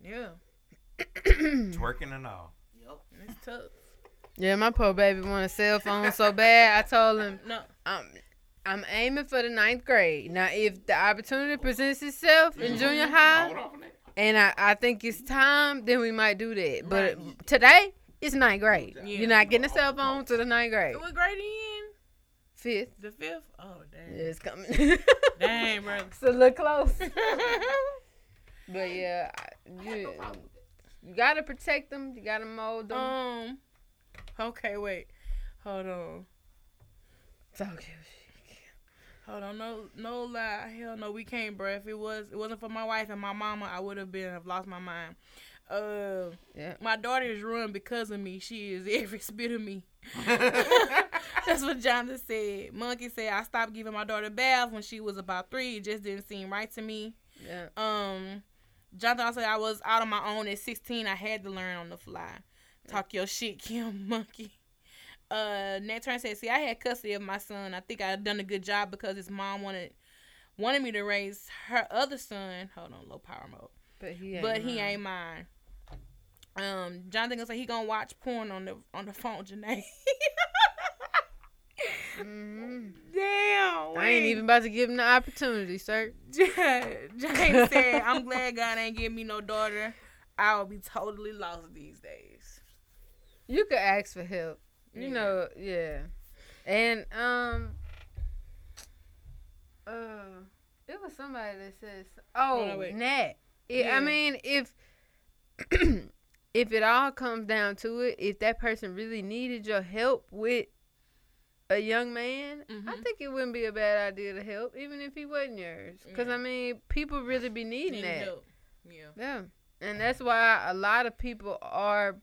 Speaker 3: Yeah.
Speaker 2: twerking and all.
Speaker 5: Yep.
Speaker 3: It's tough.
Speaker 4: Yeah, my poor baby want a cell phone so bad. I told him
Speaker 3: No.
Speaker 4: I'm I'm aiming for the ninth grade. Now, if the opportunity presents itself in junior high,
Speaker 5: Hold on for that.
Speaker 4: and I, I think it's time, then we might do that. But
Speaker 3: Right.
Speaker 4: today, it's ninth grade.
Speaker 5: Yeah.
Speaker 4: You're not getting a cell phone to the ninth grade.
Speaker 3: What grade in?
Speaker 4: Fifth.
Speaker 3: The fifth? Oh, dang.
Speaker 4: It's coming.
Speaker 3: Dang, bro.
Speaker 4: so look close. but yeah, I-
Speaker 5: I have
Speaker 4: you,
Speaker 5: no problem with that.
Speaker 4: you gotta protect them. You gotta mold them.
Speaker 3: Um. Okay, wait. Hold on.
Speaker 4: Talk
Speaker 3: Hold on. No, no lie. Hell no, we can't, bro. If it was, it wasn't for my wife and my mama, I would have been have lost my mind. Uh,
Speaker 4: Yeah.
Speaker 3: my daughter is ruined because of me. She is every spit of me. That's what Jonathan said. Monkey said I stopped giving my daughter bath when she was about three. It just didn't seem right to me.
Speaker 4: Yeah.
Speaker 3: Um, Jonathan also said I was out on my own at 16. I had to learn on the fly. Talk your shit, Kim Monkey. Uh, Nat Turner said, "See, I had custody of my son. I think I done a good job because his mom wanted wanted me to raise her other son. Hold on, low power mode.
Speaker 4: But he ain't.
Speaker 3: but
Speaker 4: mine.
Speaker 3: he ain't mine." Um, Jonathan gonna say he gonna watch porn on the on the phone, Janae.
Speaker 4: Mhm.
Speaker 3: Damn,
Speaker 4: I ain't
Speaker 3: wait.
Speaker 4: even about to give him the opportunity, sir.
Speaker 3: James said, I'm glad God ain't give me no daughter. I would be totally lost these days.
Speaker 4: You could ask for help. You
Speaker 3: Yeah.
Speaker 4: know, yeah. And um uh it was somebody that says oh
Speaker 3: no, wait.
Speaker 4: Nat. It-
Speaker 3: Yeah.
Speaker 4: I mean if if it all comes down to it, if that person really needed your help with a young man, I
Speaker 3: Mhm.
Speaker 4: think it wouldn't be a bad idea to help, even if he wasn't yours. Because
Speaker 3: Yeah.
Speaker 4: I mean, people really be needing
Speaker 3: Need
Speaker 4: that.
Speaker 3: help. Yeah.
Speaker 4: Yeah. And that's why a lot of people are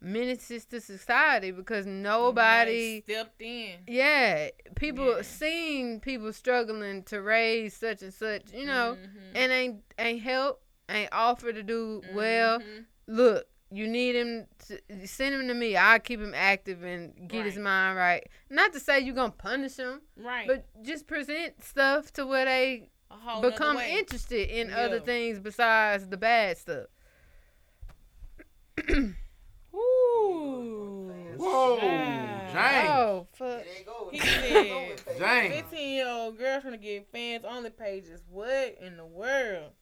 Speaker 4: menaces to society because nobody
Speaker 3: Nobody stepped in.
Speaker 4: yeah, people
Speaker 3: Yeah.
Speaker 4: seeing people struggling to raise such and such, you know,
Speaker 3: Mhm.
Speaker 4: and ain't ain't help, ain't offer to do well.
Speaker 3: Mhm.
Speaker 4: Look, you need him to send him to me. I'll keep him active and get his
Speaker 3: Right.
Speaker 4: mind right. Not to say you're going to punish him,
Speaker 3: right,
Speaker 4: but just present stuff to where they
Speaker 3: A whole nother
Speaker 4: become
Speaker 3: way.
Speaker 4: interested in other
Speaker 3: Yeah.
Speaker 4: things besides the bad stuff.
Speaker 3: Ooh.
Speaker 6: Whoa,
Speaker 3: Wow.
Speaker 6: dang.
Speaker 4: Oh fuck!
Speaker 5: There you go.
Speaker 3: He
Speaker 5: There you go with
Speaker 3: said-
Speaker 5: that.
Speaker 6: Dang.
Speaker 3: 15 year old girl trying to get fans only pages. What in the world?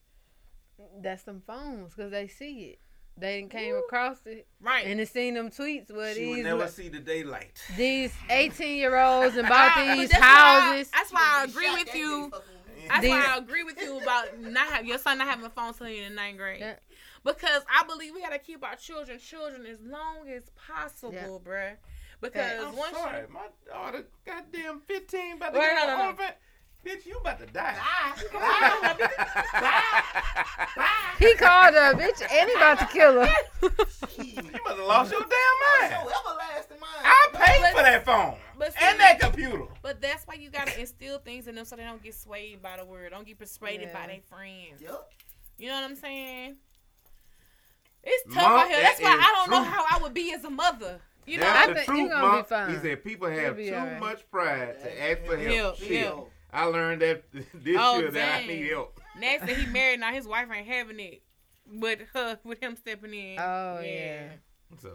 Speaker 4: That's them phones because they see it. They done came
Speaker 3: Ooh.
Speaker 4: across it
Speaker 3: Right.
Speaker 4: and they seen them tweets where
Speaker 2: she would
Speaker 4: these
Speaker 2: never
Speaker 4: li-
Speaker 2: see the daylight.
Speaker 4: these eighteen year olds and bought
Speaker 3: I- but
Speaker 4: these
Speaker 3: that's why I-
Speaker 4: houses.
Speaker 3: that's why I agree with you. That's
Speaker 4: Then-
Speaker 3: why I agree with you about not have your son not having a phone till he in the ninth grade.
Speaker 4: Yeah.
Speaker 3: Because I believe we gotta keep our children children as long as possible, bruh. Because
Speaker 2: I'm
Speaker 3: once
Speaker 2: sorry,
Speaker 3: you,
Speaker 2: my daughter, goddamn 15, about to
Speaker 3: Wait,
Speaker 2: get
Speaker 3: no,
Speaker 2: her
Speaker 3: no, no.
Speaker 2: orphan. Bitch, you about to die.
Speaker 4: He called her a bitch and he about to kill her.
Speaker 2: you must have lost your damn mind. I
Speaker 5: I
Speaker 2: paid
Speaker 3: Oh, But-
Speaker 2: for that phone
Speaker 3: but see-
Speaker 2: and that computer.
Speaker 3: but that's why you gotta instill things in them so they don't get swayed by the word, don't get persuaded
Speaker 4: Yeah.
Speaker 3: by their friends.
Speaker 5: Yep.
Speaker 3: You know what I'm saying? It's tough
Speaker 2: Mom,
Speaker 3: out here.
Speaker 2: that
Speaker 3: That's why
Speaker 2: is
Speaker 3: I don't know
Speaker 2: true.
Speaker 3: how I would be as a mother. You know,
Speaker 2: That's
Speaker 4: That's I
Speaker 2: the
Speaker 4: think you
Speaker 2: truth,
Speaker 4: gonna be
Speaker 2: Mom.
Speaker 4: fine.
Speaker 2: He said people
Speaker 4: You'll
Speaker 2: have
Speaker 4: be
Speaker 2: too
Speaker 4: all right.
Speaker 2: much pride to ask for help.
Speaker 3: Help,
Speaker 2: Shit.
Speaker 3: help.
Speaker 2: I learned that this
Speaker 3: Oh,
Speaker 2: year that I
Speaker 3: dang.
Speaker 2: need help.
Speaker 3: next that he married now, his wife ain't having it. But her with him stepping in.
Speaker 4: Oh, yeah.
Speaker 2: So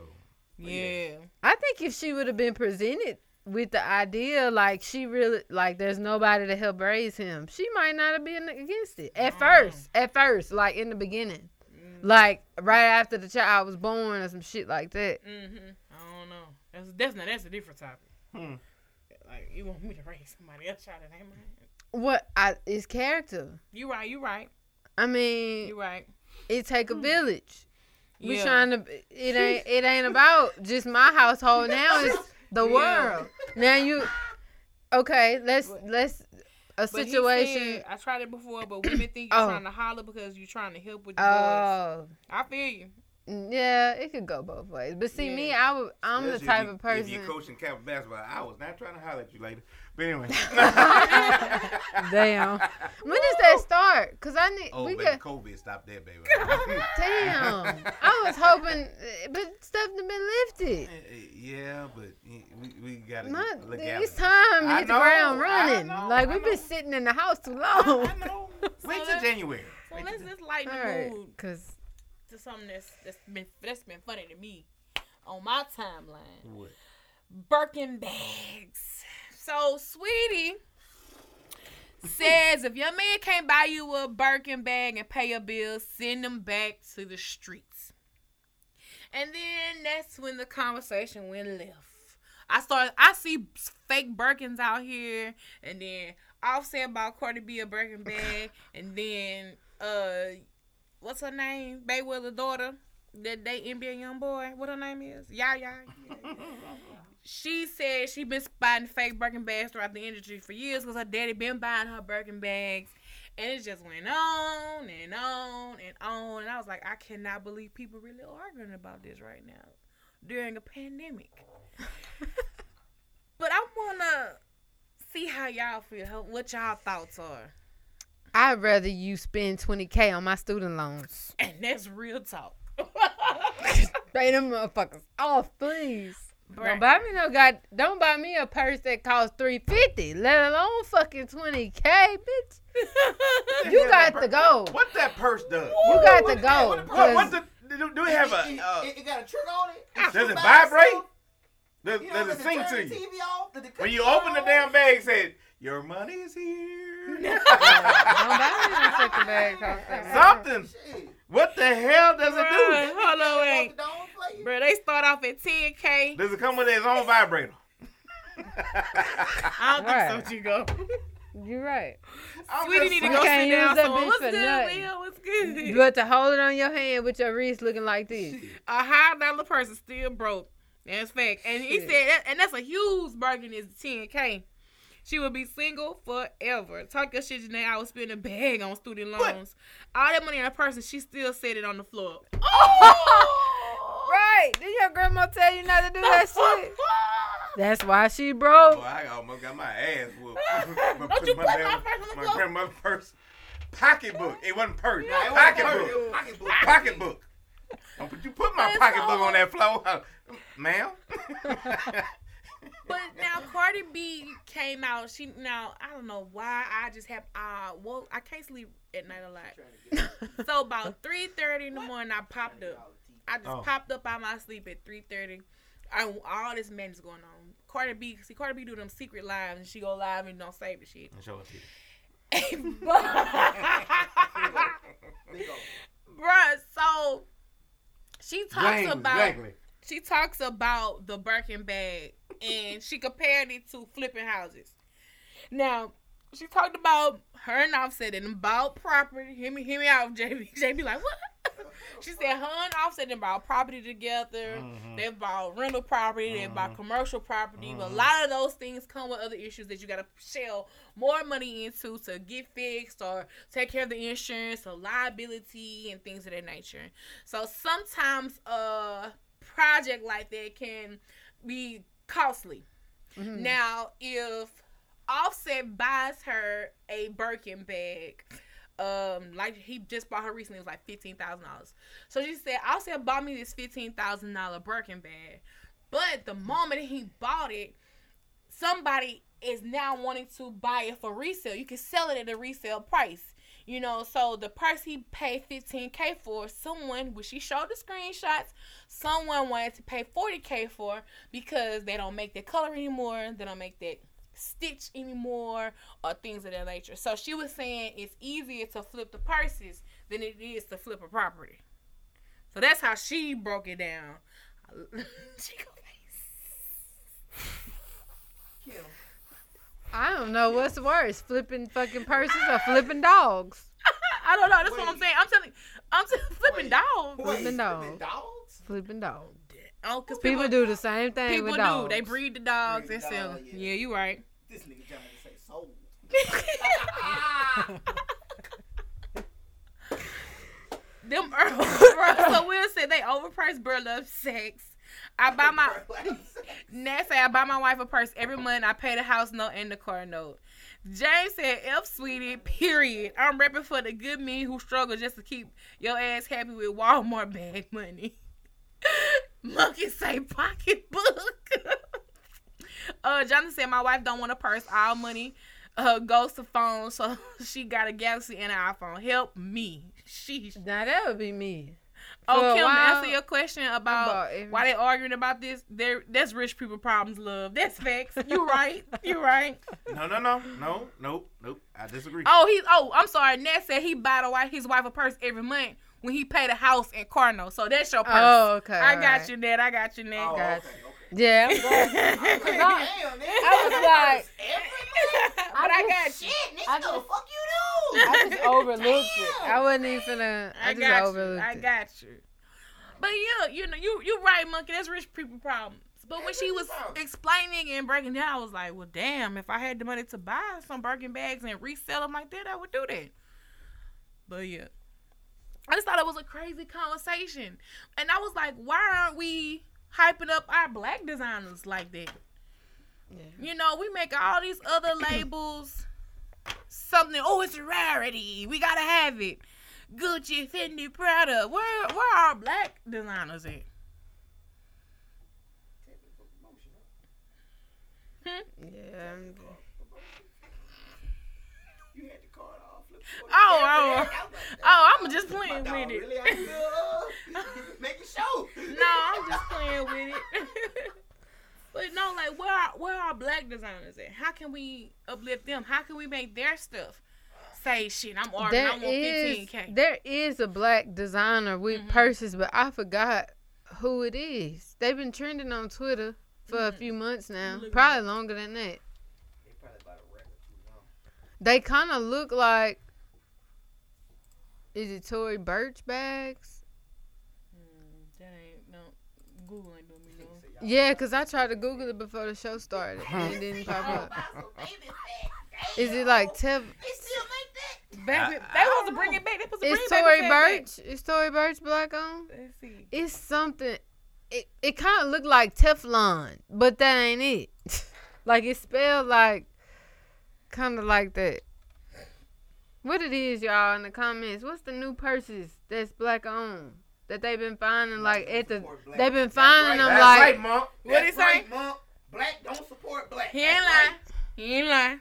Speaker 3: Yeah.
Speaker 4: I think if she would have been presented with the idea like she really like there's nobody to help raise him, she might not have been against it at
Speaker 3: Mhm.
Speaker 4: first. At first, like in the beginning,
Speaker 3: Mm.
Speaker 4: like right after the child was born or some shit like that.
Speaker 3: Mm-hmm. I don't know. That's that's now that's a different topic.
Speaker 2: Hmm.
Speaker 3: Like you want me to raise somebody else child that ain't mine?
Speaker 4: What I is character.
Speaker 3: You right. You right.
Speaker 4: I mean,
Speaker 3: You right.
Speaker 4: it take a village. We
Speaker 3: Yeah.
Speaker 4: trying to. It ain't. It ain't about just my household. Now it's the
Speaker 3: Yeah.
Speaker 4: world. Now you. Okay, let's let's a
Speaker 3: But he
Speaker 4: situation.
Speaker 3: said- I tried it before, but women think
Speaker 4: Oh.
Speaker 3: uh, you're trying to holler because you're trying to help with your boys.
Speaker 4: Oh,
Speaker 3: I feel you.
Speaker 4: Yeah, it could go both ways. But see, me, I would. I'm
Speaker 2: Especially
Speaker 4: the
Speaker 2: if
Speaker 4: type
Speaker 2: you-
Speaker 4: of
Speaker 2: If
Speaker 4: person.
Speaker 2: you're coaching Cap basketball, I was not trying to holler at you later. But anyway.
Speaker 4: Damn. When does that start? Cause I need.
Speaker 2: Oh,
Speaker 4: we
Speaker 2: baby,
Speaker 4: got.
Speaker 2: COVID, stop that, baby.
Speaker 4: Damn. I was hoping, but stuff done been lifted.
Speaker 2: yeah, but eh, we, we gotta
Speaker 4: My,
Speaker 2: get- look out.
Speaker 4: it's time to
Speaker 2: I
Speaker 4: hit the
Speaker 2: know,
Speaker 4: ground
Speaker 2: I
Speaker 4: running.
Speaker 2: know,
Speaker 4: like
Speaker 2: I
Speaker 4: we've been
Speaker 2: know.
Speaker 4: sitting in the house too long.
Speaker 2: I know. Wait till
Speaker 3: let's-
Speaker 2: January.
Speaker 3: So
Speaker 2: Wait till
Speaker 3: let's
Speaker 2: Jan-
Speaker 3: just lighten
Speaker 4: All
Speaker 3: the
Speaker 4: right,
Speaker 3: mood
Speaker 4: cause
Speaker 3: to something that's that's been that's been funny to me on my timeline.
Speaker 2: What?
Speaker 3: Birkin bags. So, sweetie says if your man can't buy you a Birkin bag and pay your bills, send them back to the streets. And then that's when the conversation went left. I start. I see fake Birkins out here, and then Offset about Cardi B a Birkin bag, and then uh, what's her name? Baywell's daughter, that they NBA young boy. What her name is? Yaya. She said she been spotting fake Birkin bags throughout the industry for years because her daddy been buying her Birkin bags. And it just went on and on and on. And I was like, I cannot believe people really arguing about this right now during a pandemic. but I want to see how y'all feel, how- what y'all thoughts are.
Speaker 4: I'd rather you spend 20k on my student loans.
Speaker 3: And that's real talk.
Speaker 4: Pay them motherfuckers off, please.
Speaker 3: Bruh.
Speaker 4: Don't buy me no god. Don't buy me a purse that costs 350, let alone fucking 20k, bitch. You
Speaker 2: Yeah, that
Speaker 4: got
Speaker 2: per-
Speaker 4: to go.
Speaker 2: What that purse does?
Speaker 4: You
Speaker 2: What-
Speaker 4: got
Speaker 2: what-
Speaker 4: to
Speaker 2: What,
Speaker 4: go,
Speaker 2: what,
Speaker 4: 'cause-
Speaker 2: what the, do, do we have a?
Speaker 5: It,
Speaker 2: Uh,
Speaker 5: it, it got a trigger on it. It
Speaker 2: does
Speaker 5: shoot
Speaker 2: it
Speaker 5: by
Speaker 2: vibrate?
Speaker 5: itself.
Speaker 2: does,
Speaker 5: You know,
Speaker 2: does it sing
Speaker 5: turn
Speaker 2: to
Speaker 5: the
Speaker 2: you?
Speaker 5: TV off? Does it
Speaker 2: When
Speaker 5: cut
Speaker 2: you
Speaker 5: the
Speaker 2: open the
Speaker 5: phone?
Speaker 2: damn bag, it said your money is here.
Speaker 4: Don't buy me no fucking bag costs that much.
Speaker 2: Something.
Speaker 5: Shit.
Speaker 2: What the hell does it
Speaker 3: Bruh, hold on,
Speaker 5: Walk
Speaker 3: wait.
Speaker 5: the dog for you?
Speaker 3: Bruh, they start off at 10K.
Speaker 2: do? Does it come with its own vibrator?
Speaker 3: I don't
Speaker 4: Right.
Speaker 3: think so, Chico.
Speaker 4: You're right.
Speaker 2: I'm
Speaker 3: Sweetie
Speaker 2: just
Speaker 3: need to
Speaker 4: We
Speaker 2: saying.
Speaker 3: go
Speaker 4: can't
Speaker 3: sit
Speaker 4: use
Speaker 3: down
Speaker 4: that
Speaker 3: somewhere.
Speaker 4: bitch
Speaker 3: What's
Speaker 4: for
Speaker 3: good,
Speaker 4: nothing.
Speaker 3: Will? What's good?
Speaker 4: But to hold it on your hand with your wrist looking like this.
Speaker 3: a high dollar person still broke. That's fact. And he
Speaker 4: Shit.
Speaker 3: said, that, and that's a huge bargain is 10K. She will be single forever. Talk your shit, Janae. I was spending a bag on student loans.
Speaker 2: What?
Speaker 3: All that money in a person, she still said it on the floor.
Speaker 4: Right. Did your grandma tell you not to do that shit? That's why she broke.
Speaker 2: Boy, Oh, I almost got my ass whooped.
Speaker 3: Don't you put my
Speaker 2: damn-
Speaker 3: purse on the
Speaker 2: my
Speaker 3: floor?
Speaker 2: grandmother's purse. Pocketbook. It wasn't purse.
Speaker 5: Nah, it wasn't
Speaker 2: Pocketbook.
Speaker 5: hurt. It was Pocketbook.
Speaker 2: Pocketbook. Don't put you put my
Speaker 3: That's
Speaker 2: pocketbook
Speaker 3: all.
Speaker 2: on that floor, huh? ma'am.
Speaker 3: But now Cardi B came out. She now I don't know why I just have uh well I can't sleep at night a lot. So about three thirty in the morning I popped up. I just
Speaker 2: Oh.
Speaker 3: popped up out of my sleep at three thirty. And all this madness going on. Cardi B, see Cardi B do them secret lives and she go live and don't save the shit.
Speaker 2: Show us here.
Speaker 3: Bruh, so she talks
Speaker 2: James,
Speaker 3: about
Speaker 2: Exactly.
Speaker 3: she talks about the Birkin bag and she compared it to flipping houses. Now, she talked about her and Offset and about property. Hear me, hear me out, JB. JB like, what? she said her and Offset and bought property together.
Speaker 2: Mhm.
Speaker 3: They bought rental property. They bought commercial property. But a lot of those things come with other issues that you got to shell more money into to get fixed or take care of the insurance or liability and things of that nature. So sometimes a project like that can be costly. Mm-hmm.
Speaker 4: Mhm.
Speaker 3: Now, if Offset buys her a Birkin bag, um, like he just bought her recently, it was like fifteen thousand dollars. So she said, Offset bought me this fifteen thousand dollar Birkin bag, but the moment he bought it, somebody is now wanting to buy it for resale. You can sell it at a resale price. You know, so the price he paid 15k for, someone, which she showed the screenshots, someone wanted to pay 40k for because they don't make that color anymore, they don't make that stitch anymore, or things of that nature. So she was saying it's easier to flip the purses than it is to flip a property. So that's how she broke it down. she go
Speaker 4: I don't know what's worse, flipping fucking purses or flipping dogs.
Speaker 3: I don't know. That's what I'm
Speaker 5: Wait.
Speaker 3: saying. I'm telling, I'm telling, flipping
Speaker 5: Wait.
Speaker 3: dogs.
Speaker 5: Wait,
Speaker 4: Flipping dogs.
Speaker 5: flipping dogs?
Speaker 4: Flipping dogs.
Speaker 3: Oh, because
Speaker 4: People,
Speaker 3: people,
Speaker 4: do the same thing
Speaker 3: People
Speaker 4: with
Speaker 3: do.
Speaker 4: dogs.
Speaker 3: They breed the dogs
Speaker 5: Breed
Speaker 3: and sell
Speaker 5: dog,
Speaker 3: them.
Speaker 5: yeah.
Speaker 3: Yeah, you right.
Speaker 5: This nigga trying to say sold.
Speaker 3: them Earl, so Will said they overpriced burlap sex. I buy my Nat said I buy my wife a purse every month. I pay the house note and the car note. James said, F sweetie, period. I'm repping for the good men who struggle just to keep your ass happy with Walmart bag money. Monkey say pocketbook. uh Jonathan said my wife don't want a purse. All money uh goes to phone, so she got a galaxy and an iPhone. Help me. Sheesh.
Speaker 4: Now that would be me. For
Speaker 3: Oh,
Speaker 4: a
Speaker 3: Kim,
Speaker 4: while,
Speaker 3: answer your question about
Speaker 4: bought every-
Speaker 3: why they arguing about this. They're, that's rich people problems, love. That's facts. You right. You right.
Speaker 2: No, no, no, no, nope, nope. I disagree.
Speaker 3: Oh, he. Oh, I'm sorry. Ned said he buy the wife, his wife a purse every month when he paid a house in Carno. So that's your purse.
Speaker 4: Oh, okay.
Speaker 3: I
Speaker 4: all
Speaker 3: got
Speaker 4: right.
Speaker 3: you, Ned. I got you, Ned.
Speaker 5: Oh, okay,
Speaker 4: Gotcha.
Speaker 5: okay.
Speaker 4: Yeah. I'm glad-
Speaker 5: I'm
Speaker 4: I-
Speaker 5: like, damn, nigga.
Speaker 4: I was like-
Speaker 5: Every month?
Speaker 3: but I got
Speaker 4: just-
Speaker 3: you.
Speaker 5: Shit, nigga,
Speaker 4: I
Speaker 5: the
Speaker 4: just-
Speaker 5: fuck you do?
Speaker 4: I just overlooked it. I
Speaker 5: Damn.
Speaker 4: wasn't even finna. I,
Speaker 3: I,
Speaker 4: just
Speaker 3: got you.
Speaker 4: overlooked
Speaker 3: I
Speaker 4: it.
Speaker 3: got you. But yeah, you know, you you right, monkey. That's rich people problems. But when
Speaker 5: That's
Speaker 3: she
Speaker 5: rich
Speaker 3: was
Speaker 5: people.
Speaker 3: explaining and breaking down, I was like, well, damn, if I had the money to buy some Birkin bags and resell them like that, I would do that. But yeah. I just thought it was a crazy conversation. And I was like, why aren't we hyping up our black designers like that? You know, we make all these other labels something, oh, it's a rarity. We gotta have it. Gucci, Fendi, Prada. Where where are our black designers at?
Speaker 4: Yeah. I'm-
Speaker 5: You had the card off. Look,
Speaker 3: Oh, oh, oh, I'm just playing
Speaker 5: Dog,
Speaker 3: with
Speaker 5: really
Speaker 3: it.
Speaker 5: out here, uh, making show.
Speaker 3: No, I'm just playing with it. but no, like where are, where are our black designers at? How can we uplift them? How can we make their stuff say shit? I'm Arvin. I
Speaker 4: There
Speaker 3: want
Speaker 4: is
Speaker 3: 15k.
Speaker 4: there is a black designer with
Speaker 3: Mhm.
Speaker 4: purses, but I forgot who it is. They've been trending on Twitter for a
Speaker 3: Mhm.
Speaker 4: few months now,
Speaker 3: Look it
Speaker 4: probably longer than that.
Speaker 5: They probably bought a record too long.
Speaker 4: They kind of look like is it Tory Burch bags?
Speaker 3: Mm, that ain't no Google ain't doing me no.
Speaker 5: So y'all
Speaker 4: Yeah, cause I tried to Google it before the show started and it didn't pop
Speaker 5: bought
Speaker 4: up.
Speaker 5: some baby back.
Speaker 4: Is it
Speaker 5: Damn.
Speaker 4: like Tev?
Speaker 5: They still make that?
Speaker 3: Baby,
Speaker 2: I-
Speaker 3: they was to bring it back. They supposed to bring
Speaker 4: Is
Speaker 3: it back.
Speaker 4: Tory
Speaker 3: They said
Speaker 4: Burch? Is Tory Burch black on?
Speaker 3: that. Let's see.
Speaker 4: It's something. It it kind of looked like Teflon, but that ain't it. like it's spelled like, kind of like that. What it is, y'all, in the comments? What's the new purses that's black on that they've been finding? Like at the
Speaker 5: Support black.
Speaker 4: they've been
Speaker 5: That's
Speaker 4: finding
Speaker 5: right.
Speaker 4: them
Speaker 2: That's
Speaker 4: like
Speaker 2: right, Monk.
Speaker 3: What
Speaker 5: That's
Speaker 3: he say?
Speaker 5: right, Monk. Black don't support black.
Speaker 3: He ain't
Speaker 5: That's
Speaker 3: lying.
Speaker 5: right.
Speaker 3: He ain't lying.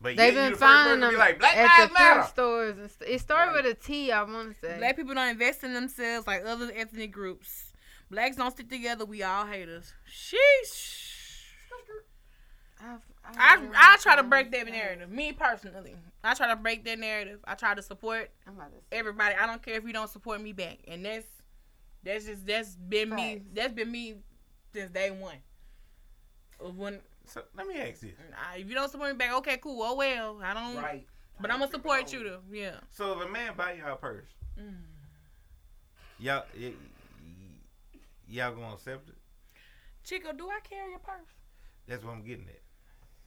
Speaker 2: But
Speaker 4: they've
Speaker 2: yeah, you
Speaker 4: been
Speaker 2: the first person
Speaker 4: finding
Speaker 2: to
Speaker 4: them
Speaker 2: be like, Black
Speaker 4: at the
Speaker 2: Lives Matter.
Speaker 4: thrift stores. And st- it started with a T. I want to say.
Speaker 3: Black people don't invest in themselves like other ethnic groups. Blacks don't stick together. We all haters. Sheesh.
Speaker 4: I've- I,
Speaker 3: I,
Speaker 4: don't
Speaker 3: I try to
Speaker 4: know.
Speaker 3: break that narrative. Me personally, I try to break that narrative. I try to support
Speaker 4: I'm about to say-
Speaker 3: everybody. I don't care if you don't support me back. And that's that's just that's been me.
Speaker 4: Facts.
Speaker 3: That's been me since day one. Of When
Speaker 2: So let me ask this.
Speaker 3: I, if you don't support me back, okay, cool. Oh well, I don't.
Speaker 5: Right.
Speaker 3: But I'm gonna support you though. Yeah.
Speaker 2: So if a man buy y'all a purse,
Speaker 3: Mm.
Speaker 2: y'all y- y- y'all gonna accept it?
Speaker 3: Chico, do I carry a purse?
Speaker 2: That's what I'm getting at.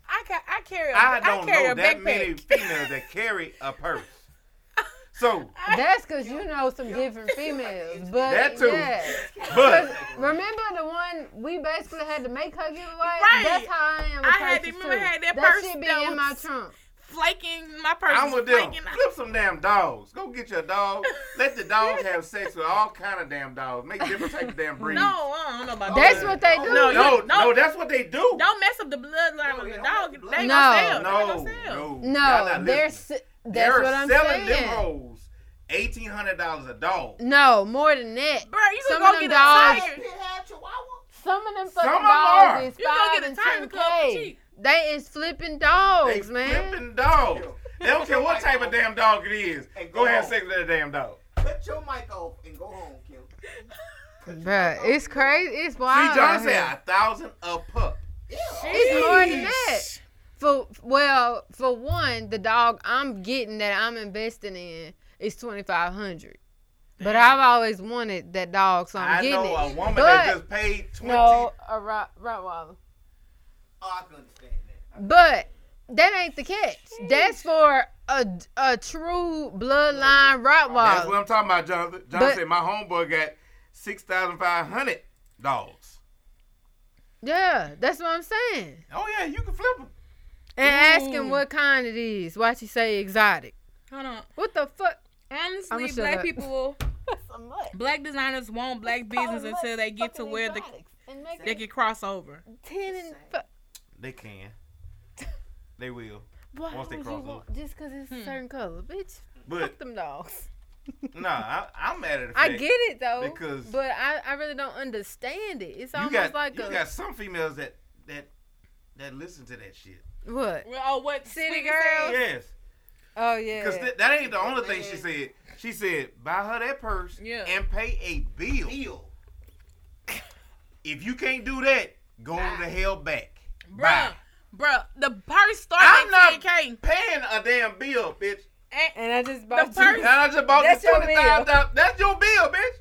Speaker 3: I ca- I carry a,
Speaker 2: I
Speaker 3: I
Speaker 2: don't
Speaker 3: carry
Speaker 2: know
Speaker 3: a
Speaker 2: that
Speaker 3: backpack.
Speaker 2: many females that carry a purse. So,
Speaker 4: That's because you know some different females, but
Speaker 2: That too.
Speaker 4: yeah.
Speaker 2: but
Speaker 4: Remember the one we basically had to make her give away?
Speaker 3: Right.
Speaker 4: That's how I am. With
Speaker 3: I had to
Speaker 4: purses,
Speaker 3: remember
Speaker 4: too.
Speaker 3: I had that
Speaker 4: that
Speaker 3: purse
Speaker 4: should be
Speaker 3: that
Speaker 4: in my
Speaker 3: was-
Speaker 4: trunk.
Speaker 3: flaking my purse.
Speaker 2: I'm with them.
Speaker 3: flaking.
Speaker 2: Flip some damn dogs. Go get your dog. Let the dog have sex with all kind of damn dogs. Make different type of damn breeds.
Speaker 3: No, I don't know about
Speaker 4: That's
Speaker 3: that.
Speaker 4: what they
Speaker 5: Oh,
Speaker 4: do.
Speaker 3: no,
Speaker 2: no,
Speaker 3: you-
Speaker 2: no, that's what they do.
Speaker 3: Don't mess up the bloodline
Speaker 5: No,
Speaker 3: of the
Speaker 5: yeah,
Speaker 3: dog.
Speaker 5: I'm-
Speaker 3: They ain't
Speaker 4: No,
Speaker 3: gonna
Speaker 2: no,
Speaker 3: sell. they ain't gonna
Speaker 2: no,
Speaker 3: sell.
Speaker 2: Y'all
Speaker 4: No,
Speaker 2: not
Speaker 4: they're
Speaker 2: listening.
Speaker 4: s- that's
Speaker 2: They're
Speaker 4: what I'm
Speaker 2: selling
Speaker 4: saying.
Speaker 2: them hoes eighteen hundred dollars a dog.
Speaker 4: No, more than that.
Speaker 3: Bro, you
Speaker 4: Some
Speaker 3: gonna
Speaker 4: of
Speaker 3: go
Speaker 4: them
Speaker 3: get
Speaker 4: dogs-
Speaker 3: a
Speaker 5: Black
Speaker 3: tiger?
Speaker 5: pit have chihuahua?
Speaker 4: Some of them
Speaker 2: Some
Speaker 4: fucking
Speaker 2: of 'em
Speaker 4: dogs
Speaker 2: are.
Speaker 4: is
Speaker 3: You gonna
Speaker 4: five
Speaker 3: get a
Speaker 4: and
Speaker 3: tiger
Speaker 4: ten
Speaker 3: club
Speaker 4: k.
Speaker 3: cheap?
Speaker 4: They is flipping
Speaker 2: They
Speaker 4: dogs, man.
Speaker 2: flipping dogs. They don't care what type of damn dog it is.
Speaker 5: Hey, go
Speaker 2: Go have
Speaker 5: on.
Speaker 2: sex with that damn dog.
Speaker 5: Cut your mic off and go home, Kim.
Speaker 4: Bruh, it's crazy. It's wild.
Speaker 2: See, John
Speaker 4: out
Speaker 2: said
Speaker 4: here.
Speaker 2: a thousand a pup.
Speaker 5: Yeah.
Speaker 4: It's more than that. For well, for one, the dog I'm getting that I'm investing in is twenty five hundred. But I've always wanted that dog, so I'm
Speaker 2: I
Speaker 4: getting
Speaker 2: know
Speaker 4: it.
Speaker 2: a woman
Speaker 4: but
Speaker 2: that just paid twenty.
Speaker 4: no, a Rot- Rottweiler.
Speaker 5: Oh, I can understand that.
Speaker 4: But that ain't the catch. That's for a, a true
Speaker 6: That's
Speaker 4: bloodline
Speaker 6: what
Speaker 4: Rottweiler.
Speaker 6: I'm talking about, Jonathan. Jonathan
Speaker 4: uh, But-
Speaker 6: said my homeboy got six thousand five hundred dogs.
Speaker 4: Yeah, that's what I'm saying.
Speaker 6: Oh yeah, you can flip them.
Speaker 4: And ask him
Speaker 3: Ooh.
Speaker 4: what kind it is. Why she say exotic?
Speaker 3: Hold on.
Speaker 4: What the fuck? I'ma
Speaker 3: Honestly,
Speaker 4: shut
Speaker 3: black
Speaker 4: up.
Speaker 3: people will. Black designers want black business until they get to where the, they can cross over.
Speaker 4: ten and fuck.
Speaker 2: They can. They will.
Speaker 4: Why
Speaker 2: Once they
Speaker 4: would you
Speaker 2: cross
Speaker 4: want just cause it's a certain color, bitch?
Speaker 2: But
Speaker 4: Fuck them dogs.
Speaker 2: nah, I, I'm mad at the
Speaker 4: I
Speaker 2: fact
Speaker 4: get it though,
Speaker 2: because-
Speaker 4: but I, I really don't understand it. It's
Speaker 2: you
Speaker 4: almost
Speaker 2: got
Speaker 4: like
Speaker 2: you
Speaker 4: a
Speaker 2: got some females that that that listen to that shit.
Speaker 4: what?
Speaker 3: Well, oh, what
Speaker 4: City
Speaker 3: Sweetie
Speaker 4: girls?
Speaker 3: said?
Speaker 2: Yes,
Speaker 4: Oh yeah.
Speaker 2: because that ain't the only thing she said. She said buy her that purse
Speaker 3: Yeah.
Speaker 2: and pay a bill.
Speaker 5: Deal.
Speaker 2: If you can't do that, go the hell back.
Speaker 3: Bruh,
Speaker 2: Bye.
Speaker 3: bruh, the purse starts
Speaker 2: I'm
Speaker 3: at
Speaker 2: not
Speaker 3: 10k.
Speaker 2: paying a damn bill, bitch.
Speaker 4: and I just
Speaker 3: bought
Speaker 4: bought
Speaker 3: The you- first-
Speaker 2: And I just bought
Speaker 4: That's
Speaker 2: this
Speaker 4: your
Speaker 2: twenty thousand dollars. That's your bill, bitch.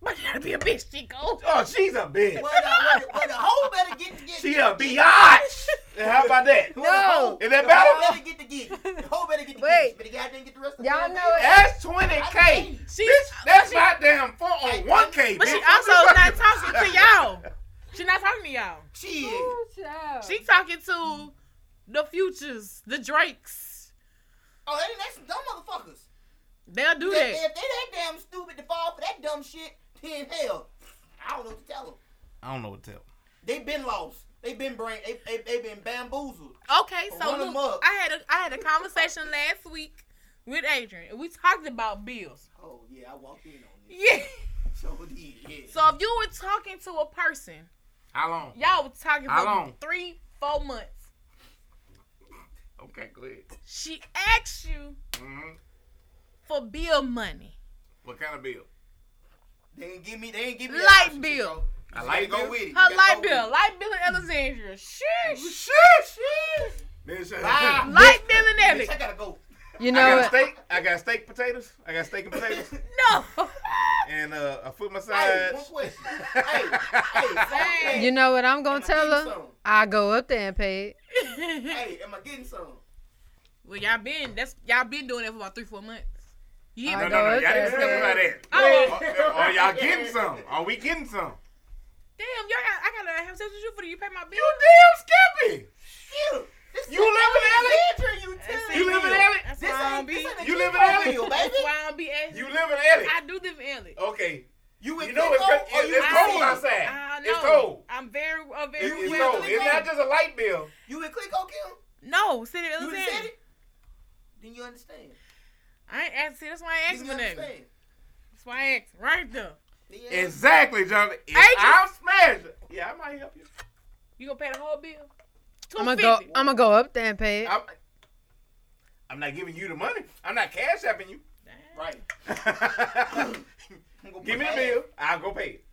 Speaker 3: But you gotta be a bitch, Chico.
Speaker 2: Oh, she's a bitch.
Speaker 5: Well, the, well, the, well, the hoe better get to get.
Speaker 2: She a biatch. And how about that?
Speaker 5: Well, the
Speaker 4: No.
Speaker 5: hoe-
Speaker 2: Is that
Speaker 5: the
Speaker 2: better?
Speaker 5: hoe better get to get. The hoe better get to
Speaker 4: Wait.
Speaker 5: get. But the guy didn't get the rest of
Speaker 4: Y'all
Speaker 5: the
Speaker 4: know it.
Speaker 2: That's twenty k.
Speaker 3: She's,
Speaker 2: Bitch, that's my damn four on
Speaker 5: Hey,
Speaker 2: one k.
Speaker 3: but she also not talking to y'all. She not talking to y'all.
Speaker 5: She is.
Speaker 3: She talking to the futures, the Drakes.
Speaker 5: Oh, they, that's some dumb motherfuckers.
Speaker 3: They'll do
Speaker 5: If,
Speaker 3: that.
Speaker 5: if they that damn stupid to fall for that dumb shit, then hell, I don't know what to tell them.
Speaker 2: I don't know what to tell.
Speaker 5: They been lost. They been brain. They they, they been bamboozled.
Speaker 3: Okay, so
Speaker 5: Run 'em
Speaker 3: look,
Speaker 5: up.
Speaker 3: I had a I had a conversation last week with Adrian, and we talked about bills.
Speaker 5: Oh yeah, I walked in on this.
Speaker 3: Yeah.
Speaker 5: So did yeah.
Speaker 3: So if you were talking to a person,
Speaker 6: How long?
Speaker 3: y'all were talking
Speaker 6: How
Speaker 3: for
Speaker 6: long?
Speaker 3: three, four months.
Speaker 6: Okay, go ahead.
Speaker 3: She asked you
Speaker 6: hmm
Speaker 3: for bill money.
Speaker 6: What kind of bill?
Speaker 5: they ain't give me. They ain't give me.
Speaker 3: Light
Speaker 5: that option,
Speaker 3: bill.
Speaker 5: Chico.
Speaker 6: I
Speaker 5: You
Speaker 6: like
Speaker 5: gotta
Speaker 6: bill.
Speaker 5: go with it.
Speaker 3: Her
Speaker 5: You gotta
Speaker 3: light
Speaker 5: go with
Speaker 3: bill,
Speaker 5: it.
Speaker 3: light bill in Alexandria. Sheesh.
Speaker 6: Shit, shit. Bitch,
Speaker 5: Ah,
Speaker 6: I
Speaker 3: Light bill in
Speaker 5: Bitch, I
Speaker 3: Alex.
Speaker 5: gotta go.
Speaker 4: You know
Speaker 6: got a
Speaker 4: what?
Speaker 6: steak. I got steak potatoes. I got steak and potatoes
Speaker 3: No.
Speaker 6: and uh, a foot
Speaker 5: Hey,
Speaker 6: massage.
Speaker 5: one question. hey, hey, say
Speaker 4: You know what I'm gonna
Speaker 5: Am I
Speaker 4: tell
Speaker 5: getting
Speaker 4: her?
Speaker 5: some?
Speaker 4: I go up there and pay it.
Speaker 5: Hey, am I getting some?
Speaker 3: well, y'all been that's y'all been doing that for about three, four months. You hear
Speaker 6: No,
Speaker 3: me?
Speaker 4: I
Speaker 6: no,
Speaker 4: go
Speaker 6: no.
Speaker 4: up
Speaker 6: Y'all didn't
Speaker 4: there and
Speaker 6: flip
Speaker 4: pay
Speaker 6: about
Speaker 4: it.
Speaker 6: that.
Speaker 3: Oh,
Speaker 6: Are, are y'all getting some? Are we getting some?
Speaker 3: damn, y'all got, I gotta have sex with you for you pay my bill.
Speaker 6: You damn skippy.
Speaker 5: Shoot. This
Speaker 6: You live
Speaker 5: in You tell
Speaker 6: You live in
Speaker 5: me.
Speaker 6: Ellie.
Speaker 3: That's
Speaker 5: This
Speaker 3: why I don't
Speaker 5: ain't,
Speaker 3: be.
Speaker 5: this ain't a
Speaker 6: You live in
Speaker 5: Chico
Speaker 6: Ellie.
Speaker 5: bill,
Speaker 3: That's
Speaker 5: baby.
Speaker 3: why I don't be asking.
Speaker 6: You live in Ellie.
Speaker 3: I do live in Alex.
Speaker 6: Okay.
Speaker 5: You,
Speaker 6: You know it's,
Speaker 5: or
Speaker 6: it's,
Speaker 5: you
Speaker 6: it's
Speaker 5: in
Speaker 6: cold
Speaker 5: Cleco?
Speaker 6: outside.
Speaker 3: I know.
Speaker 6: It's cold.
Speaker 3: I'm very, uh,
Speaker 6: It-
Speaker 3: very
Speaker 6: it's
Speaker 3: well.
Speaker 6: cold. It's not just a light bill.
Speaker 5: You in Cleco, Kim?
Speaker 3: No, City of
Speaker 5: You done
Speaker 3: Alexandria.
Speaker 5: said it? Then you understand.
Speaker 3: I ain't asking. see, That's why I asked
Speaker 5: Then
Speaker 3: for
Speaker 5: you
Speaker 3: nothing.
Speaker 5: understand.
Speaker 3: That's why I asked. Right there.
Speaker 5: Then you understand.
Speaker 6: Exactly, John. If
Speaker 3: Agent-
Speaker 6: I'm smashed. Yeah, I might help you.
Speaker 3: You gonna pay the whole bill?
Speaker 4: I'm gonna go.
Speaker 3: 250.
Speaker 4: I'm gonna go up there and pay it.
Speaker 6: I'm, I'm not giving you the money. I'm not cash apping you.
Speaker 3: Damn.
Speaker 5: Right. I'm gonna
Speaker 6: Give me
Speaker 5: put
Speaker 6: the
Speaker 5: my ass-
Speaker 6: bill. I'll go pay it.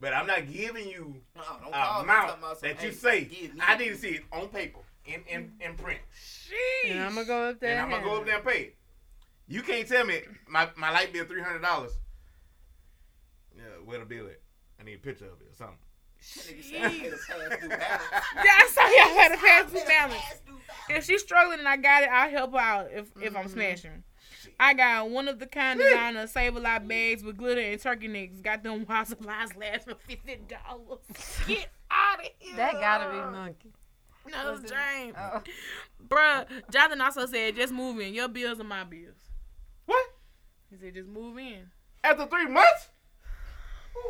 Speaker 6: But I'm not giving you
Speaker 5: No, don't
Speaker 6: a
Speaker 5: call me
Speaker 6: amount
Speaker 5: talking about some,
Speaker 6: that you
Speaker 5: hey,
Speaker 6: say.
Speaker 5: give me
Speaker 6: I
Speaker 5: that.
Speaker 6: need to see it on paper, in in, in print,
Speaker 3: Sheesh.
Speaker 4: And I'm gonna go up there.
Speaker 6: and I'm gonna go
Speaker 4: have
Speaker 6: up
Speaker 4: it.
Speaker 6: there and pay it. You can't tell me my, my light bill three hundred dollars. Yeah, where the bill at? I need a picture of it or something.
Speaker 5: That nigga said I made a pass through balance.
Speaker 3: Yeah, I saw y'all had a
Speaker 5: I
Speaker 3: pass
Speaker 5: made
Speaker 3: through
Speaker 5: a
Speaker 3: balance.
Speaker 5: pass through balance.
Speaker 3: If she's struggling and I got it, I'll help her out if, if
Speaker 6: Mm-hmm.
Speaker 3: I'm smashing. I got one of the kind designer save a lot bags with glitter and turkey necks. Got them while supplies last for fifty dollars. Get out of here.
Speaker 4: That gotta be monkey.
Speaker 3: No,
Speaker 4: was it-
Speaker 3: James.
Speaker 4: Oh.
Speaker 3: Bruh, Jonathan also said just move in. Your bills are my bills.
Speaker 6: What?
Speaker 3: He said just move in.
Speaker 6: After three months?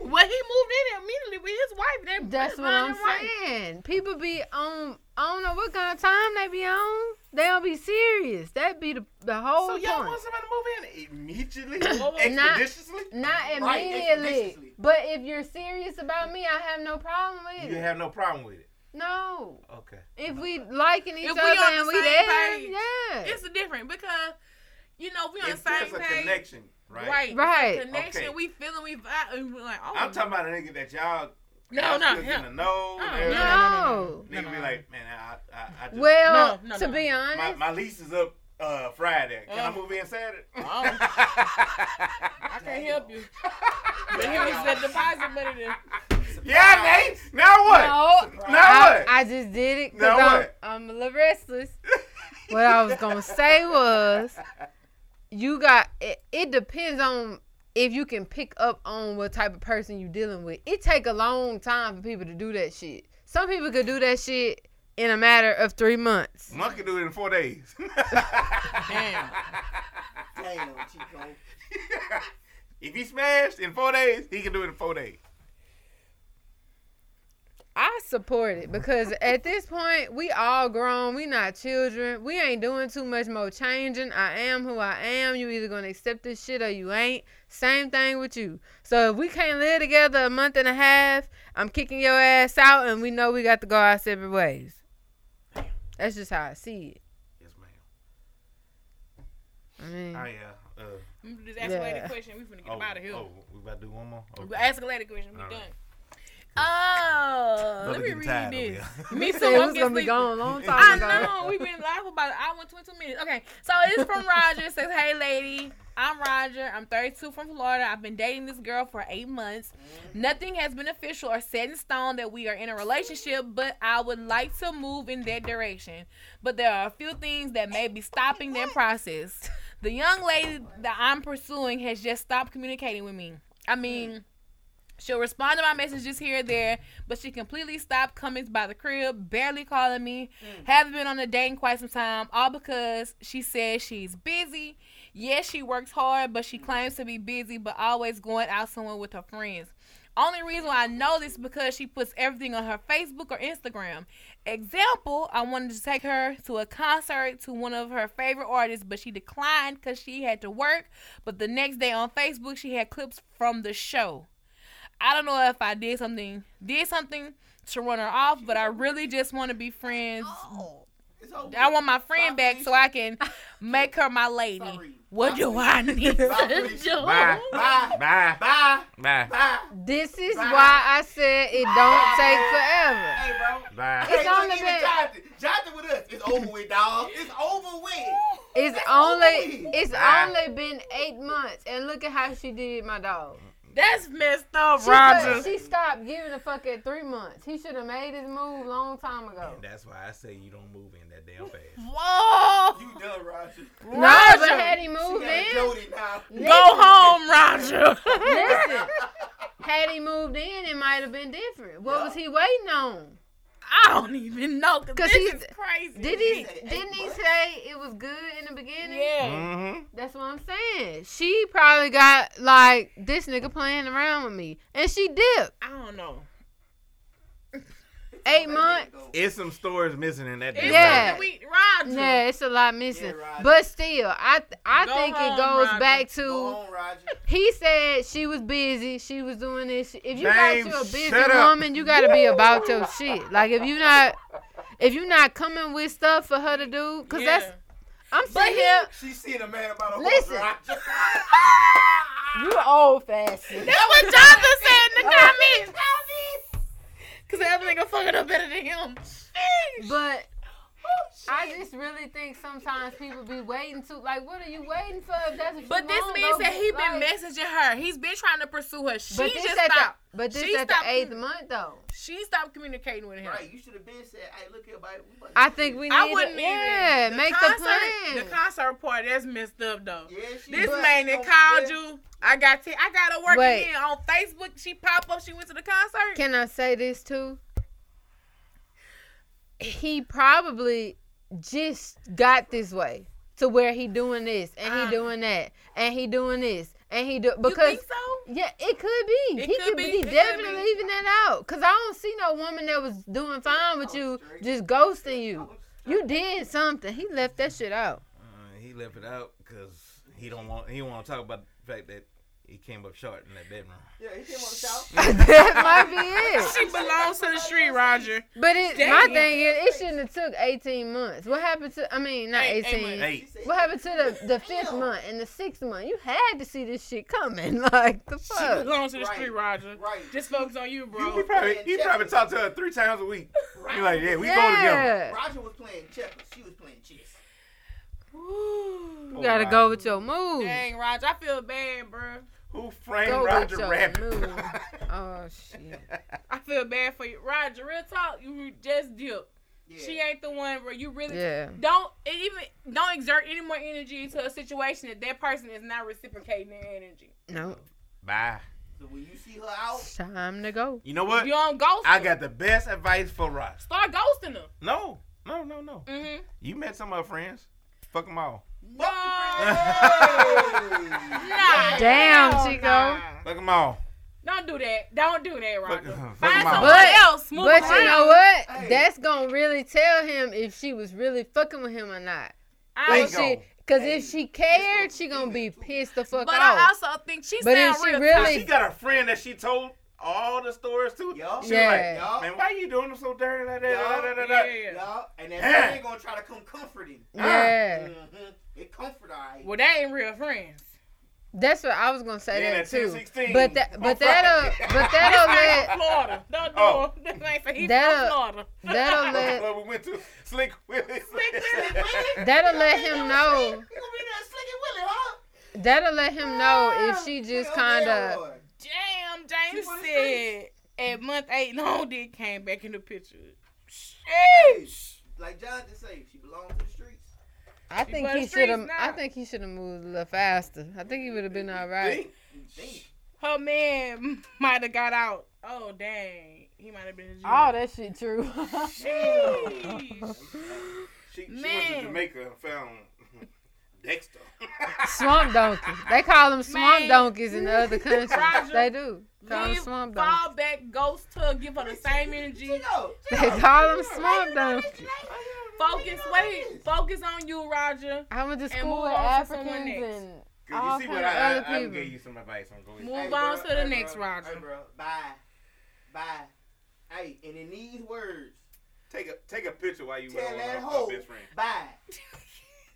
Speaker 3: Well, he moved in immediately with his wife. They
Speaker 4: That's
Speaker 3: they
Speaker 4: what
Speaker 3: found
Speaker 4: I'm
Speaker 3: him right.
Speaker 4: saying. People be on. I don't know what kind of time they be on. They don't be serious. That be the the whole
Speaker 6: So y'all
Speaker 4: point.
Speaker 6: want somebody to move in immediately,
Speaker 4: Not-
Speaker 6: expeditiously?
Speaker 4: Not
Speaker 5: Right,
Speaker 4: immediately.
Speaker 5: expeditiously.
Speaker 4: but if you're serious about me, I have no problem with
Speaker 6: You
Speaker 4: it.
Speaker 6: have no problem with it.
Speaker 4: no.
Speaker 6: Okay.
Speaker 4: If we liking each
Speaker 3: If we
Speaker 4: other
Speaker 3: on the
Speaker 4: and we
Speaker 3: same
Speaker 4: there,
Speaker 3: page,
Speaker 4: yeah.
Speaker 3: It's different because you know we on
Speaker 6: If
Speaker 3: the same
Speaker 6: there's a
Speaker 3: page.
Speaker 6: connection, right?
Speaker 3: Right, It's a
Speaker 4: Right.
Speaker 3: Connection.
Speaker 6: Okay.
Speaker 3: We feeling. We vibe. And we're like, oh,
Speaker 6: I'm talking about a nigga that y'all
Speaker 3: no,
Speaker 6: y'all
Speaker 3: no,
Speaker 6: still
Speaker 3: no,
Speaker 6: getting to know.
Speaker 3: no,
Speaker 6: and
Speaker 3: no,
Speaker 6: everything.
Speaker 4: no.
Speaker 6: Nigga
Speaker 3: no,
Speaker 6: be
Speaker 3: no.
Speaker 6: like, man, I, I, I just,
Speaker 4: Well,
Speaker 3: No, no,
Speaker 4: to
Speaker 3: no.
Speaker 4: be
Speaker 6: my,
Speaker 4: honest,
Speaker 6: my lease is up uh, Friday. Can
Speaker 3: Oh.
Speaker 6: I move in Saturday?
Speaker 3: I can't help you. But here is the deposit money. Then.
Speaker 6: yeah, Nate. Now what?
Speaker 4: no.
Speaker 6: Now
Speaker 4: I,
Speaker 6: what?
Speaker 4: I just did it
Speaker 6: Now
Speaker 4: because I'm,
Speaker 6: what?
Speaker 4: I'm I'm a little restless. what I was gonna say was, you got it, it depends on if you can pick up on what type of person you dealing with. It take a long time for people to do that shit. Some people could do that shit in a matter of three months.
Speaker 6: Monk can do it in four days.
Speaker 1: Damn.
Speaker 5: Damn, Chico.
Speaker 6: if he smashed in four days, he can do it in four days.
Speaker 4: I support it because at this point we all grown. We not children. We ain't doing too much more changing. I am who I am. You either gonna accept this shit or you ain't. Same thing with you. So if we can't live together a month and a half, I'm kicking your ass out, and we know we got to go our separate ways. That's just how I see it.
Speaker 6: Yes, ma'am.
Speaker 4: I
Speaker 3: Mm.
Speaker 4: mean,
Speaker 6: Oh yeah. Uh,
Speaker 3: Just ask a
Speaker 4: Yeah.
Speaker 3: later question. We finna get
Speaker 6: oh,
Speaker 3: him out of here.
Speaker 6: oh, we about to do one more.
Speaker 3: We Ask a later question. We
Speaker 6: All
Speaker 3: done.
Speaker 6: right.
Speaker 3: Oh,
Speaker 6: Brother
Speaker 3: let me
Speaker 6: getting tired
Speaker 3: read
Speaker 6: over
Speaker 3: this.
Speaker 6: here.
Speaker 3: Me
Speaker 4: Said
Speaker 3: too.
Speaker 4: we
Speaker 3: I'm
Speaker 4: was
Speaker 3: getting
Speaker 4: gonna be
Speaker 3: sleepy.
Speaker 4: gone a long time
Speaker 3: I
Speaker 4: ago.
Speaker 3: know. We've been live for about an hour and 22 minutes. Okay, so it's from Roger. It says, Hey, lady. I'm Roger. I'm 32 from Florida. I've been dating this girl for eight months. Nothing has been official or set in stone that we are in a relationship, but I would like to move in that direction. But there are a few things that may be stopping that process. The young lady that I'm pursuing has just stopped communicating with me. I mean, she'll respond to my messages here and there, but she completely stopped coming by the crib, barely calling me. Haven't been on a date in quite some time, all because she says she's busy. Yes, she works hard, but she claims to be busy, but always going out somewhere with her friends. Only reason why I know this is because she puts everything on her Facebook or Instagram. Example, I wanted to take her to a concert to one of her favorite artists, but she declined because she had to work. But the next day on Facebook, she had clips from the show. I don't know if I did something did something to run her off, but I really just want to be friends.
Speaker 5: It's over.
Speaker 3: I want my friend back so I can make her my lady. What do I need to do?
Speaker 6: Bye.
Speaker 5: Bye.
Speaker 6: Bye.
Speaker 5: Bye.
Speaker 6: Bye.
Speaker 5: Bye.
Speaker 4: this is
Speaker 5: Bye.
Speaker 4: why I said it don't take forever.
Speaker 5: Hey, bro.
Speaker 6: Bye.
Speaker 4: It's
Speaker 5: Hey,
Speaker 4: on
Speaker 5: look,
Speaker 4: the
Speaker 5: even
Speaker 4: bed.
Speaker 5: Jonathan. Jonathan with us. It's over with, dog. It's over with.
Speaker 4: It's
Speaker 5: That's
Speaker 4: only
Speaker 5: over with.
Speaker 4: it's
Speaker 6: Ah.
Speaker 4: only been eight months, and look at how she did my dog.
Speaker 3: That's messed up,
Speaker 4: She,
Speaker 3: Roger.
Speaker 4: could- she stopped giving a fuck at three months. He should have made his move long time ago.
Speaker 6: And that's why I say you don't move in that damn fast.
Speaker 3: Whoa,
Speaker 5: You done, Roger.
Speaker 4: No,
Speaker 3: Roger.
Speaker 4: but had he
Speaker 5: She
Speaker 4: moved
Speaker 5: got
Speaker 4: in,
Speaker 5: Jody now.
Speaker 4: listen,
Speaker 3: go home, Roger.
Speaker 4: Listen, had he moved in, it might have been different. What was he waiting on?
Speaker 3: I don't even know because
Speaker 4: 'Cause
Speaker 3: this
Speaker 4: he's-
Speaker 3: is crazy.
Speaker 4: Did he?
Speaker 5: said eight
Speaker 4: Didn't he
Speaker 5: months.
Speaker 4: say it was good in the beginning?
Speaker 3: Yeah.
Speaker 6: Mm-hmm.
Speaker 4: That's what I'm saying. She probably got like this nigga playing around with me, and she dipped
Speaker 3: I don't know.
Speaker 4: eight months.
Speaker 6: It's some stories missing in
Speaker 2: Mm-hmm.
Speaker 6: that. damn
Speaker 4: Yeah.
Speaker 6: bag.
Speaker 3: We, Roger.
Speaker 4: Yeah, it's a lot missing.
Speaker 5: Yeah, Roger.
Speaker 4: But still, I th- I
Speaker 3: Go
Speaker 4: think
Speaker 3: home,
Speaker 4: it goes
Speaker 3: Roger.
Speaker 4: back to
Speaker 5: Go on, Roger.
Speaker 4: he said she was busy, she was doing this. If you
Speaker 6: James,
Speaker 4: got you a busy
Speaker 6: shut up.
Speaker 4: woman, you gotta be about your shit. Like if you not if you not coming with stuff for her to do, cause that's I'm sitting here.
Speaker 5: She seen a man about a horse,
Speaker 4: Listen.
Speaker 5: Roger.
Speaker 6: Uh,
Speaker 4: You old fashioned.
Speaker 3: That's what Jonathan said in the comments. Because that nigga fucking up better than him.
Speaker 4: But
Speaker 3: Oh,
Speaker 4: I just really think sometimes people be waiting to like, what are you waiting for? If that's what you
Speaker 3: But this
Speaker 4: want,
Speaker 3: man
Speaker 4: go
Speaker 3: said
Speaker 4: get-
Speaker 3: he been
Speaker 4: like-
Speaker 3: messaging her. He's been trying to pursue her. She
Speaker 4: But this
Speaker 3: just
Speaker 4: at
Speaker 3: stopped.
Speaker 4: the but this
Speaker 3: She
Speaker 4: at the
Speaker 3: stopped-
Speaker 4: eighth month though.
Speaker 3: She stopped communicating with him.
Speaker 5: Right, you should have been said, hey, look here, baby. we about to
Speaker 4: I
Speaker 5: do
Speaker 4: think
Speaker 5: this."
Speaker 4: we need
Speaker 3: I
Speaker 4: to-
Speaker 3: wouldn't
Speaker 4: yeah,
Speaker 3: even.
Speaker 4: make
Speaker 3: concert,
Speaker 4: the plan.
Speaker 3: The concert part, that's messed up though.
Speaker 5: Yeah, she
Speaker 3: This
Speaker 5: was.
Speaker 3: man that
Speaker 5: Don't
Speaker 3: called
Speaker 5: feel-
Speaker 3: you, I got t- I got to work
Speaker 4: Wait.
Speaker 3: again on Facebook. She pop up. She went to the concert.
Speaker 4: Can I say this too? He probably just got this way to where he doing this and he
Speaker 3: Uh.
Speaker 4: doing that and he doing this and he do
Speaker 3: you
Speaker 4: because
Speaker 3: think so?
Speaker 4: yeah, it could be.
Speaker 3: It
Speaker 4: he
Speaker 3: could
Speaker 4: could
Speaker 3: be.
Speaker 4: be.
Speaker 3: It
Speaker 4: He
Speaker 3: could
Speaker 4: definitely
Speaker 3: be.
Speaker 4: leaving that out. Cause I don't see no woman that was doing fine
Speaker 3: Oh,
Speaker 4: with you just ghosting you. You did something. He left that shit out.
Speaker 6: Uh, he left it out because he don't want he want to talk about the fact that he came up short in that bedroom.
Speaker 5: Yeah, he came on the south.
Speaker 4: that might be it.
Speaker 3: She belongs to the street, Roger.
Speaker 4: But it, my
Speaker 3: Damn.
Speaker 4: thing is, it shouldn't have took 18 months. What happened to, I mean, not
Speaker 3: Eight- eight
Speaker 4: 18.
Speaker 3: months.
Speaker 6: Hey,
Speaker 5: She said,
Speaker 4: What happened to the, the fifth month and the sixth month? You had to see this shit coming. Like, the
Speaker 3: She
Speaker 4: fuck?
Speaker 3: belongs to the
Speaker 5: Right.
Speaker 3: street, Roger.
Speaker 5: Right.
Speaker 3: Just focus on you, bro.
Speaker 6: he probably he probably talked to her three times a week. He like, yeah, we going together.
Speaker 4: Yeah.
Speaker 5: Roger was playing checkers. She was playing chess.
Speaker 3: Ooh.
Speaker 4: You gotta go with your move.
Speaker 3: Dang, Roger, I feel bad, bro.
Speaker 6: Who framed
Speaker 4: Go
Speaker 6: Roger
Speaker 4: with your
Speaker 6: Rabbit?
Speaker 4: move. Oh, shit.
Speaker 3: I feel bad for you, Roger. Real talk, you just dipped.
Speaker 5: Yeah.
Speaker 3: She ain't the one where you really
Speaker 4: Yeah.
Speaker 3: don't and even don't exert any more energy into a situation that that person is not reciprocating their energy.
Speaker 4: Nope.
Speaker 2: Bye.
Speaker 5: So when you see her out,
Speaker 4: Time to go.
Speaker 2: You know what?
Speaker 3: You don't ghost.
Speaker 2: I
Speaker 3: them.
Speaker 2: got the best advice for Ross.
Speaker 3: start ghosting them.
Speaker 2: No, no, no, no.
Speaker 3: Mm-hmm.
Speaker 2: You met some of her friends. Fuck them all.
Speaker 5: hey!
Speaker 3: Nah.
Speaker 4: Damn,
Speaker 3: hell
Speaker 4: Chico.
Speaker 3: nah.
Speaker 2: Fuck them all.
Speaker 3: Don't do that. Don't do that, Roger.
Speaker 2: Fuck- fuck
Speaker 3: Find
Speaker 2: him out.
Speaker 3: someone
Speaker 4: But-
Speaker 3: else. Move
Speaker 4: But
Speaker 3: around.
Speaker 4: you know what?
Speaker 5: Hey.
Speaker 4: That's gonna really tell him if she was really fucking with him or not.
Speaker 3: I,
Speaker 4: If
Speaker 2: Thank
Speaker 4: she,
Speaker 2: Bingo.
Speaker 4: cause
Speaker 5: Hey,
Speaker 4: if she
Speaker 5: gonna
Speaker 4: cared, she
Speaker 5: be
Speaker 4: gonna be
Speaker 5: good, too.
Speaker 4: pissed the fuck
Speaker 3: but I
Speaker 4: off.
Speaker 3: also think she
Speaker 4: But
Speaker 3: sound
Speaker 4: if she
Speaker 3: real
Speaker 4: really-
Speaker 3: toxic.
Speaker 2: She got a friend that she told all the stories to.
Speaker 5: Yup.
Speaker 2: She
Speaker 4: Yeah.
Speaker 2: was like, man, why you doing them so dirty like that?
Speaker 5: Yup.
Speaker 2: Da, da, da, da.
Speaker 3: Yeah.
Speaker 5: Yup. And that
Speaker 2: Yeah.
Speaker 5: friend gonna try to come comfort him.
Speaker 4: yeah,
Speaker 5: Mm-hmm. It comfort alright.
Speaker 3: Well, that ain't real friends.
Speaker 4: that's what I was gonna say
Speaker 2: Then
Speaker 4: that
Speaker 2: at
Speaker 4: too.
Speaker 2: 2:16
Speaker 4: But that,
Speaker 2: on
Speaker 4: but that'll,
Speaker 2: Friday.
Speaker 4: but that'll
Speaker 3: Ain't
Speaker 4: let,
Speaker 3: Florida. Don't do
Speaker 2: Oh.
Speaker 3: it. This ain't for he's
Speaker 4: That'll-
Speaker 3: from Florida.
Speaker 4: that'll
Speaker 2: That's
Speaker 4: let,
Speaker 2: what we went to. Slick Willie.
Speaker 5: Slick Willie?
Speaker 4: that'll let him
Speaker 5: You
Speaker 4: know.
Speaker 5: gonna be there slicking Willie, huh? Ah,
Speaker 4: That'll let him know if she just
Speaker 5: Hell
Speaker 4: kind
Speaker 5: yeah,
Speaker 4: of.
Speaker 5: Lord.
Speaker 3: Damn,
Speaker 5: She
Speaker 3: James
Speaker 5: wanna
Speaker 3: said at month eight, no dick came back in the picture.
Speaker 5: Sheesh. Like Jonathan say, she belongs to the streets.
Speaker 4: I
Speaker 3: She
Speaker 4: think
Speaker 3: by the
Speaker 4: he should have.
Speaker 3: streets now.
Speaker 4: I think he should have moved a little faster. I think he would have been all right.
Speaker 5: You think?
Speaker 3: Her man might have got out. Oh dang, he might have been. in jail.
Speaker 4: that shit true.
Speaker 3: Sheesh.
Speaker 2: She, she went to
Speaker 3: Man.
Speaker 2: Jamaica and found Dexter.
Speaker 4: swamp donkeys. They call them swamp
Speaker 3: Man.
Speaker 4: donkeys in the other countries.
Speaker 3: Roger,
Speaker 4: they do. Call them
Speaker 3: Leave,
Speaker 4: swamp donkeys.
Speaker 3: fall back, ghost tug, give her the same energy.
Speaker 5: Chico,
Speaker 4: They
Speaker 5: Chico.
Speaker 4: call them swamp donkeys.
Speaker 3: Focus, wait, focus on you, Roger.
Speaker 4: I went to
Speaker 3: move
Speaker 4: school with
Speaker 3: on to someone
Speaker 4: Africans
Speaker 3: next.
Speaker 4: and
Speaker 2: Cause
Speaker 4: all
Speaker 2: you see
Speaker 4: kind
Speaker 2: what
Speaker 4: of
Speaker 2: I,
Speaker 4: other
Speaker 2: I, I
Speaker 4: people.
Speaker 2: gave you some advice on going.
Speaker 3: Move
Speaker 5: Hey,
Speaker 3: on
Speaker 5: bruh,
Speaker 3: to the
Speaker 5: hey,
Speaker 3: next,
Speaker 5: bruh,
Speaker 3: Roger.
Speaker 5: Hey, bruh, Bye. Bye. Hey, and in these words,
Speaker 2: Take a take a picture while you with
Speaker 5: tell
Speaker 2: one
Speaker 5: that
Speaker 2: of uh, my-
Speaker 5: hoe,
Speaker 2: my best friend.
Speaker 5: bye.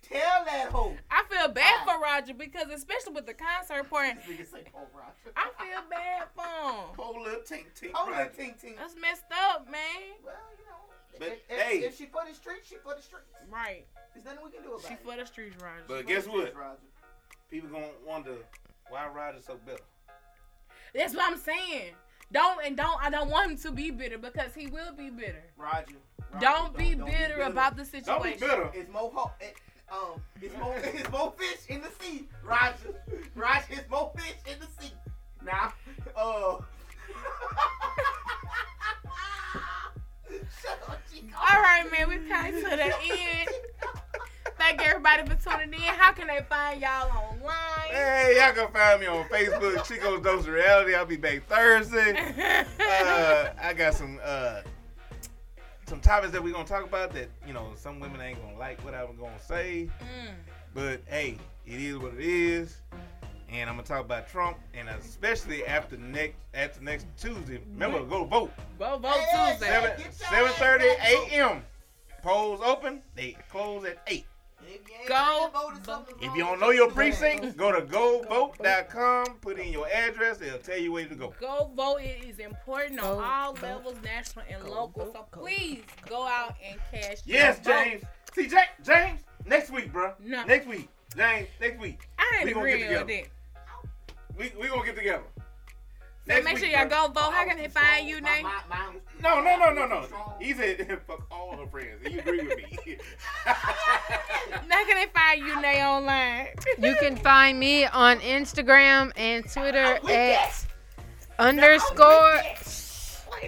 Speaker 5: tell that hoe.
Speaker 3: I feel bad for Roger because, especially with the concert part,
Speaker 5: This nigga say, oh, Roger.
Speaker 3: I feel bad for him.
Speaker 2: Whole little tink tink.
Speaker 5: Oh,
Speaker 2: project.
Speaker 5: that ting ting.
Speaker 3: That's messed up, man.
Speaker 5: Well, you know,
Speaker 2: But,
Speaker 5: if, if-
Speaker 2: hey.
Speaker 5: if she for the streets, she for the streets.
Speaker 3: Right.
Speaker 5: There's nothing we can do about
Speaker 3: She
Speaker 5: it.
Speaker 3: for the streets, Roger.
Speaker 2: But
Speaker 5: For
Speaker 2: guess
Speaker 5: the
Speaker 2: what?
Speaker 5: streets, Roger.
Speaker 2: People gonna wonder why Roger's so bitter.
Speaker 3: That's what I'm saying. Don't and don't. I don't want him to be bitter because he will be bitter.
Speaker 5: Roger. Roger,
Speaker 3: Don't be bitter about the
Speaker 2: Don't be
Speaker 3: situation.
Speaker 2: bitter.
Speaker 5: It's more ho- it, um, it's more, it's more fish in the sea, Roger. Roger, it's more fish in the sea. Now, uh. Shut up, Chico.
Speaker 3: All right, man. We've come to the end. Thank everybody for tuning in. How can they find y'all online?
Speaker 2: Hey, y'all can find me on Facebook, Chico's Dose of Reality. I'll be back Thursday. Uh, I got some uh, some topics that we're gonna talk about that you know some women ain't gonna like what I'm gonna say,
Speaker 3: Mm.
Speaker 2: but hey, it is what it is. And I'm gonna talk about Trump, and especially after next after next Tuesday. Remember, go vote.
Speaker 3: Vote, vote
Speaker 5: Hey,
Speaker 3: Tuesday.
Speaker 2: Seven
Speaker 5: Get your ass
Speaker 2: seven thirty
Speaker 5: back.
Speaker 2: a.m. Polls open. They close at eight.
Speaker 5: And if you ain't
Speaker 3: Go
Speaker 5: voted,
Speaker 3: vote.
Speaker 5: something's
Speaker 2: If
Speaker 5: wrong
Speaker 2: you don't
Speaker 5: with
Speaker 2: know your
Speaker 5: Chico.
Speaker 2: precinct, go to govote.com, put in your address, they'll tell you where to go.
Speaker 3: Go vote. It is important on
Speaker 4: Go
Speaker 3: all
Speaker 4: vote.
Speaker 3: levels, national and
Speaker 4: Go
Speaker 3: local.
Speaker 4: vote.
Speaker 3: So
Speaker 4: Go
Speaker 3: please go out and cash.
Speaker 2: Yes,
Speaker 3: your vote.
Speaker 2: James. See, Ja- James, next week, bro.
Speaker 3: No.
Speaker 2: Next week. James, next week.
Speaker 3: I ain't
Speaker 2: We gonna get
Speaker 3: agreeing with
Speaker 2: together.
Speaker 3: that.
Speaker 2: We we gonna get together.
Speaker 3: So
Speaker 2: Next
Speaker 3: make sure
Speaker 2: week,
Speaker 3: y'all
Speaker 2: bro.
Speaker 3: go vote. How
Speaker 5: Mine
Speaker 3: can
Speaker 5: was
Speaker 3: they
Speaker 5: too
Speaker 3: find
Speaker 5: strong.
Speaker 3: you,
Speaker 5: My-
Speaker 3: Nate?
Speaker 5: my- mine was-
Speaker 2: No, no, no, no,
Speaker 5: mine was
Speaker 2: no.
Speaker 5: too strong.
Speaker 2: He said, fuck all her friends. And you agree with me.
Speaker 3: How can they find you, Nate, online?
Speaker 4: You can find me on Instagram and Twitter
Speaker 5: With
Speaker 4: at
Speaker 5: that,
Speaker 4: underscore.
Speaker 3: Wait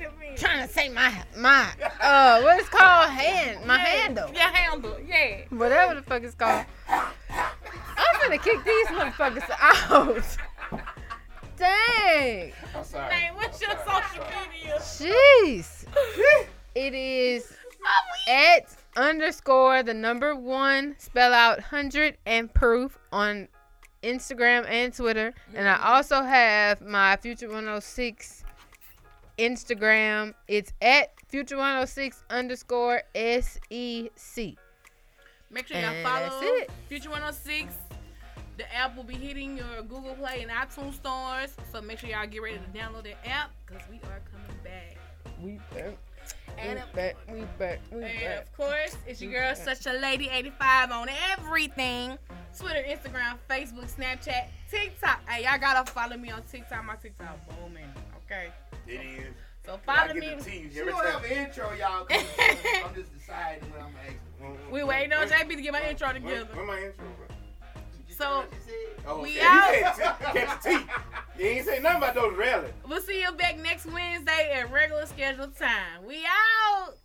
Speaker 3: a minute.
Speaker 4: Trying to say my my uh what it's called hand my
Speaker 3: Yeah,
Speaker 4: handle
Speaker 3: Your handle, yeah.
Speaker 4: whatever the fuck it's called. I'm gonna kick these motherfuckers out. Dang.
Speaker 2: I'm sorry.
Speaker 3: Nate, what's your social media?
Speaker 4: Jeez. It is
Speaker 3: Oh,
Speaker 4: at underscore the number one spell out hundred and proof on Instagram and Twitter. And
Speaker 3: Mm-hmm.
Speaker 4: I also have my Future 106 Instagram. It's at Future 106 underscore E SEC.
Speaker 3: Make sure y'all
Speaker 4: And
Speaker 3: follow
Speaker 4: that's it.
Speaker 3: Future 106. The app will be hitting your Google Play and iTunes stores. So make sure y'all get ready to download the app because we are coming back.
Speaker 4: We back,
Speaker 3: And of,
Speaker 4: back, we back, we
Speaker 3: and of course, it's your girl, Such a Lady 85 on everything Twitter, Instagram, Facebook, Snapchat, TikTok. Hey, y'all gotta follow me on TikTok. My TikTok booming, okay?
Speaker 2: It is.
Speaker 3: So
Speaker 2: I
Speaker 3: follow
Speaker 2: get the
Speaker 3: me.
Speaker 2: tease
Speaker 5: She
Speaker 2: every
Speaker 5: don't
Speaker 2: time.
Speaker 5: have an intro, y'all. 'cause I'm just deciding what I'm gonna ask.
Speaker 3: We waiting on
Speaker 2: When-
Speaker 3: JB to get my intro
Speaker 2: when-
Speaker 3: together.
Speaker 2: When my intro, bro?
Speaker 5: You just
Speaker 3: So-
Speaker 5: heard what you said?
Speaker 2: Oh,
Speaker 3: We
Speaker 2: okay. You
Speaker 3: out.
Speaker 2: said t- catch the teeth. You ain't say nothing about those rallies.
Speaker 3: We'll see you back next Wednesday at regular scheduled time. We out.